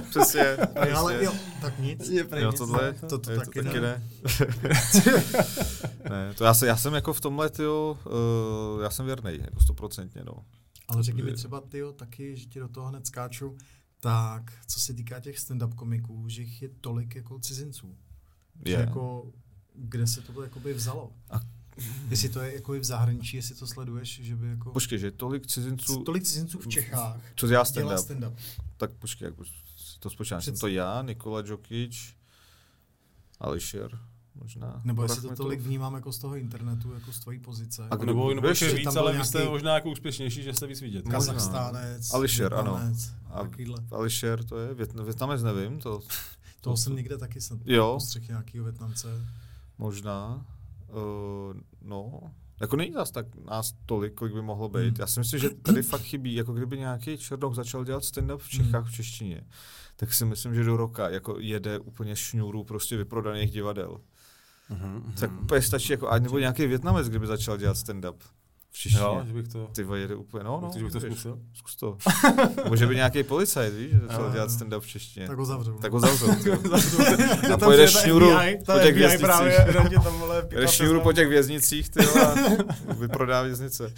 Přesně,
Ale
přesně.
jo, tak nic.
Jo, tohle,
To- to taky ne.
ne, to já, se, já jsem jako v tomhle, tyjo, uh, já jsem věrnej, jako stoprocentně, no.
Ale řekni mi třeba, ty taky, že ti do toho hned skáču. Tak, co se týká těch stand-up komiků, že jich je tolik jako cizinců.
Je.
Že jako, kde se to jakoby vzalo?
A-
Jestli to je jako i v zahraničí, jestli to sleduješ, že by jako...
Počkej, že tolik cizinců,
Tolik cizinců v Čechách
co já
dělá
stand-up,
stand-up.
Tak počkej, jak už si to spočítám. Jsem
Přece-
to já, Nikola Djokic, Ališer, možná.
Nebo jestli to
Rachmetov.
tolik vnímám jako z toho internetu, jako z tvojí pozice.
A kdo-
Nebo, nebo
Víš,
ještě
že
víc,
tam byl
ale vy jste
nějaký-
možná jako úspěšnější, že jste víc vidět.
Možná.
Kazachstánec,
Ališer, ano.
Větnamec,
A-
Takovýhle.
Ališer, to je Větna, Větnamec, nevím, to
Toho jsem někde taky snad
Jo.
postřeh nějakýho Větnamce.
možná. Uh, no, jako není nás tak nás tolik, kolik by mohlo být.
Mm.
Já si myslím, že tady fakt chybí, jako kdyby nějaký Černoch začal dělat stand-up v
Hmm.
Čechách v češtině, tak si myslím, že do roka jako jede úplně šňůru prostě vyprodaných divadel. Tak úplně stačí, jako, a nebo nějaký Větnamec, kdyby začal dělat stand-up v češtině.
Jo, že bych to...
Ty vole, jede úplně, no, no.
Myslíš, že bych to
můžeš.
zkusil?
Zkus to. Může být nějaký policajt, víš, že
Jo,
začal
jo.
dělat stand-up v češtině.
Tak ho zavřu. no.
Tak ho zavřou. ty jo. A pojedeš šňůru po těch věznicích.
tam, vole,
Jedeš šňůru po těch věznicích, ty jo, a vyprodá věznice.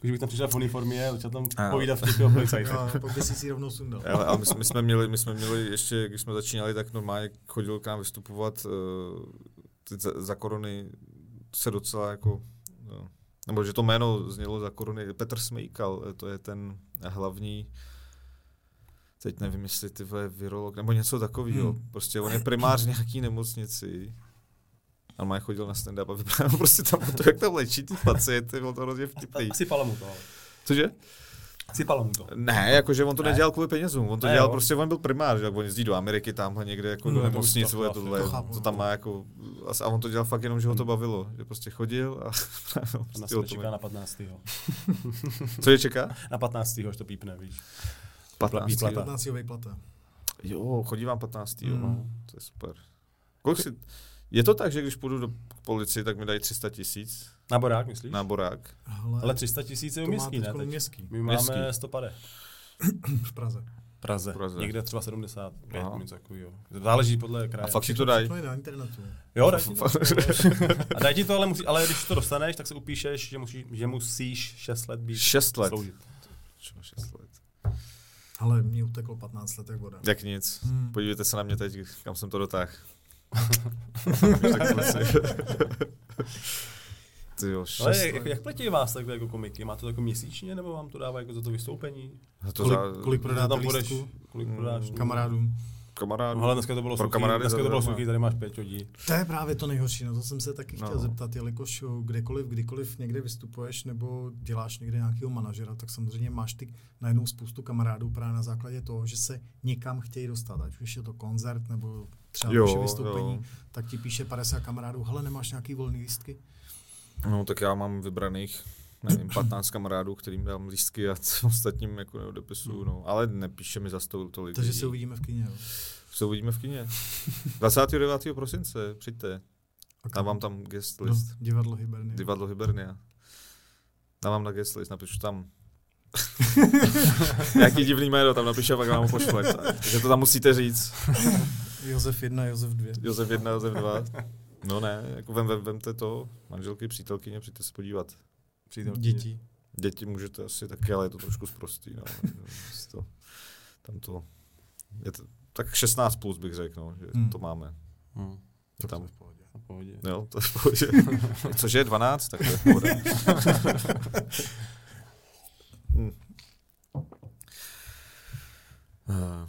Když bych tam přišel v uniformě, začal tam
A.
povídat v těch jo, policajtech.
No, po si si rovnou sundal.
Ale, a my, jsme- my, jsme měli, my jsme měli ještě, když jsme začínali, tak normálně chodil k nám vystupovat eh, teď za, za korony se docela jako, no, nebo že to jméno znělo za korony, Petr Smejkal, eh, to je ten hlavní, teď nevím, jestli ty vole virolog, nebo něco takového, hmm. prostě on je primář v nějaký nemocnici, a má chodil na stand-up a vyprávěl prostě tam o to, jak tam léčí ty pacienty, bylo to hrozně vtipný.
Sypalo mu to. ale.
Cože?
Sypalo mu to.
Ne, jakože on to ne. nedělal kvůli penězům, on to
Ne,
ne, dělal
jo.
jo. prostě, on byl primár, že jak on jezdí do Ameriky tamhle někde jako do
No,
nemocnic,
to-
vole,
to-
tohle,
to
to tam má jako, a- a on to dělal fakt jenom, že ho to bavilo, že prostě chodil a
A na
prostě o
sebe
tom
čeká
je.
na 15.
Co je čeká?
Na 15. až to pípne, víš.
15.
výplata.
15. vejplata.
Jo, chodí vám 15. Jo. no,
Mm.
To je super. Kolik si, je to tak, že když půjdu do k policii, tak mi dají 300 tisíc
Na borák, myslíš?
na borák?
Hele,
Ale 300 tisíc je
to má
uměstský, ne?
teď
Teď.
městský
My
Městský.
máme 150.
v Praze.
Praze.
Praze.
Někde třeba 75,
Aha.
něco takového. Záleží podle kraje.
A fakt si to dají?
To je na internetu.
Jo, daj ti to. A daj ti to, ale, musí, ale když to dostaneš, tak se upíšeš, že musíš, že musíš 6 let být
6 let.
sloužit.
Čo, šest let.
Ale mě uteklo 15 let jak voda.
Jak nic.
Hmm.
Podívejte se na mě teď, kam jsem to dotáhl. Už tak zlesej. Ty jo, šest
Ale
let.
jak, jak platí vás takhle jako komiky? Má to jako měsíčně, nebo vám to dává jako za to vystoupení?
A to
Kolik,
za
kolik prodáte
tam
lístku?
kolik prodáš?
kamarádům.
kamarádů.
No, hele, dneska to bylo
Pro
suchý,
kamarády
dneska to bylo
zadarmo.
suchý, tady máš 5 hodí.
To je právě to nejhorší, na to jsem se taky chtěl
No.
no. zeptat, jelikož uh, kdekoliv, kdykoliv někde vystupuješ nebo děláš někde nějakého manažera, tak samozřejmě máš ty najednou spoustu kamarádů právě na základě toho, že se někam chtějí dostat, ať už je to koncert nebo třeba
Jo,
vaše vystoupení,
jo.
tak ti píše 50 kamarádů, hele, nemáš nějaký volný lístky?
No, tak já mám vybraných, nevím, 15 kamarádů, kterým dám lístky a co ostatním jako neodepisuju, no. Ale nepíše mi za to tolik
Mm. Takže
lidí.
se uvidíme v kině. jo.
Se uvidíme v kině. 29. prosince, přijďte.
A kam?
Dávám tam guest
No,
list.
divadlo Hibernia.
Divadlo Hibernia. Dávám na guest list, napíšu tam. Jaký divný jméno tam napíše, pak vám ho pošle. Takže to tam musíte říct.
Josef 1, Josef 2.
Josef 1, Josef 2. No ne, jako vem, vem, vemte to, manželky, přítelkyně, přijďte se podívat.
Přítelkyně.
Děti.
Děti můžete asi taky, ale je to trošku sprostý. No. Jest to, tam to, je to, tak 16 plus bych řekl, no, že
Hmm.
hmm. to máme.
Hm,
Je tam,
na No, pohodě.
jo, to je v pohodě. Cože je 12, tak to je v pohodě. Hmm. Eh,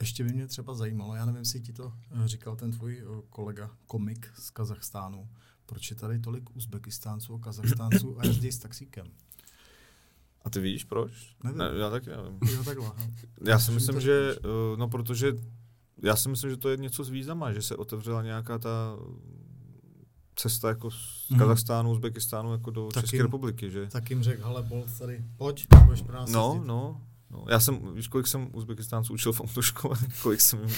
Ještě by mě třeba zajímalo, já nevím, jestli ti to eh, říkal ten tvůj eh, kolega, komik z Kazachstánu, proč je tady tolik Uzbekistánců a Kazachstánců a jezdí s taxíkem?
A ty víš proč?
Nevím.
Ne, já taky nevím.
Jo, takhle. no. aha.
Já si
Čím
myslím,
to
že, eh, no protože, já si myslím, že to je něco s vízama, že se otevřela nějaká ta cesta jako z
Mhm.
Kazachstánu, Uzbekistánu jako do
Tak
České
jim-
republiky, že?
Tak jim řekl, hele, Bolt, tady, pojď, budeš pro nás
No,
jezdit.
no, no. Já jsem, víš, kolik jsem Uzbekistánců učil v autoškole, kolik jsem jim,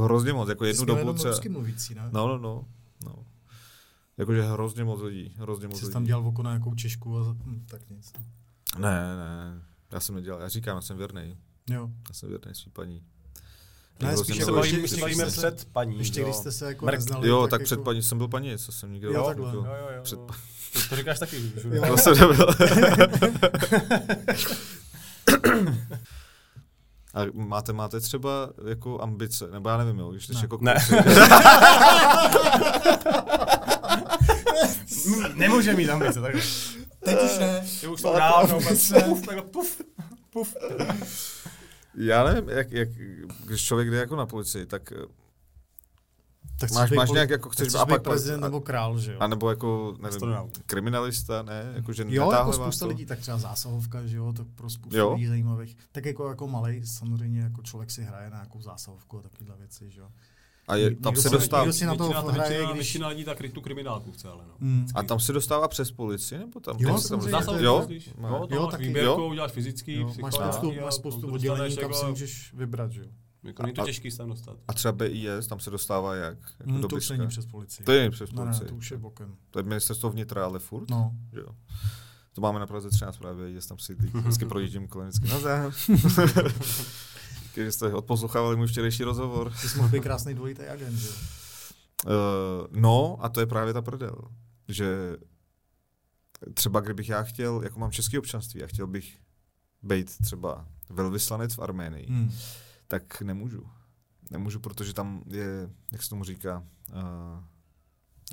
hrozně moc, jako
Ty
jednu
jsi
dobu
jenom
třeba.
rusky mluvící, ne?
No, no, no, no. Jakože hrozně moc lidí, hrozně moc
Jsi
lidí.
tam dělal oko na nějakou Češku a hm, tak nic.
Ne, ne, já jsem nedělal, já říkám, já jsem věrný,
Jo.
já jsem věrný svý paní.
Ne,
Hrozně
spíš
moc
Se
jako
lidí.
bavíme,
ještě-
se
ještě
bavíme
když jste-
před paní.
Ještě
jo.
když jste se jako
Mrk.
neznali.
Jo, tak, před
jako-
paní jsem byl paní, co jsem nikdy
Jo,
dělal.
takhle. no.
Jako-
Jo, jo, jo.
Před
jo. To- To říkáš taky, všude.
Jo.
To jsem nebyl. A máte, máte třeba jako ambice, nebo já nevím, jo, když jsi
Ne.
jako
Ne. Nemůže mít ambice, takhle.
Teď už ne.
Já už no, to dávno, puf, takhle puf.
Já nevím, jak, jak, když člověk jde jako na policii, tak
Tak
Máš-
chceš
máš
být
nějak
poli-
jako chceš
tak
být- a pak-
být prezident
a-
nebo král, že jo?
anebo jako, nevím,
Astronaut.
kriminalista, ne? Jako, že
Jo, jako
netáhle vás
spousta
to.
lidí, tak třeba zásahovka, že jo, tak pro spoustu
Jo.
jo. lidí zajímavých. Tak jako, jako malý, samozřejmě, jako člověk si hraje na nějakou zásahovku a takovéhle věci, že jo.
A je,
Nikdo
tam se
se-
dostává,
nikdo si na to
Většina-
hraje,
většina-
když-
Většina lidí tak tu kriminálku chce, ale no.
Mm.
a tam se dostává přes policii, nebo tam?
Jo,
tam se tam
samozřejmě.
dostává-
Zásahovky,
jo? No.
myslíš?
Ne.
jo,
Jo,
jo,
taky.
taky. Výběrkou,
Jo.
uděláš fyzický,
Jo, máš
psychologický,
spoustu,
jo,
máš
potom
spoustu
dostaneš
oddělení, kam
jako-
si můžeš vybrat, že jo.
Jako není
A-
to těžký se tam dostat.
A třeba BIS, tam se dostává jak? Jako
Mm,
do
to už
Břecka.
není přes policii.
To je přes
ne, ne,
policii.
to už je bokem.
To je ministerstvo vnitra, ale furt.
No,
že Jo. To máme na Praze 13 právě, jezdím tam si vždycky projíždím kolem, vždycky nazdar. Když jste odposlouchávali můj včerejší rozhovor.
ty jsi mohl být krásný dvojitý agent, že jo.
Eh, Uh, no a to je právě ta prdel, že třeba kdybych já chtěl, jako mám český občanství a chtěl bych být třeba velvyslanec v Arménii, hmm.
Hmm.
tak nemůžu. Nemůžu, protože tam je, jak se tomu říká, uh,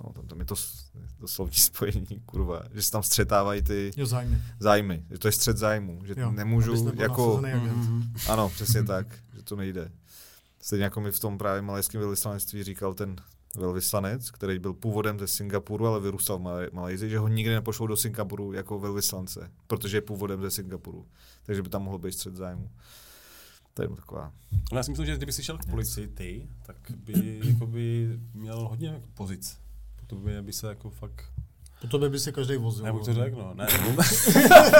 no tam, tam je to, s- to slovní spojení, kurva, že se tam střetávají ty
Jo, zájmy.
zájmy, že to je střet zájmu, že
Jo,
jo, nemůžu
Abys
jako...
nebyl nasazený agent.
Hmm.
Ano, přesně tak, že to nejde. Stejně jako mi v tom právě malajském velvyslanectví říkal ten velvyslanec, který byl původem ze Singapuru, ale vyrůstal v Malaj- Malajzii, že ho nikdy nepošlou do Singapuru jako velvyslance, protože je původem ze Singapuru. Takže by tam mohl být střed zájmu. To je jenom taková.
Ale No, já si myslím, že kdyby si šel k policii ty, tak by jakoby, měl hodně jako pozic. To by, by se jako fakt...
Po tobě by se každý vozil.
Nebo to řekl, no. Ne,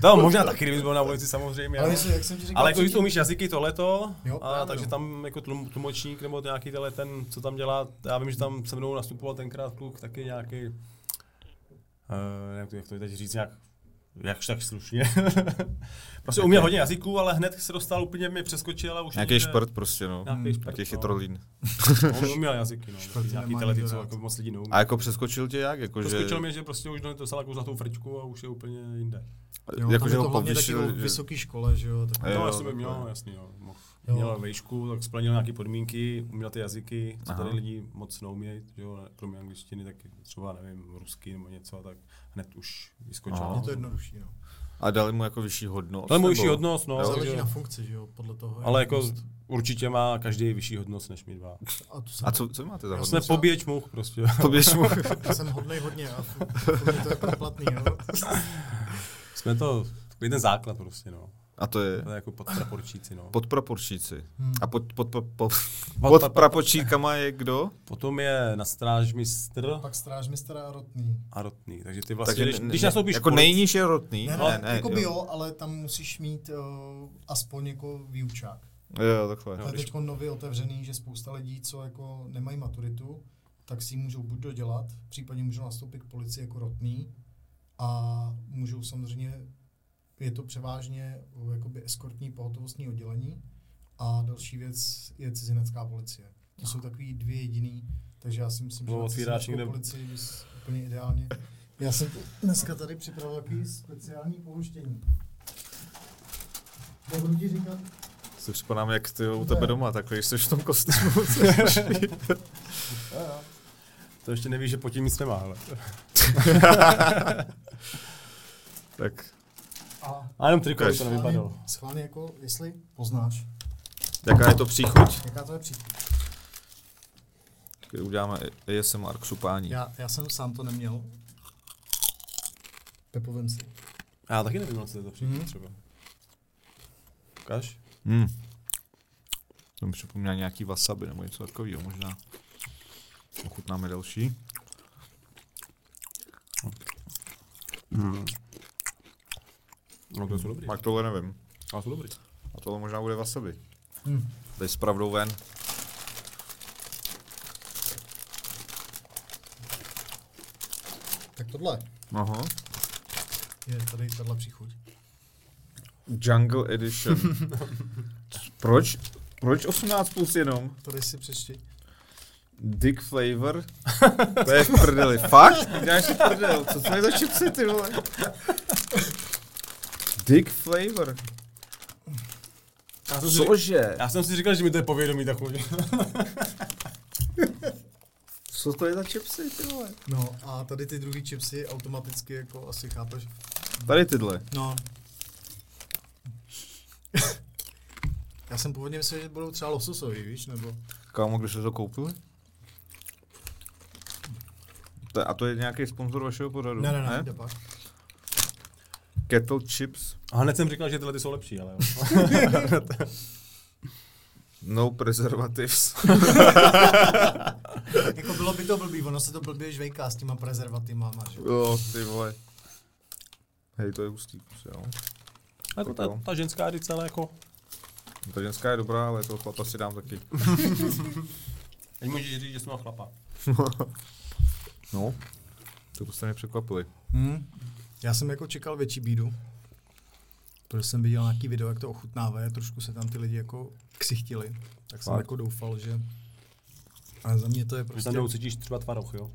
to možná taky, kdyby byl na ulici samozřejmě.
Ale
Ale,
jestli, jak jsem ti říkal,
ale jako, když
předtím-
to umíš jazyky tohleto,
Jo,
jo,
právě,
a, takže
no.
tam jako tlum, tlumočník nebo nějaký tenhle ten, co tam dělá, já vím, že tam se mnou nastupoval tenkrát kluk, taky nějaký, uh, jak, to, jak to teď říct, nějak jakž tak slušně. prostě uměl hodně jazyků, ale hned se dostal úplně, mě přeskočil a už...
Nějaký
ani, že-
šprt prostě, no.
Nějaký šprt,
Nějaký
no.
chytrolín.
On uměl jazyky, no.
Špatně
Nějaký
nemá
tyhle ty,
nikdo
co
rád.
jako moc lidí neumí.
A jako přeskočil tě jak? Jako,
To
že,
skočil mě, že prostě už dostal takovou zlatou frčku a už je úplně jinde.
Jo,
jako,
tam
že
je to
ho
hlavně taky
povýšil,
o
že-
vysoké škole, že jo. Tak...
Jo,
no, jasně by
takhle.
měl, jasně, jo. Mohl-
Jo.
Měl vejšku, tak splnil nějaké podmínky, uměl ty jazyky, co tady
Aha.
lidi moc neumějí, že jo, ne- kromě angličtiny, tak třeba, nevím, rusky nebo něco, tak hned už vyskočil.
Aha.
Je to jednodušší, no.
A dali mu jako vyšší hodnost.
To je mu vyšší
nebo-
hodnost, no,
Jo.
Záleží
takže-
na funkci, že jo, podle toho.
ale
jak-
jako z- určitě má každý vyšší hodnost než my dva.
A to jsem,
A co, co vy máte
Já
za hodnost? no.
Jsme poběč much prostě.
Poběž mu.
já jsem hodnej hodně a furt, furt je to jako platný, jo.
Jsme to, takový ten základ prostě, no.
A to je
To je jako podpraporčíci, no.
podpraporčíci.
Hmm.
A pod, pod, pod, pod,
Pod-
pod prapočíkama je kdo?
Potom je na stráž mistr
Pak stráž mistera a rotný.
a rotný, takže ty vlastně, když,
ne-
když
ne-
nastoupíš
Jako
polic-
nejníž je rotný?
Ne, ne, ne jako by jo, ale tam musíš mít uh, aspoň jako výučák.
Jo, takhle.
To je teď nově otevřený, že spousta lidí, co jako nemají maturitu, tak si ji můžou buď dodělat, případně můžou nastoupit k policii jako rotný a můžou samozřejmě, je to převážně uh, jakoby eskortní pohotovostní oddělení a další věc je cizinecká policie. To jsou takový dvě jediný, takže já si myslím, že
No,
na
otvíráš
cizineckou
někde-
policii bys úplně ideálně. Já jsem tu dneska tady připravil takový speciální pouštění. Nebudu ti říkat,
Si připadám, jak ty u tebe doma, takhle, když jsi v tom kostýmu.
To ještě neví, že pod tím nic nemá, ale.
tak
a
A jenom triko,
Ukaž.
by to nevypadalo.
Schválně- Schválně jako, jestli poznáš,
jaká je to příchuť?
jaká to je příklad.
Tak Uděláme ASMR k supání.
Já, já jsem sám to neměl. Pepovem si.
Já taky nevím, co je to příklad
Mhm.
třeba. Ukaž?
Hmm. To mi připomíná nějaký wasabi nebo něco takového možná. Ochutnáme další.
No to jsou dobrý.
Pak tohle nevím.
A jsou dobrý.
A tohle možná bude wasabi.
Hmm.
Dej s pravdou ven.
Tak tohle
Aha.
je tady tahle příchuť.
Jungle Edition. Proč? Proč 18 plus jenom?
Tady si přečti.
Dick Flavor? To je v prdeli. Fakt? Děláš si prdel. Co to je za čipsy, ty vole? Dick Flavor.
Já jsem, si,
Cože?
já jsem si říkal, že mi to je povědomí takový.
Co to je za čipsy, ty vole?
No a tady ty druhý chipsy automaticky jako asi chápeš.
Tady tyhle.
No. já jsem původně myslel, že budou třeba lososový, víš, nebo...
Kámo, když jste to koupili? To, je- a to je nějaký sponzor vašeho pořadu?
Ne, ne, ne, jde pak.
Kettle Chips.
A hned jsem říkal, že tyhle ty jsou lepší, ale jo.
No preservatives.
jako bylo by to blbý, ono se to blbě žvejká s těma prezervativama, že? jo.
jo, ty vole. Hej, to je hustý kus, jo.
Jako
Tak jo.
ta, ta ženská je docela jako...
Ta ženská je dobrá, ale toho chlapa si dám taky.
Teď můžeš říct, že jsem měl chlapa.
No. To jste mě překvapili.
Hmm. Já jsem jako čekal větší bídu, protože jsem viděl nějaký video, jak to ochutnávají, trošku se tam ty lidi jako ksichtili, tak jsem
Fakt?
jako doufal, že... Ale za mě to je
Že
prostě...
tam jdou cítíš třeba tvaroch, jo.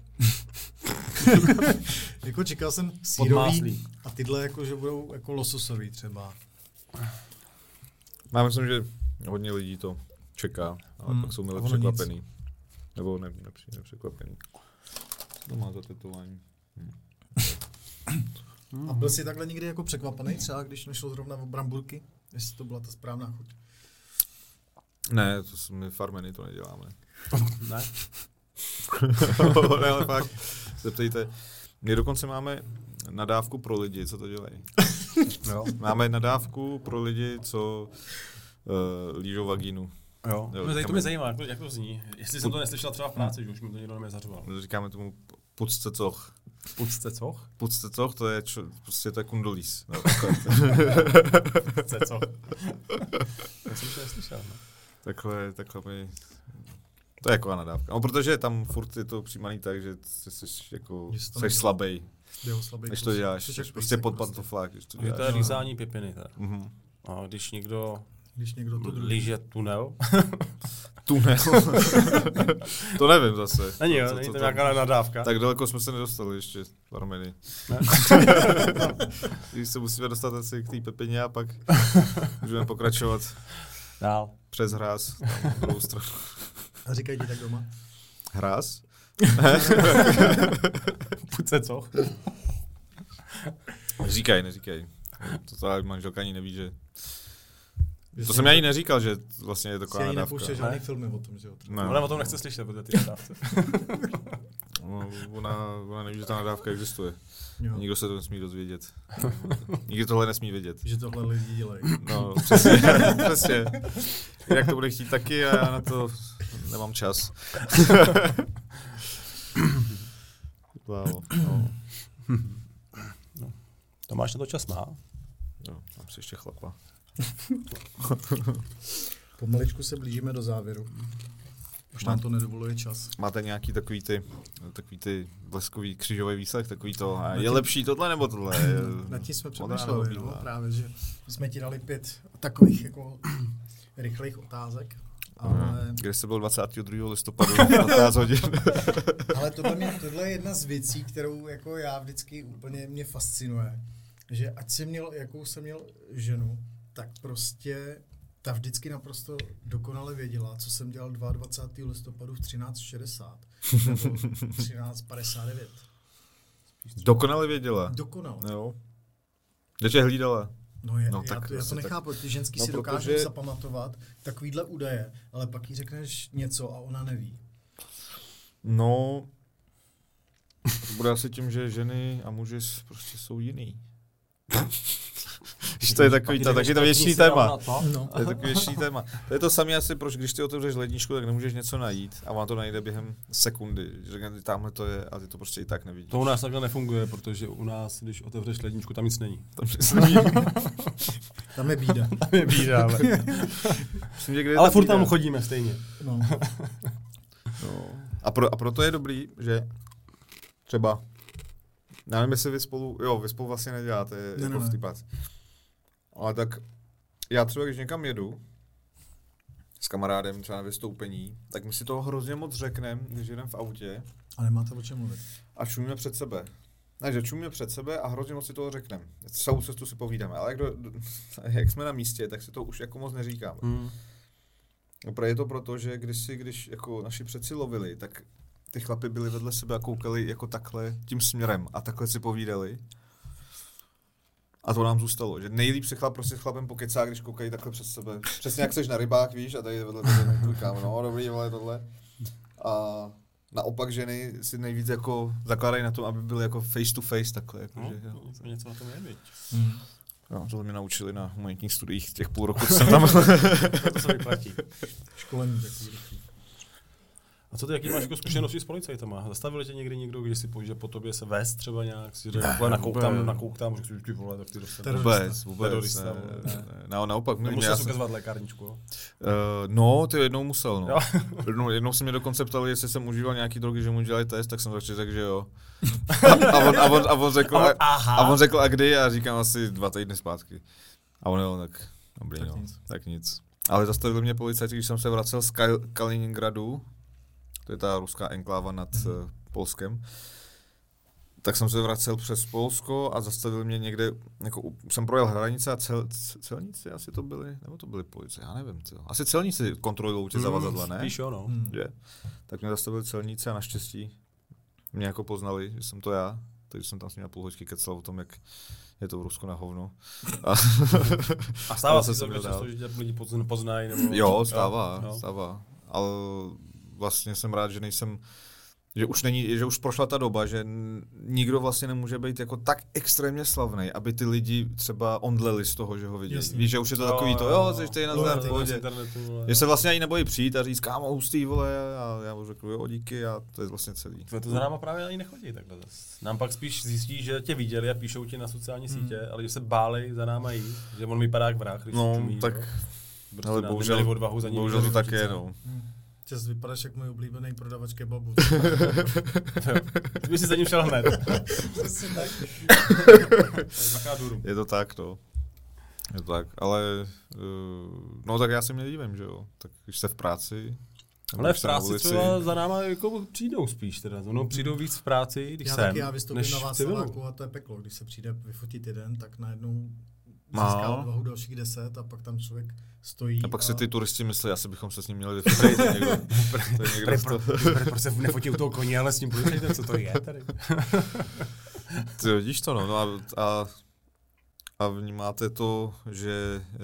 Jako čekal jsem sírový
máslí.
a tyhle jako, že budou jako lososový třeba.
Já myslím, že hodně lidí to čeká, ale
Hmm,
pak jsou
a
mile
ono
překvapený. Nebo ne, nepři- nepřekvapený. Co to má za tetování? Hmm.
A byl jsi takhle někdy jako překvapený třeba, když nešlo zrovna o bramburky? Jestli to byla ta správná chuť.
Ne, to s- my farmeny to neděláme.
Ne?
ne, ale fakt, zeptejte. My dokonce máme nadávku pro lidi, co to dělají.
Jo.
Máme nadávku pro lidi, co uh, lížou vagínu.
Jo.
Jo,
No, tady to
říkáme-
mě zajímá, jak
jako-
to, jak to zní. Jestli jsem to neslyšel třeba v
Mm.
práci, že už mi to někdo nezařval.
My Říkáme tomu p- puccecoch.
Pucte coch?
Puccecoch to je čo, prostě to je kundolís. No,
Pucte coch. Já jsem to neslyšel. No.
takhle, takhle mi... To je jako nadávka. No, protože tam furt je to přijímaný tak, že jsi, jsi jako,
Že jsi to
jsi
nedělal.
slabý,
Jde o slabý
když
kus.
to děláš.
Jsi
Jsi
jak
prostě
pejsek
pod pantoflák, když to
Je
děláš.
to je lízání pěpiny. Teda.
Mhm.
A když někdo
Když někdo to druhý.
líže tunel,
Tunel. to nevím zase.
není, jo,
Co-
není
co
to
tam-
nějaká nadávka.
Tak daleko jsme se nedostali ještě v Armenii.
Ne.
Když se musíme dostat asi k té Pepině a pak můžeme pokračovat
Dál.
přes hráz. tam na druhou stranu.
A říkají ti tak doma.
Hráz?
Pucte coch.
Říkaj, neříkej. To ta manželka ani neví, že... To jsem já ani neříkal, že vlastně je
si
taková
ani
nadávka. No,
nepouštěl žádný
Ne?
filmy o tom, že jo? třeba.
Ne.
Ona o tom nechce slyšet, protože ty nadávce.
No, Ona, ona neví, že ta nadávka existuje.
Jo.
Nikdo se to nesmí dozvědět. Nikdo tohle nesmí vědět.
Že tohle lidi dělají.
No, přesně, přesně. Jak to bude chtít taky a já na to nemám čas. Wow, no,
Tomáš na to čas má.
no, mám si ještě chlapa.
Pomaličku se blížíme do závěru. Už nám to nedovoluje čas.
Máte nějaký takový ty, takový ty bleskový křižový výslech, takový to, a je lepší tohle nebo tohle?
Nad tím jsme
Modrá
přemýšleli,
nebo
no,
bílá?
právě, že jsme ti dali pět takových jako rychlých otázek, ale,
Kde jste byl 22. listopadu v 15 hodin?
ale tohle, mě, tohle je jedna z věcí, kterou jako já vždycky úplně mě fascinuje, že ať jsem měl, jakou jsem měl ženu, tak prostě ta vždycky naprosto dokonale věděla, co jsem dělal 22. listopadu v 13.60 nebo 13.59.
Dokonale věděla.
Dokonale.
Jo. Že tě hlídala.
No, je, no
No,
já,
tak
to, já
asi
to
tak.
nechápu, ty ženský
No,
si dokážou
protože-
zapamatovat takovýhle údaje, ale pak jí řekneš něco a ona neví.
No, to bude asi tím, že ženy a muži s- prostě jsou jiný. Že to je takový, to, taky to věčný téma.
No.
To je takový věčný téma. To je to samé asi, proč když ty otevřeš ledničku, tak nemůžeš něco najít a ona to najde během sekundy. Že Řekne, ty tamhle to je a ty to prostě i tak nevidíš.
To u nás takhle nefunguje, protože u nás, když otevřeš ledničku, tam nic není.
To přesně není.
Tam je bída.
Tam je bída, ale,
Myslím, že kde je
ale
ta
furt tam
bída?
chodíme stejně.
No.
No. A, pro, a proto je dobrý, že třeba, já nevím, jestli vy spolu, jo, vy spolu vlastně neděláte ne, jako
ne,
ne. v té
ne.
práci. Ale tak já třeba, když někam jedu s kamarádem třeba na vystoupení, tak my si toho hrozně moc řekneme, když jedeme v autě
A nemáte o čem mluvit.
a čumíme před sebe. Ne, že čumíme před sebe a hrozně moc si toho řekneme. Celou cestu si povídáme, ale jak, do, jak jsme na místě, tak si to už jako moc neříkáme.
Hmm.
No, pro- Je to proto, že když si, když jako naši přeci lovili, tak ty chlapy byli vedle sebe a koukali jako takhle tím směrem a takhle si povídali. A to nám zůstalo, že nejlíp se chlap prostě s chlapem pokecá, když koukají takhle před sebe. Přesně jak seš na rybách, víš, a tady je vedle tebe ten kámo, no dobrý, vole, tohle. A naopak ženy si nejvíc jako zakládají na tom, aby byly jako face to face takhle. Jako,
No,
že, jo.
něco- něco na tom je, viď?
no, tohle mě naučili na humanitních studiích těch půl roku, co jsem tam
To se vyplatí.
Školení takový rychlý.
A co ty, jaký máš jako zkušenosti s policajtama? Zastavil tě někdy někdo, když si po- že po tobě se vést třeba nějak, si řekl, vole, nakouk tam, nakouk tam, že ty vole, tak ty dostal.
Vůbec, vůbec.
Terorista,
Ne,
vole.
ne, ne. No, naopak, mě,
Nemusel
já
jsi
jsem, uh,
ukazovat lékárničku, jo?
no, ty jednou musel,
Jo.
no. jednou, jednou se mě dokonce ptali, jestli jsem užíval nějaký drogy, že mu dělali test, tak jsem radši řekl, že jo. A, a, on, a, on, a on řekl, a, a on řekl, a kdy? Já říkám asi dva týdny zpátky. A on jo, tak dobrý, tak, no, nic. tak nic. Ale zastavili mě policajti, když jsem se vracel z Kal- Mhm. Kaliningradu, to je ta ruská enkláva nad eh, Polskem, tak jsem se vracel přes Polsko a zastavil mě někde, jako u- jsem projel hranice a cel, c- celníci asi to byli, nebo to byli policie, já nevím, co. Asi celníci kontrolují tě zavazadla, ne?
Víš, jo, no.
Hmm.
Že? Tak mě zastavili celníci a naštěstí mě jako poznali, že jsem to já, takže jsem tam s nimi na půl hoďky kecal o tom, jak je to v Rusku na hovno. A
A
Ale
stává se
jsem
to, kde
dodal.
často, že tě lidi pozn- poznají, nebo...
Jo, stává,
no.
jo.
stává. Ale vlastně jsem rád, že nejsem že už, není, že už prošla ta doba, že n- nikdo vlastně nemůže být jako tak extrémně slavný, aby ty lidi třeba ondleli z toho, že ho vidějí.
Jasně.
Víš, že už je to takový to, jo, jsi ty na
Jo,
zdar,
jo, jo,
v
z
pohodě.
internetu, vole.
Že se vlastně ani nebojí přijít a říct, kámo, hustý, vole, a já mu řeknu, jo, díky, a to je vlastně celý.
Tvoje to za náma právě ani nechodí takhle zas. Nám pak spíš zjistí, že tě viděli a píšou ti na sociální
Hmm.
sítě, ale že se báli za náma jít, že on vypadá jak vrah, když
No,
se čumí,
tak,
jo. Prostě nám
ale
neměli
bohužel,
odvahu za ním
bohužel to
jít,
tak
říct,
je,
co.
no.
Čas vypadáš jak můj oblíbený prodavač kebabu.
Ty bys si za ním šel hned.
Přesně tak.
Maká duru.
Je to tak, no. Je to tak, ale uh, no tak já se mě divím, že jo. Tak když jste v práci, nebo
Ale
když
v
jste na
práci
ulici,
třeba za náma jako přijdou spíš teda. No, přijdou víc v práci, když
Já
jsem,
taky, já vystoupím
než
na
v
Václaváku
civilu.
a to je peklo. Když se přijde vyfotit jeden, tak najednou
Má.
získá odvahu dalších deset a pak tam člověk stojí.
A pak
no.
si ty turisti myslí, asi bychom se s ním měli vyfotit. to je někdo, to je někdo z
Pro,
toho-
proč se nefotil toho koně, ale s ním policajtem, co to je tady?
Ty vidíš to, no. no a, a, a vnímáte to, že e,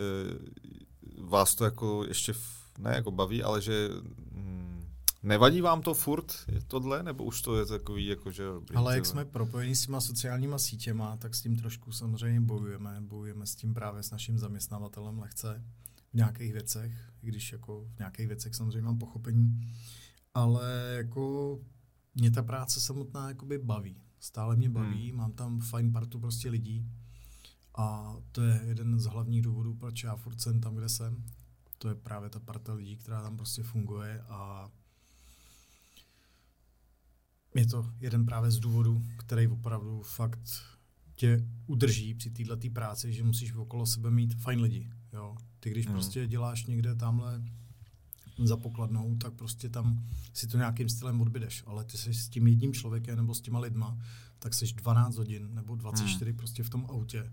vás to jako ještě v, ne jako baví, ale že mm, nevadí vám to furt tohle, nebo už to je takový jako, že... dobrý,
Ale jak
tyhle.
jsme propojeni s těma sociálníma sítěma, tak s tím trošku samozřejmě bojujeme. Bojujeme s tím právě s naším zaměstnavatelem lehce v nějakých věcech, i když jako v nějakých věcech samozřejmě mám pochopení. Ale jako mě ta práce samotná jakoby baví. Stále mě baví, mám tam fajn partu prostě lidí. A to je jeden z hlavních důvodů, proč já furt jsem tam, kde jsem. To je právě ta parta lidí, která tam prostě funguje a je to jeden právě z důvodů, který opravdu fakt tě udrží při této práci, že musíš okolo sebe mít fajn lidi. Jo? Ty když
Mhm.
prostě děláš někde tamhle za pokladnou, tak prostě tam si to nějakým stylem odbydeš. Ale ty jsi s tím jedním člověkem nebo s těma lidma, tak jsi 12 hodin nebo 24 prostě v tom autě.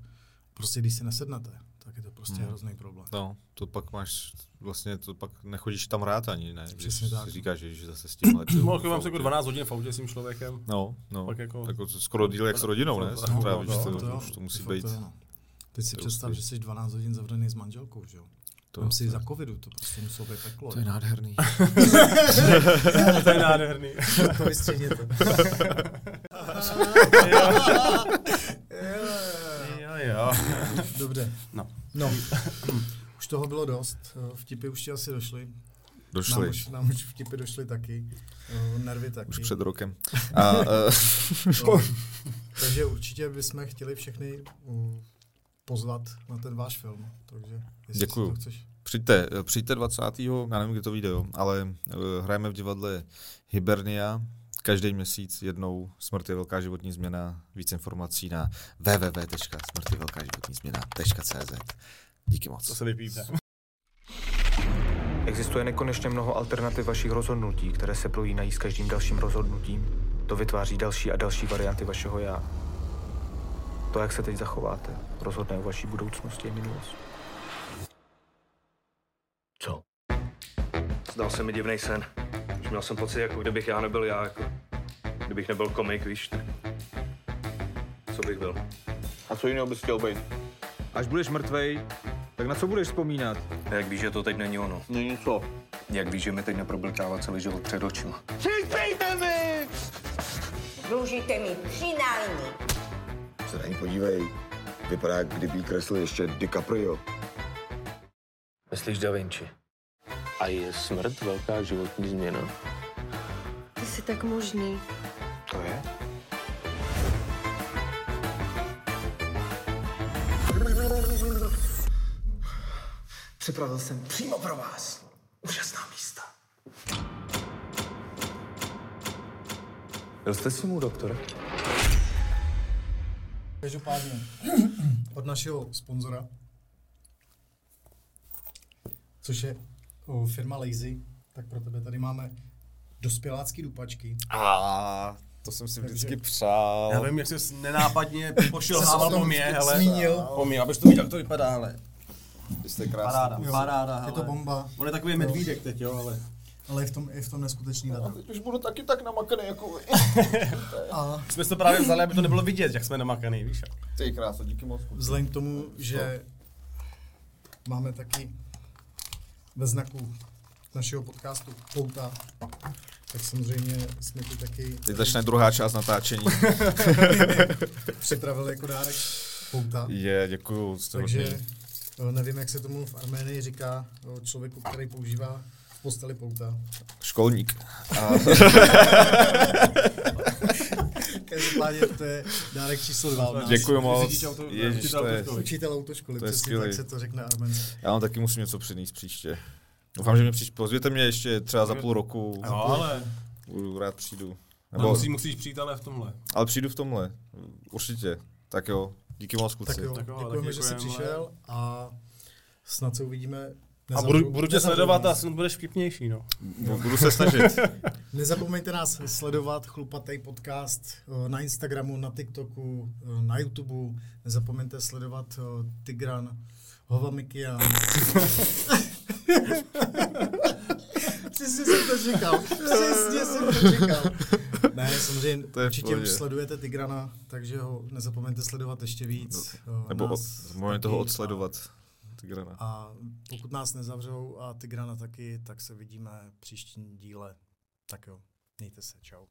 Prostě když si nesednete, tak je to prostě
Mhm.
hrozný problém.
No, to pak máš, vlastně to pak nechodíš tam rád ani, ne? Když
Přesně
si
tak.
říkáš, že, že zase s tím letu.
Mohl mám se jako 12 hodin v autě s tím člověkem.
No, no.
Pak jako-
Jako to skoro díl jak s rodinou, ne?
No,
No, Právě,
no,
že
no,
to,
To jo,
už to musí
fakt
být.
to jo, no. Teď si
to je
představ,
hustý.
že jsi 12 hodin zavřený s manželkou, že jo?
To
To Vem
jo,
si za covidu, to prostě muselo být peklo. jo.
nádherný.
To je nádherný.
to vystřihněte.
Jo, jo.
Dobře.
No.
no. Už toho bylo dost, eh, vtipy už ti asi došly. Nám
Došli.
už, nám už vtipy došly taky, eh, nervy taky.
Už před rokem. A, eh,
No. Takže určitě bychom chtěli všechny mm, pozvat na ten váš film. Takže jestli
Děkuju.
si To chceš.
Přijďte, eh, přijďte 20. já nevím, kdy to vyjde, jo, ale eh, hrajeme v divadle Hibernia každý měsíc jednou Smrt je velká životní změna. Víc informací na www.smrtjevelkáživotnízměna.cz Díky moc.
To se vypíte.
Existuje nekonečně mnoho alternativ vašich rozhodnutí, které se prolínají s každým dalším rozhodnutím. To vytváří další a další varianty vašeho já. To, jak se teď zachováte, rozhodne o vaší budoucnosti i minulosti.
Co? Zdal se mi divný sen. Už měl jsem pocit, jako kdybych já nebyl já, jako kdybych nebyl komik, víš, tak co bych byl?
A co jiného bys chtěl být? Až budeš mrtvej, tak na co budeš vzpomínat?
A jak víš, že to teď není ono?
Není co.
Jak víš, že mi teď neproblkává celý život před očima?
Dlužíte mi tři nájmy.
Se na ní podívej. Vypadá, jak kdyby jí kreslil ještě DiCaprio.
Myslíš Da Vinci? A je smrt velká životní změna?
Ty jsi tak možný.
To je?
Připravil jsem přímo pro vás úžasná místa.
Byl jste si mu doktor?
Každopádně od našeho sponzora, což je o, firma Lazy, tak pro tebe tady máme dospělácký dupačky.
A To jsem si vždycky přál.
Já vím, jak jsi nenápadně
Jsem
pošilhával
se
po
o
mě,
tom
hele.
zmínil.
Po mě, abys to viděl, jak to vypadá, ale.
Vy jste
Paráda, paráda, hele.
Je to bomba.
On je takový
Jo.
medvídek teď, jo, ale.
Ale je v tom, je v tom neskutečný vedro.
Už budu taky tak namakaný jako vy.
A
Jsme si to právě vzali, aby to nebylo vidět, jak jsme namakaný, víš. jo.
Ty krása, díky moc.
vzhledem k tomu, že máme taky ve znaku našeho podcastu pouta, tak samozřejmě jsme tu taky
Teď začne druhá část natáčení.
připravili jako dárek pouta.
Je, děkuju, jste
Takže
hodný.
vlastně-
eh, nevím, jak se tomu v Arménii říká eh, člověku, který používá v posteli pouta.
Školník. A...
Každopádně to je dárek číslo dva. od nás.
Děkuju moc.
Řidič auto-
Ježiš,
učitel
to je,
autoškoly.
Učitel autoškoly,
to je
přesně tak
skvělý.
se to řekne arménsky.
Já vám taky musím něco přinést příště. Doufám, že mě příště, pozvěte mě ještě třeba za půl roku.
Jo, No, ale
Budu rád přijdu.
Nebo...
Nebo,
Musí, musíš přijít, ale v tomhle.
ale přijdu v tomhle. Určitě. Tak jo, díky moc
Tak
kluci.
jo,
Tak jo, tak
děkujeme, že jsi
děkujeme.
přišel a snad se uvidíme.
A
Nezapomínejte-
budu, budu tě sledovat a snad budeš vtipnější, no.
Bu- Budu se snažit.
Nezapomeňte nás sledovat, chlupatej podcast eh, na Instagramu, na TikToku, eh, na YouTubeu. Nezapomeňte sledovat eh, Tigran Hovamikian. Přesně jsem to říkal. Přesně jsem to říkal. Ne, samozřejmě
To je v
určitě
pohodě.
už sledujete Tigrana, takže ho nezapomeňte sledovat ještě víc. eh,
No, Nebo od,
nás
můžeme
taky.
toho odsledovat. Tigrana.
A pokud nás nezavřou a Tigrana taky, tak se vidíme v příštím díle. Tak jo, mějte se, čau.